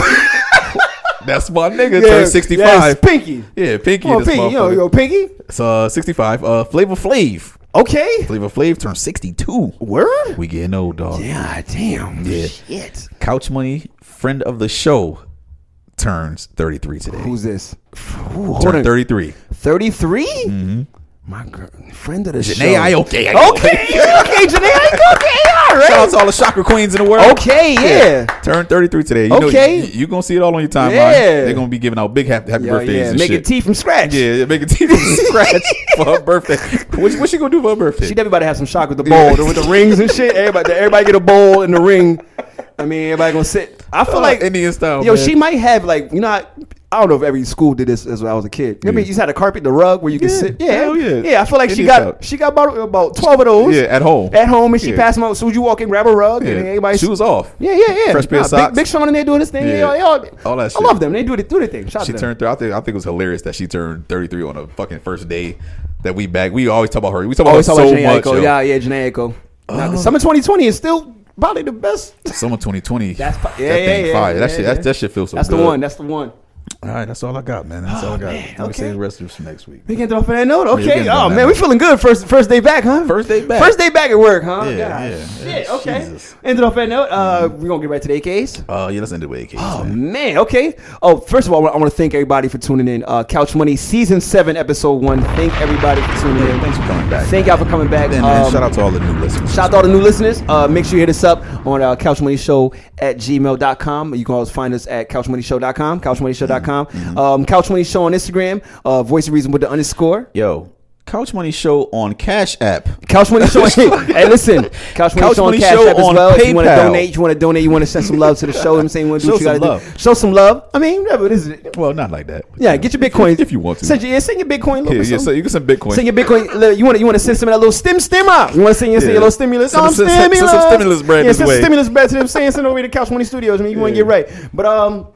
that's my nigga.
yeah.
Turned sixty five.
Yes, Pinky.
Yeah, Pinky.
Come on,
this
Pinky. Yo,
motherfucker.
yo, Pinky.
It's uh, 65. Uh, Flavor Flav.
Okay.
Flavor Flav turned 62.
Word.
We getting old, dog.
God damn.
Yeah.
Shit.
Couch Money, friend of the show, turns 33 today.
Who's this? Ooh, hold
turned
on.
33.
33? Mm-hmm. My girl, friend of the
Janae
show.
Aiko. Okay.
Okay, okay, Janae Aiko. Okay, all
Shout out
right.
to all the chakra queens in the world.
Okay, yeah.
Turned 33 today. You
Okay.
Know, you, you gonna see it all on your timeline.
Yeah.
They're gonna be giving out big happy, happy
Yo,
birthdays
yeah,
and
make
shit.
it tea from scratch.
yeah, yeah, make a tea from scratch for her birthday. What's what she gonna do for her birthday?
She everybody have some shock with the bowl with the rings and shit. Everybody, everybody get a bowl and the ring. I mean, everybody gonna sit. I feel
Uh,
like
Indian style,
Yo,
man.
she might have like you know. I, I don't know if every school did this as when I was a kid. I mean,
Yeah.
you just had a carpet, the rug where you could
Yeah,
sit. Yeah,
hell yeah.
yeah. I feel like she
Indian
got
style.
she got about, about twelve of those.
Yeah, at home.
At home, and she
Yeah.
passed them out. So you walk in, grab a rug,
Yeah.
and everybody
Shoes off.
Yeah, yeah, yeah.
Fresh pair of
Nah,
socks.
Big, Big Sean and they doing this thing.
Yeah.
They all, they all,
All that
I
shit.
love them. They do it, do their thing. Shout out
She
to them.
turned through. I think I think it was hilarious that she turned 33 on a fucking first day. that we back. We always talk about her. We talk about
Always
her
talk
so
about
much.
Janayako.
yo. Oh.
Yeah, yeah, Janayako. Now, Summer 2020 is still probably the best.
Summer 2020.
That's fi- yeah,
that
yeah,
thing
yeah,
fire. that
yeah,
shit.
yeah.
That, that shit feels so.
That's
good.
the one. That's the one.
all right. That's all I got, man. That's all I got. Let me
okay.
save the rest of this for next week.
We can throw for that note.
we
Okay.
can
Oh
throw that
man, we
note.
feeling good. First first day back, huh?
First day back.
First day back at work, huh?
Yeah,
God,
yeah,
Shit.
yeah.
Okay.
Jesus.
Ended off that note. Uh, we're gonna get right to the AKs.
Uh, yeah, let's end it with AKs.
Oh
man.
man, okay. Oh, first of all, I want to thank everybody for tuning in. Uh, Couch Money Season Seven, Episode One. Thank everybody for tuning in.
Yeah, thanks for coming back.
Thank y'all for coming back.
And, and
Um,
shout out to all the new listeners.
Shout out to all the new listeners. Uh, make sure you hit us up on uh, couchmoneyshow at gmail.com. You can always find us at couchmoneyshow.com, couchmoneyshow.com.
Mm-hmm.
Um, Couch Money Show on Instagram, uh, Voice of Reason with the underscore.
Yo, Couch Money Show on Cash App.
Couch Money Show. hey, listen. Couch Money
Couch
Show on
Money
Cash
Show
App as
on
well. If you want to
PayPal.
donate, you want to donate, you want to send some love to the show. I'm saying, you want to do
Show
what
some
you got to
love.
do. Show some love. I mean, whatever it is.
Well, not like that.
Yeah, get your Bitcoin.
if you want to.
Send your, yeah, send your Bitcoin.
Yeah,
little
yeah, so you get some Bitcoin.
Send your Bitcoin. look, You want to you want to send some of that little stim stim out. You want to send, your- send your
Yeah.
little stimulus.
Send-
um,
send- send- send
stimulus.
some stimulus bread
Yeah,
this
send
way.
stimulus bread to them. Saying send over to Couch Money Studios. I mean, you want to
Yeah.
get right. But um,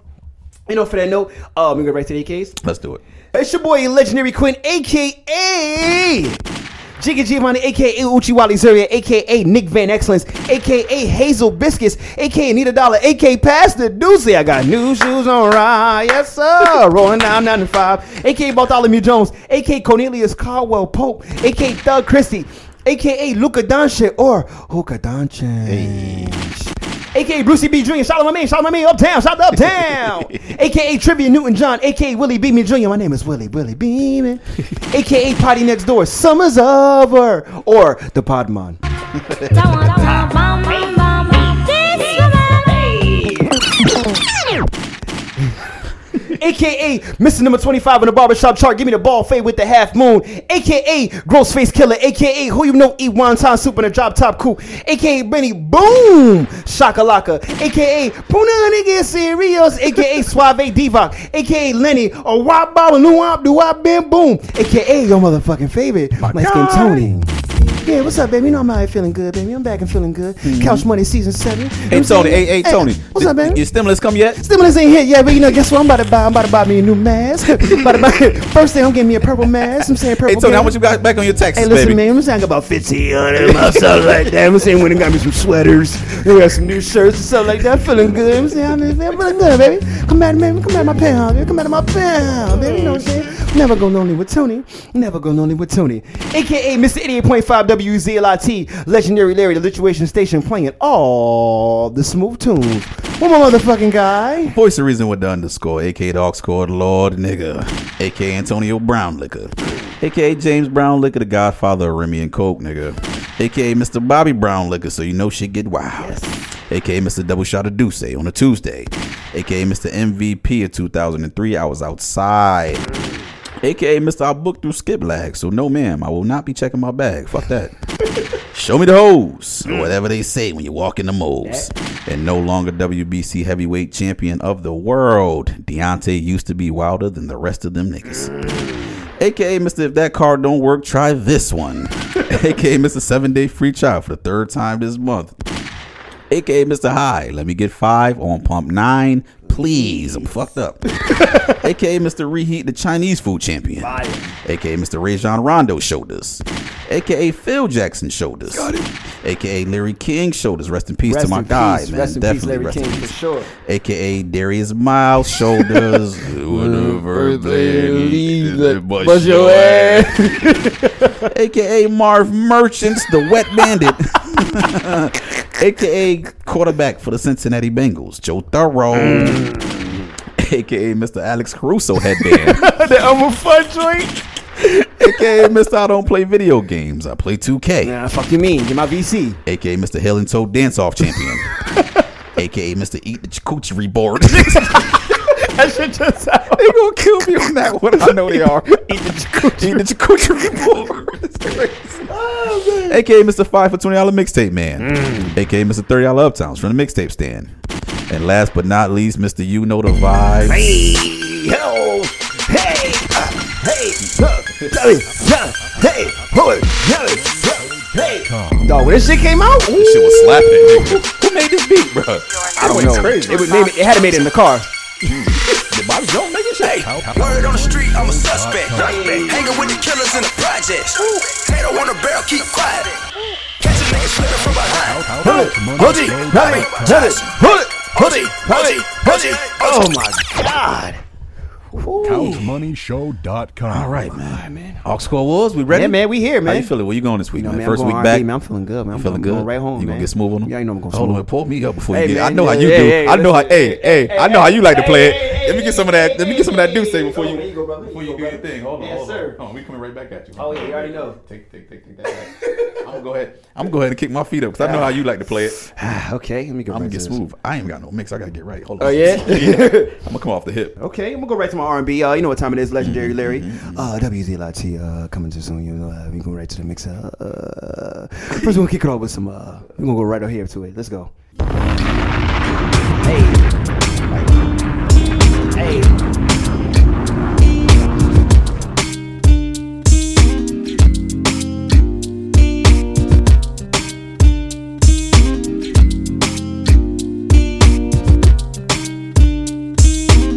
you know, for that note, um, we go right to the AKs.
Let's do it.
It's your boy Legendary Quinn, aka Jigga Giovanni, aka Uchiwali Zuria, aka Nick Van Excellence, aka Hazel Biscuits, aka Anita Dollar, aka Pastor Doozy. I got new shoes on right, yes sir. Rolling down 95, aka Bartholomew Jones, aka Cornelius Caldwell Pope, aka Thug Christie, aka Luca Doncic or Hoka Doncic. AKA Brucey B Jr. Shout out my man, shout out my man, uptown, shout out to uptown. AKA Trivia Newton John, AKA Willie Beeman Jr. My name is Willie, Willie Beeman. AKA Potty Next Door, Summer's Over, or The Podmon. AKA Mr. Number 25 in the barbershop chart, give me the ball fade with the half moon. AKA Gross Face Killer, AKA Who You Know Eat Wonton Soup in a Drop Top Cool, AKA Benny Boom Shakalaka, AKA Puna Nigga Serious, AKA Suave Divock, AKA Lenny, a Wop Ball, and Wop Do Wop Bam Boom, AKA your motherfucking favorite, My Skin Tony. Yeah, what's up, baby? You know I'm alright, feeling good, baby. I'm back and feeling good. Couch Money Season 7.
Hmm. Hey Tony, hey, hey Tony.
What's up,
Did-
baby?
Your stimulus come yet?
Stimulus ain't here yet, but you know, guess what? I'm about to buy. I'm about to buy me a new mask. about to buy, first thing, I'm getting me a purple mask. I'm saying purple.
Hey Tony, how
gown.
much you got back on your taxes,
Hey, listen,
baby?
man. I'm saying I got about 15 on them outside like that. I'm saying when I got me some sweaters, we got some new shirts and stuff like that. Feeling good. I'm saying I'm, I'm feeling good, baby. Come at me, baby. Come at my pound, baby. Come at my pound, baby. You know what I'm saying? Never go lonely with Tony. Never go lonely with Tony. AKA Mr. 88.5 WZLIT, legendary Larry, the Lituation Station, playing all the smooth tunes. One more motherfucking guy.
Voice of Reason with the underscore, aka the aux chord Lord Nigga, aka Antonio Brown Liquor, aka James Brown Liquor, the godfather of Remy and Coke Nigga, aka Mr. Bobby Brown Liquor, so you know shit get wild, aka Mr. Double Shot of Deuce on a Tuesday, aka Mr. MVP of 2003, I was outside, aka Mr. I booked through skip lag, so no ma'am, I will not be checking my bag, fuck that. Show me the hose, or whatever they say when you walk in the moles. And no longer WBC heavyweight champion of the world, Deontay used to be wilder than the rest of them niggas. AKA Mr. If that card don't work, try this one. AKA Mr. Seven Day Free Trial for the third time this month. AKA Mr. High, let me get five on pump nine, please. I'm fucked up. AKA Mr. Reheat, the Chinese food champion. AKA Mr. Rajon Rondo shoulders. AKA Phil Jackson shoulders. Got it. AKA Larry King shoulders. Rest in peace
Rest
to my
in
guy,
peace.
man.
Rest in peace,
Definitely
Larry
rest
King,
in
for
peace.
sure.
AKA Darius Miles shoulders. Whatever, Larry, but your ass. AKA Marv Merchants, the wet bandit. AKA quarterback for the Cincinnati Bengals, Joe Thurrow. AKA Mr. Alex Caruso headband.
Mm. I'm a fun joint.
AKA Mr. I don't play video games. I play 2K.
Nah, Uh, fuck you mean? Get my VC.
AKA Mr. Hell and Toe Dance Off Champion. AKA Mr. Eat the Charcuterie Board.
That shit just out.
they gonna kill me on that one. I know they are. Eat the charcuterie, Eat the charcuterie board. It's crazy. AKA Mr. Five for twenty dollar mixtape man. AKA Mr. Thirty dollar uptowns from the mixtape stand. And last but not least, Mr. You know the vibe.
Yo, hey, uh, hey, uh, hey, uh, hey, boy, yo, yo, hey.
Dog, when this shit came out, ooh,
Shit was slapping. nigga. Who made this beat, bro?
I don't know. It, was maybe, it had to made it in the car.
Bobby Jones making shit.
Hey, word on the street, I'm a suspect. Hanging with the killers in the projects. They don't want a barrel, keep quiet. Catch a nigga slipping from behind.
Hold it,
Hold it, hold it, hold it, hold it, hold it, hold it. Oh my.
God.
CouchMoneyShow.com.
All right, man. Ox Score Wars, we ready?
Yeah, man, we here, man.
How you feeling? Where you going this week,
You know,
man?
man, I'm
First
going
week
R&B,
back.
man. I'm feeling good, man.
You feeling
I'm
good?
going right home,
You gonna
man.
get smooth on them?
Yeah, you know I'm gonna
Hold
smooth.
on, pull me up before
Hey,
you get. I
man,
know how
yeah,
you
yeah,
do.
yeah,
I know how.
that's
Hey, hey, I know how you like to play it.
hey,
Let me get some of that. Let me get some of that
hey,
Deuce before
hey,
you
there you go, brother.
before
You
you
go
do your
back.
thing. Hold on,
Yes,
hold on.
sir.
Hold on. We coming right back at you.
Oh, yeah, you already know.
Take, take, take, take that. back. I'm gonna go ahead. I'm gonna go ahead and kick my feet up because I know how you like to play it.
Ah, okay, let me go.
I'm gonna
right to
get
this.
smooth. I ain't got no mix. I gotta get right. Hold on.
Oh yeah.
I'm gonna come off the hip.
Okay, I'm gonna go right to my R&B. Uh, you know what time it is, legendary Larry. Uh, WZLIT uh, coming to soon. You know, uh, we go right to the mixer. Uh, first, we're gonna kick it off with some. Uh, we're gonna go right out here to it. Let's go. Hey, hey,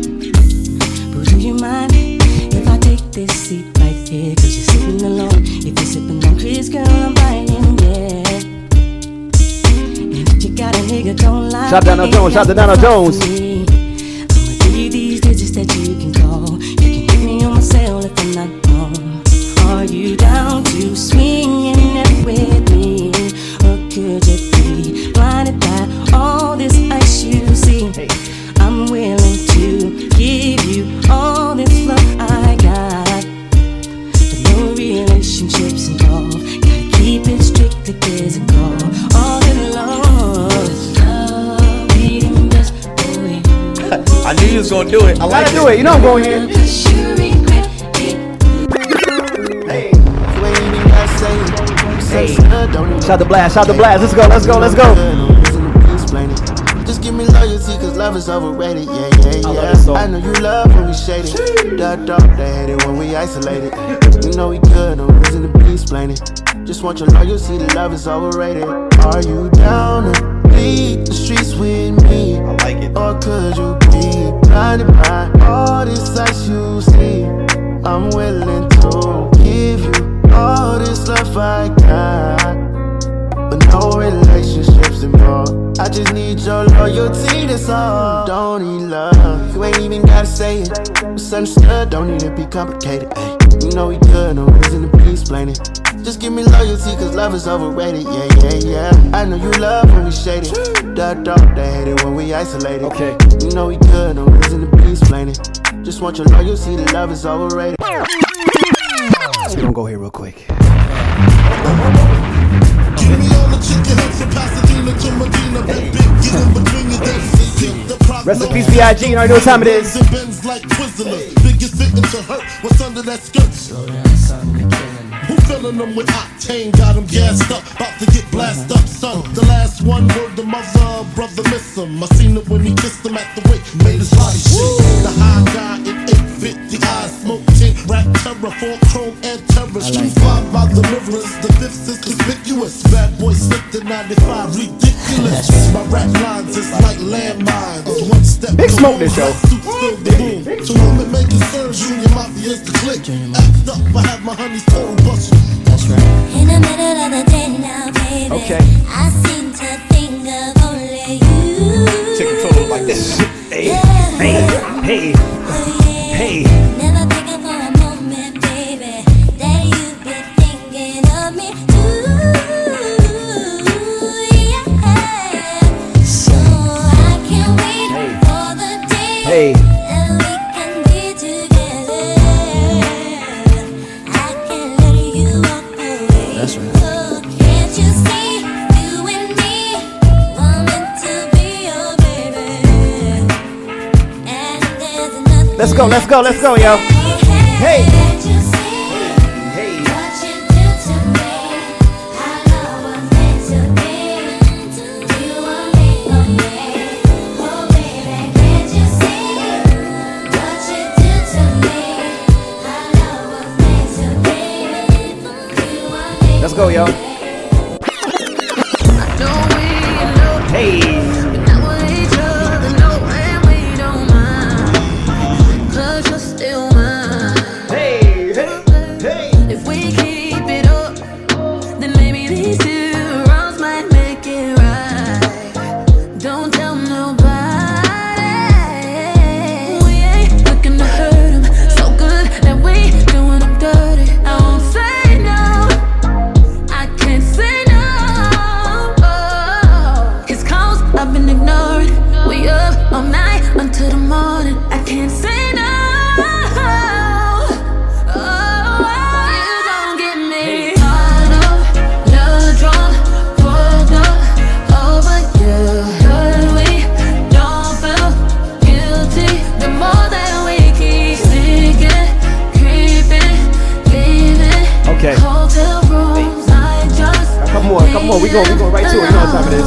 do you mind if I take this seat right here? Cause you're sitting alone. If you're sipping on Chris, girl, I'm buying it. And if you got a nigga, don't lie.
Shout out to Donald Jones, shout out to Donald Jones.
I'ma give you these digits that you can call. You can hit me on my cell if I'm not home. Are you down to swing in it with me? Or could you be blinded by all this ice you see? I'm willing to give you all this love I got. But no relationships involved. Gotta keep it strictly physical. All in love. Love beating just for you.
I knew you was gonna do it. I like
gotta do it. You know I'm going here. Hey, shout to Blast, shout to Blast. Let's go, let's go, let's go.
Just give me loyalty, cause love is overrated. Yeah, yeah, yeah. I, know you love when we shaded. The dark, they hate it when we isolated. You know we good, no reason to be explaining. Just want your loyalty, the love is overrated. Are you down to bleed the streets with me? I like it. Or could you be blinded by all this ice you see? I'm willing to give you all this love I got but no relationships involved. I just need your loyalty, that's all. Don't need love, you ain't even gotta say it. It's understood, don't need to be complicated. ay. You know we good, no reason to be explaining. Just give me loyalty, cause love is overrated. Yeah, yeah, yeah. I know you love when we shaded. The dark, they hate it when we isolated.
Okay.
You know we good, no reason to be explaining. Just want your loyalty, the love is overrated.
We're gonna go here real quick.
Give me all the chicken up from Pasadena to Medina. Big, big, get in between your dance. The problem
Rest in peace, B.I.G. You already know what time it is.
and bends like Twizzlers. Biggest victim to hurt. What's under that skirt? Who filling them with octane? Got them gassed up, about to get blast up, son. The last one, word the mother, brother miss him. I seen it when he kissed him at the wake, made his body shake. The high guy in 850, eyes smoking, rap terror, four chrome and terror. Street five by the mirrors, the fifth is conspicuous. Bad boy slipped to 95, ridiculous. My rap lines is like landmines. One step
Big Smoke this show.
so women make it serve Junior Mafia is the click. Act up, I have my honey's total bustle.
In the middle of the day now, baby.
Okay.
I seem to think of only you. Take control like this. Hey, hey, hey, hey. Never think of for a moment, baby, that you'd be thinking of me too. Yeah. So I can't wait for the day
Hey.
that we can be together. I can't let you walk away. That's right. Oh, can't you see you and me were meant to be, oh baby? And there's nothing
Let's go, let's go, let's go, yo.
Hey,
Hey.
can't you see? What you do to me? I know what's meant to be. You were made for me. Oh baby, can't you see? What you do to me? I know what's meant to be. You were made
Let's go, yo. Hey,
but you're still mine. Hey, hey, hey. If we keep it up, then maybe these two wrongs might make it right. Don't tell nobody. We ain't looking to hurt 'em. So good that we doing 'em dirty. I won't say no. I can't say no. His calls I've been ignoring. We up all night until the morning. I can't say no. Oh, you don't get me hard up, love drunk, pulled up over you. But we don't feel guilty. The more that we keep sneaking, creeping, leaving.
Okay.
Hotel rooms, I just
Come on, come on. We going, we going right to it. You know what time it is.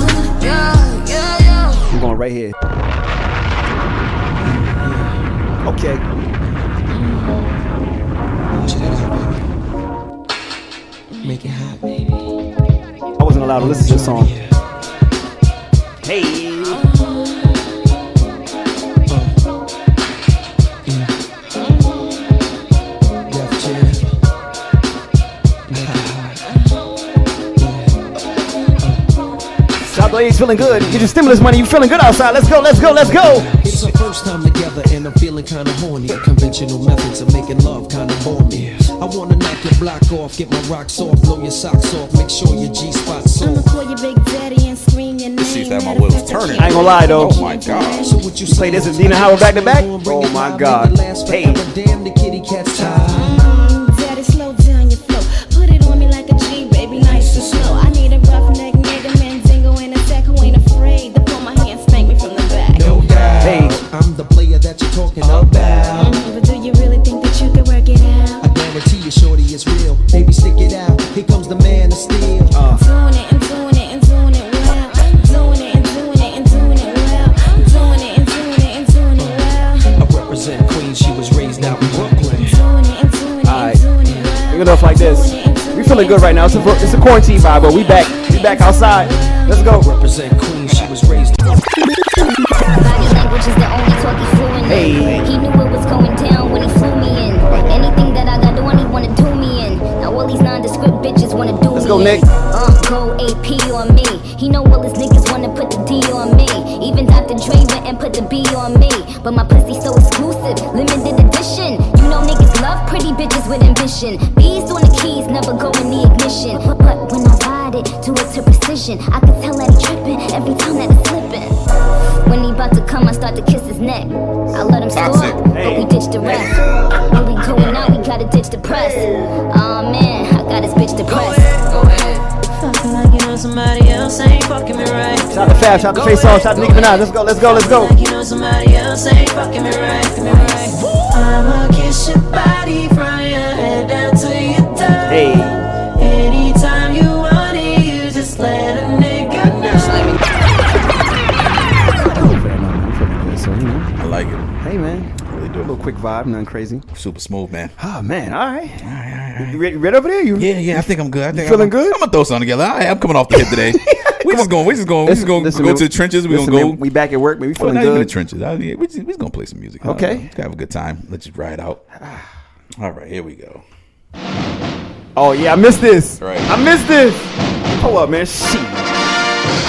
yeah, yeah, yeah.
We're going right here. Okay.
Make it hot.
I wasn't allowed to listen to this song. Hey. South LA is feeling good. Get your stimulus money. You feeling good outside. Let's go, let's go, let's go.
It's our first time together and I'm feeling kinda horny. Conventional methods of making love kinda bore me. I wanna knock your block off, get my rocks off, blow your socks off, make sure your G spot's
I'ma call your big daddy and scream your name.
She used to have my wheels turning.
I ain't gonna lie though.
Oh my god.
So what you
play this with Dina Howard back to back? Oh my god. Hey,
Damn, the kitty cat's tired.
Daddy, slow down your flow. Put it on me like a G, baby, nice and slow. I need a rough neck nigga, mandingo in a sack who ain't afraid to pull my hand, spank me from the back.
No doubt. I'm the player that you're talking about.
Mm, But do you really think that you could work it out?
I guarantee you, shorty, it's real. Baby, stick it out. Here comes the man of steel.
Uh.
Doing it and doing it and doing it well. Doing it and doing it and doing it well. Doing it and doing it and doing it
I
well.
represent Queen. She was raised out in Brooklyn.
Doing it and doing it
Alright.
and doing it well.
Make it up like this. We feeling good right now. It's a, it's a quarantine vibe, but we back. We back outside. Let's go.
Represent Queen. She was raised.
Body language is the only talk he fluent in.
Hey.
He knew it was going down when he flew me in. Anything that I got doing, he wanna do me in. Now all these nondescript bitches wanna do
Let's
me
go,
in.
Nick.
Uh, go AP on me. He know all his niggas wanna put the D on me. Even Dr. Dre went and put the B on me. But my pussy so exclusive, limited edition. You know niggas love pretty bitches with ambition. Bees on the keys, never go in the ignition. But, but when I ride it, do it to precision. I can tell that he tripping every time that it's slipping. When he about to come, I start to kiss his neck. I let him slow
Toxic.
up, but we ditch the rest. When we going out, we gotta ditch the press. Aw man, I got his bitch depressed.
Fucking like you know somebody else ain't fucking me right.
Shout out to Fab. Shout out to Face Off. Shout out to Nicki Minaj. Let's go. Let's go. Let's go.
Like you know somebody else ain't fucking me right. fucking me right. I'ma kiss your body from your head down to your toes.
Hey.
Anytime you want it, you just let a nigga know.
I like it.
Hey man,
I really
a
do.
little quick vibe, nothing crazy.
Super smooth, man.
Oh man, all right. You ready, you ready over there? You
Yeah, yeah, I think I'm good. I think
feeling
I'm,
good?
I'm gonna throw something together. I, am coming off the hip today. we just going. We just going. We just going to go
man,
to the trenches. We
listen,
gonna go. Oh,
man, we back at work, man. We
well,
feeling
not even the
good.
trenches. I, yeah, we just, we just gonna play some music. I don't
Okay.
know. Just have a good time. Let's just ride out. All right, here we go.
oh yeah, I missed this.
Right.
I missed this. Hold up, man. Shit.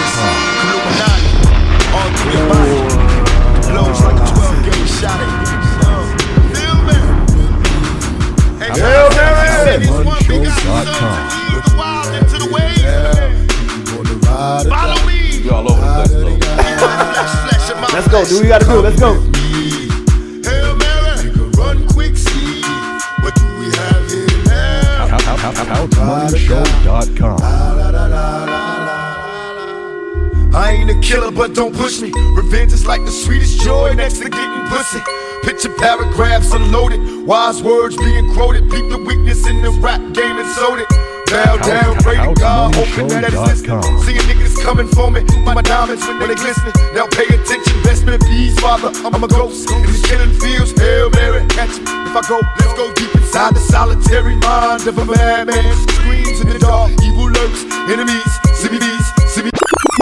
Illuminati, onto your body. Blows like a 12 gauge shot at you. Feel me? Hey,
At
Travis, this one big
munchos.com.
lead the wild into the waves. Follow me.
You all over the place. though.
Flesh, flesh of my
Let's go. Do what we gotta do. Let's go.
Hail Mary, run quick, see what do we have here now?
CouchMoneyShow.com.
I ain't a killer, but don't push me. Revenge is like the sweetest joy next to getting pussy. Picture paragraphs unloaded, wise words being quoted. Peep the weakness in the rap game and sold it. Bow down, pray to God, hoping that it's listening. Seeing niggas coming for me, my my diamonds when they glistening. Now pay attention, investment please, father. I'm a ghost, and this killing feels Hail Mary, catch me. If I go, let's go deep inside the solitary mind of a madman. Screams in the dark, evil lurks, enemies, CBDs, CBDs.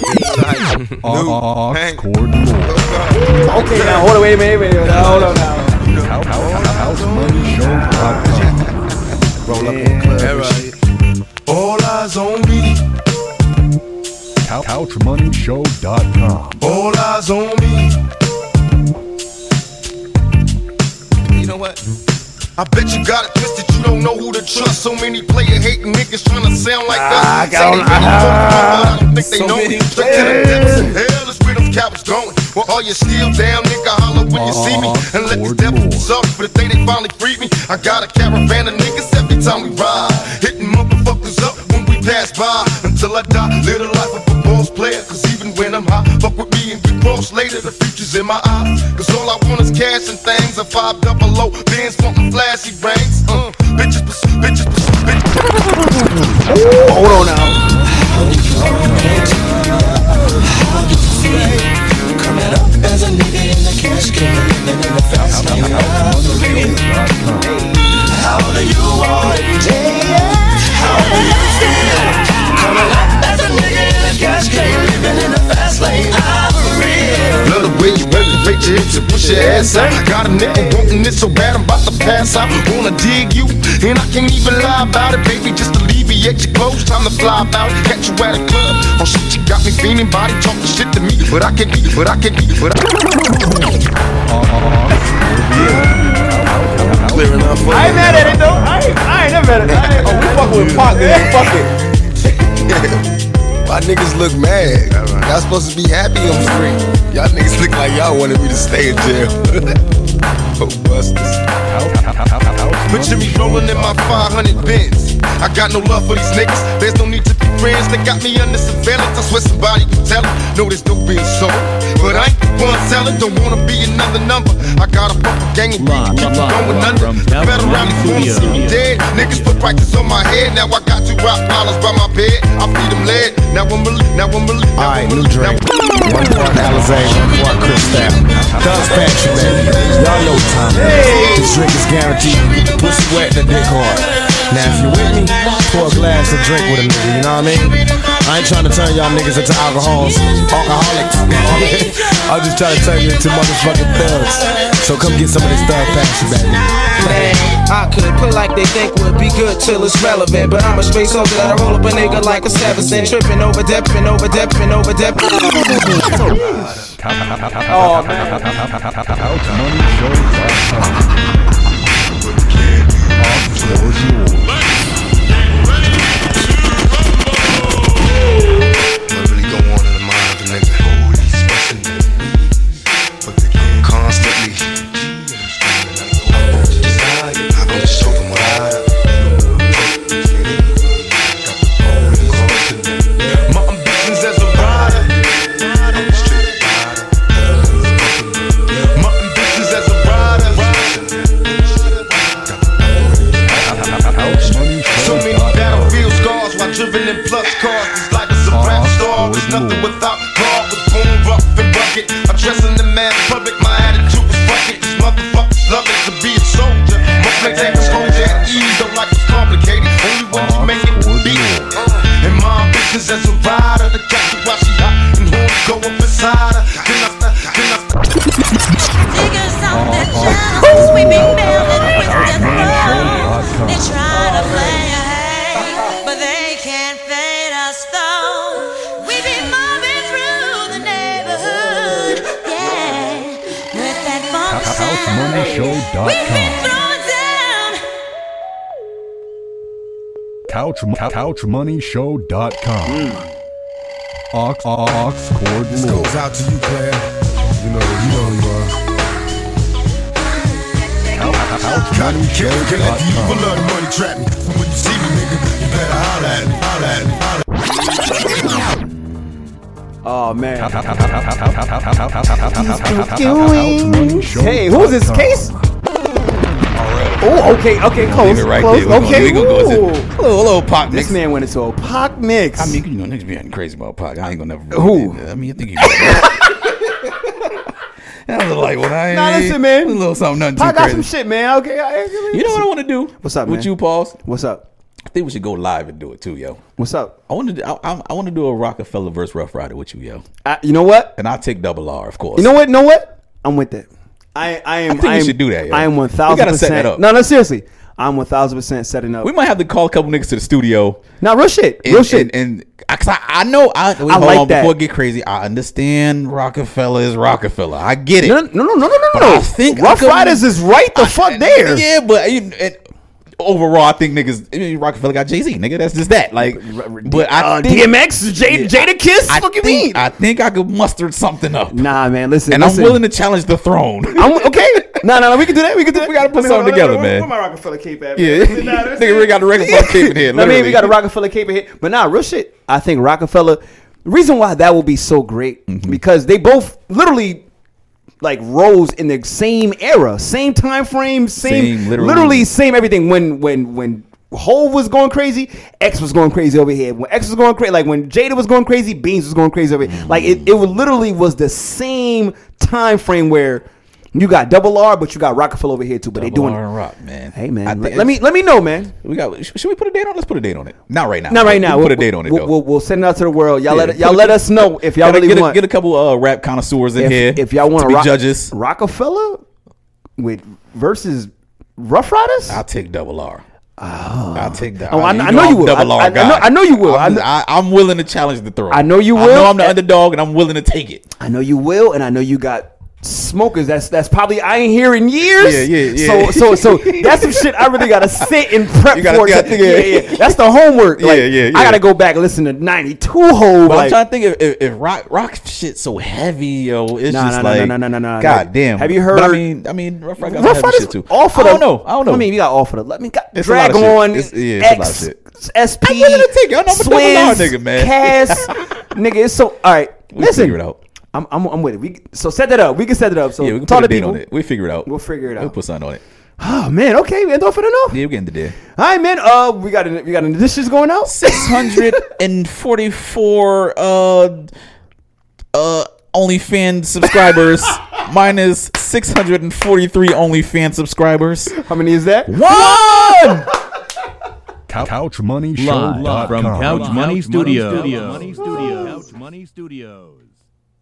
Oxcord Lord.
Okay, now hold on, wait a minute, wait a minute. Hold on now.
House Money Show Podcast. Roll up in the club.
All eyes on me.
Cou- CouchMoneyShow.com.
All eyes on me. You know what? I bet you got it twisted. You don't know who to trust. So many player hating niggas trying to sound like us.
Ah, I
Say
got
they
on-
really
ah,
fucked up, but I don't think they
so
know
many
me. Straight to the depths. Hell is where them cowards going. Well, all you still down, nigga, holler when you see me.
Uh-huh.
And let the devil suck. But if they they finally freed me, I got a caravan of niggas every time we ride. Hitting motherfuckers up when we pass by. Until I die, live the life of a boss player. Cause even when I'm high, fuck with me and we cross later. The future's in my eyes. Cause all I want is cash and things. A five double O, bands wanting flashy rings. Uh, bitches, pursue, bitches, pursue, bitches.
hold on now.
Love the way you elevate your hips and push your ass out. I got a nigga wanting it so bad, I'm about to pass out. Wanna dig you, and I can't even lie about it, baby. Just alleviate your clothes, time to fly about it. Catch you at a club. Oh shit, you got me feeling body talking shit to me, but I can't be, but I can't be, but I.
Clearing up for
I ain't mad at it though. I ain't, I ain't never mad at it. I ain't, oh, we fucking with Pac, man. Fuck it.
My niggas look mad. Y'all supposed to be happy on the street. Y'all niggas look like y'all wanted me to stay in jail. oh, busters.
Picture me rolling in my 500 bins. I got no love for these niggas. There's no need to be friends. They got me under surveillance. I swear somebody can tell it. No, there's no being sold. But I ain't the one selling. Don't wanna be another number. I got a fucking gang and
Rum,
keep
rum, rum,
going
rum,
under.
rum,
You better
rum,
rally
rum,
for me,
studio.
see me dead. Niggas put prices on my head. Now I got two rock dollars by my bed. I feed them lead. Now I'm really, now I'm really. Alright, new drink.
One part Alizé, one part Cristal. Thugs Factory, baby. Y'all know the time. This drink is guaranteed. Get the pussy wet and the dick hard. Now, if you with me, pour a glass of drink with a nigga, you know what I mean? I ain't trying to turn y'all niggas into alcohols, alcoholics. you know what I mean? I'm just trying to turn you into motherfucking thugs. So come get some of this thug faction, baby.
Man, I could play like they think would be good till it's relevant. But I'm a straight soldier that I roll up a nigga like a seven cent. Tripping over deppin', over deppin', over deppin'.
Oh, man. Couch Money
What really go on in the mind of a nigga? Who he's expressing it. But they constantly. I gon' just show them what I do. My ambitions as a rider. I'm a straight rider. My ambitions as a rider. So many battlefield scars while driven in plus cars. This life is a rap star. It's nothing without God. Was born rough and rugged. I dress in the mass public. My attitude was bucket. These motherfuckers love it to be a soldier. Most make take us hold at ease. Don't like it's complicated. Only when you make it beat. And my ambitions as a rider. The captain while she hot and horns go up inside her. Then I start, then I start.
Swimming down in the wisdom road. They try to play ahead, but they can't fade us though. We be moving through the neighborhood, yeah, with that funk sound.
CouchMoneyShow.com.
Throwing down
Couch, CouchMoneyShow.com. Ox, Oxcord
This
Lord.
goes out to you, Claire. You know, you know who you are.
Got me killed, can let the evil of the money trap me. So when you see me, nigga, you better holler at me, holler at me, holler at me.
Oh man.
Hey,
Hey, who's this case? Oh, okay, okay, close,
Leave it right
close,
there. We're
okay.
gonna- we're gonna go
ooh.
into- Hello, hello, Pac
This
mix.
man went into a Pac mix.
I mean, you know, niggas be acting crazy about Pac. I ain't gonna never.
Who?
I mean, I think you. I was like, well, I ain't.
Nah, listen, man.
A little something, nothing
Pac
too
got
crazy.
some shit, man. Okay, I,
You know what I want to do?
What's up,
With
man?
you, Pauls?
What's up?
I think we should go live and do it too, yo.
What's up?
I want to. I, I, I want to do a Rockefeller versus Rough Rider with you, yo.
you know what?
And I take double R, of course.
You know what? You know what? I'm with that. I I am.
I think we
am,
should do that, yo.
I am
We
one
gotta
thousand percent.
set that up.
No, no, seriously. I'm one thousand percent setting up.
We might have to call a couple niggas to the studio.
Now, real shit.
And, real shit. And, and- 'cause I, I know I, wait,
I
hold
like
on,
that.
Before it get crazy, I understand Rockefeller is Rockefeller. I get it.
No, no, no, no, no, no.
But
no.
I think
Rough
I couldn't-
Riders is right the fuck there.
Yeah, but you, and overall, I think niggas I mean, Rockefeller got Jay Z. Nigga, that's just that. Like, but I
Uh,
think,
DMX, Jada, Jada Kiss.
I
fuck you
think-
mean?
I think I could muster something up.
Nah, man. Listen,
and I'm
listen.
willing to challenge the throne.
I'm, okay. No, no, no. We can do that. We can do that. We gotta
put something together, man.
my Rockefeller cape at?
Yeah, nigga, we got a Rockefeller cape in here.
I mean, we
literally.
got a Rockefeller cape in here. But nah, real shit. I think Rockefeller. The reason why that will be so great
Mm-hmm.
because they both literally like rose in the same era, same time frame, same,
Same,
literally.
literally.
same everything. When when when Hove was going crazy, X was going crazy over here. When X was going crazy, like when Jada was going crazy, Beans was going crazy over here. Like it, it was literally was the same time frame where. You got double R, but you got Rockefeller over here too. But they
Double
doing
R and Rock, man.
Hey man,
I
let,
think-
let me let me know, man.
We got. sh- Should we put a date on? it? Let's put a date on it. Not right now.
Not right now.
We put
We'll-
a date on it
We'll,
though.
we'll, we'll send it out to the world. Y'all
Yeah.
let y'all
Put a-
let us know if y'all
Get a-
really
get a,
want.
Get a couple uh, rap connoisseurs in
if,
here.
if y'all want
to
to
be
rock,
judges,
Rockefeller with versus Rough Riders.
I'll take double R. I'll take that.
Oh, I kn-
mean,
I know you will.
Double
I-
R
I- I
guy.
know- I know you will. I
I'm,
kn-
I, am willing to challenge the throne.
I know you
I
will.
know I'm the underdog, and I'm willing to take it.
I know you will, and I know you got smokers. That's that's probably I ain't here in years.
Yeah, yeah, yeah.
So so so that's some shit I really gotta sit and prep
You gotta-
for.
you gotta think- yeah.
That's the homework. Like,
Yeah, yeah, yeah.
I gotta go back and listen to '92 whole.
But I'm
Like,
trying to think if, if, if rock rock shit so heavy, yo. It's
Nah,
just
nah, nah,
like
nah, nah, nah, nah.
God damn.
Have you
But I
heard-
mean, I mean, rough rock got
Rough
some heavy
Riders
shit too.
all for
I don't
the-
know. I don't know.
I mean, you got all for the. Let me got
It's a lot
drag
of shit.
on.
It's- yeah, it's a lot of
X,
shit.
SP.
I'm willing to take it. I'm a double R
Swizz,
nigga, man.
Cass, nigga. It's so all right.
We
Listen,
figure it out.
I'm, I'm I'm with it. We so set that up. We can set it up. So
yeah, we can
talk
put a
to
date
people.
on it. We figure it out.
We'll figure it
We'll
out.
put something on it.
Oh man, okay, man. Don't fit enough.
Yeah, we're getting the deal.
All right, man. Uh, we got an, we got an dishes going out.
Six hundred and forty-four uh uh OnlyFans subscribers minus six hundred and forty-three OnlyFans subscribers.
How many is that?
One.
Cou- Couch Money Show
Live from Couch Money Studios.
Studios.
Couch Money Studios. Couch Money Studios.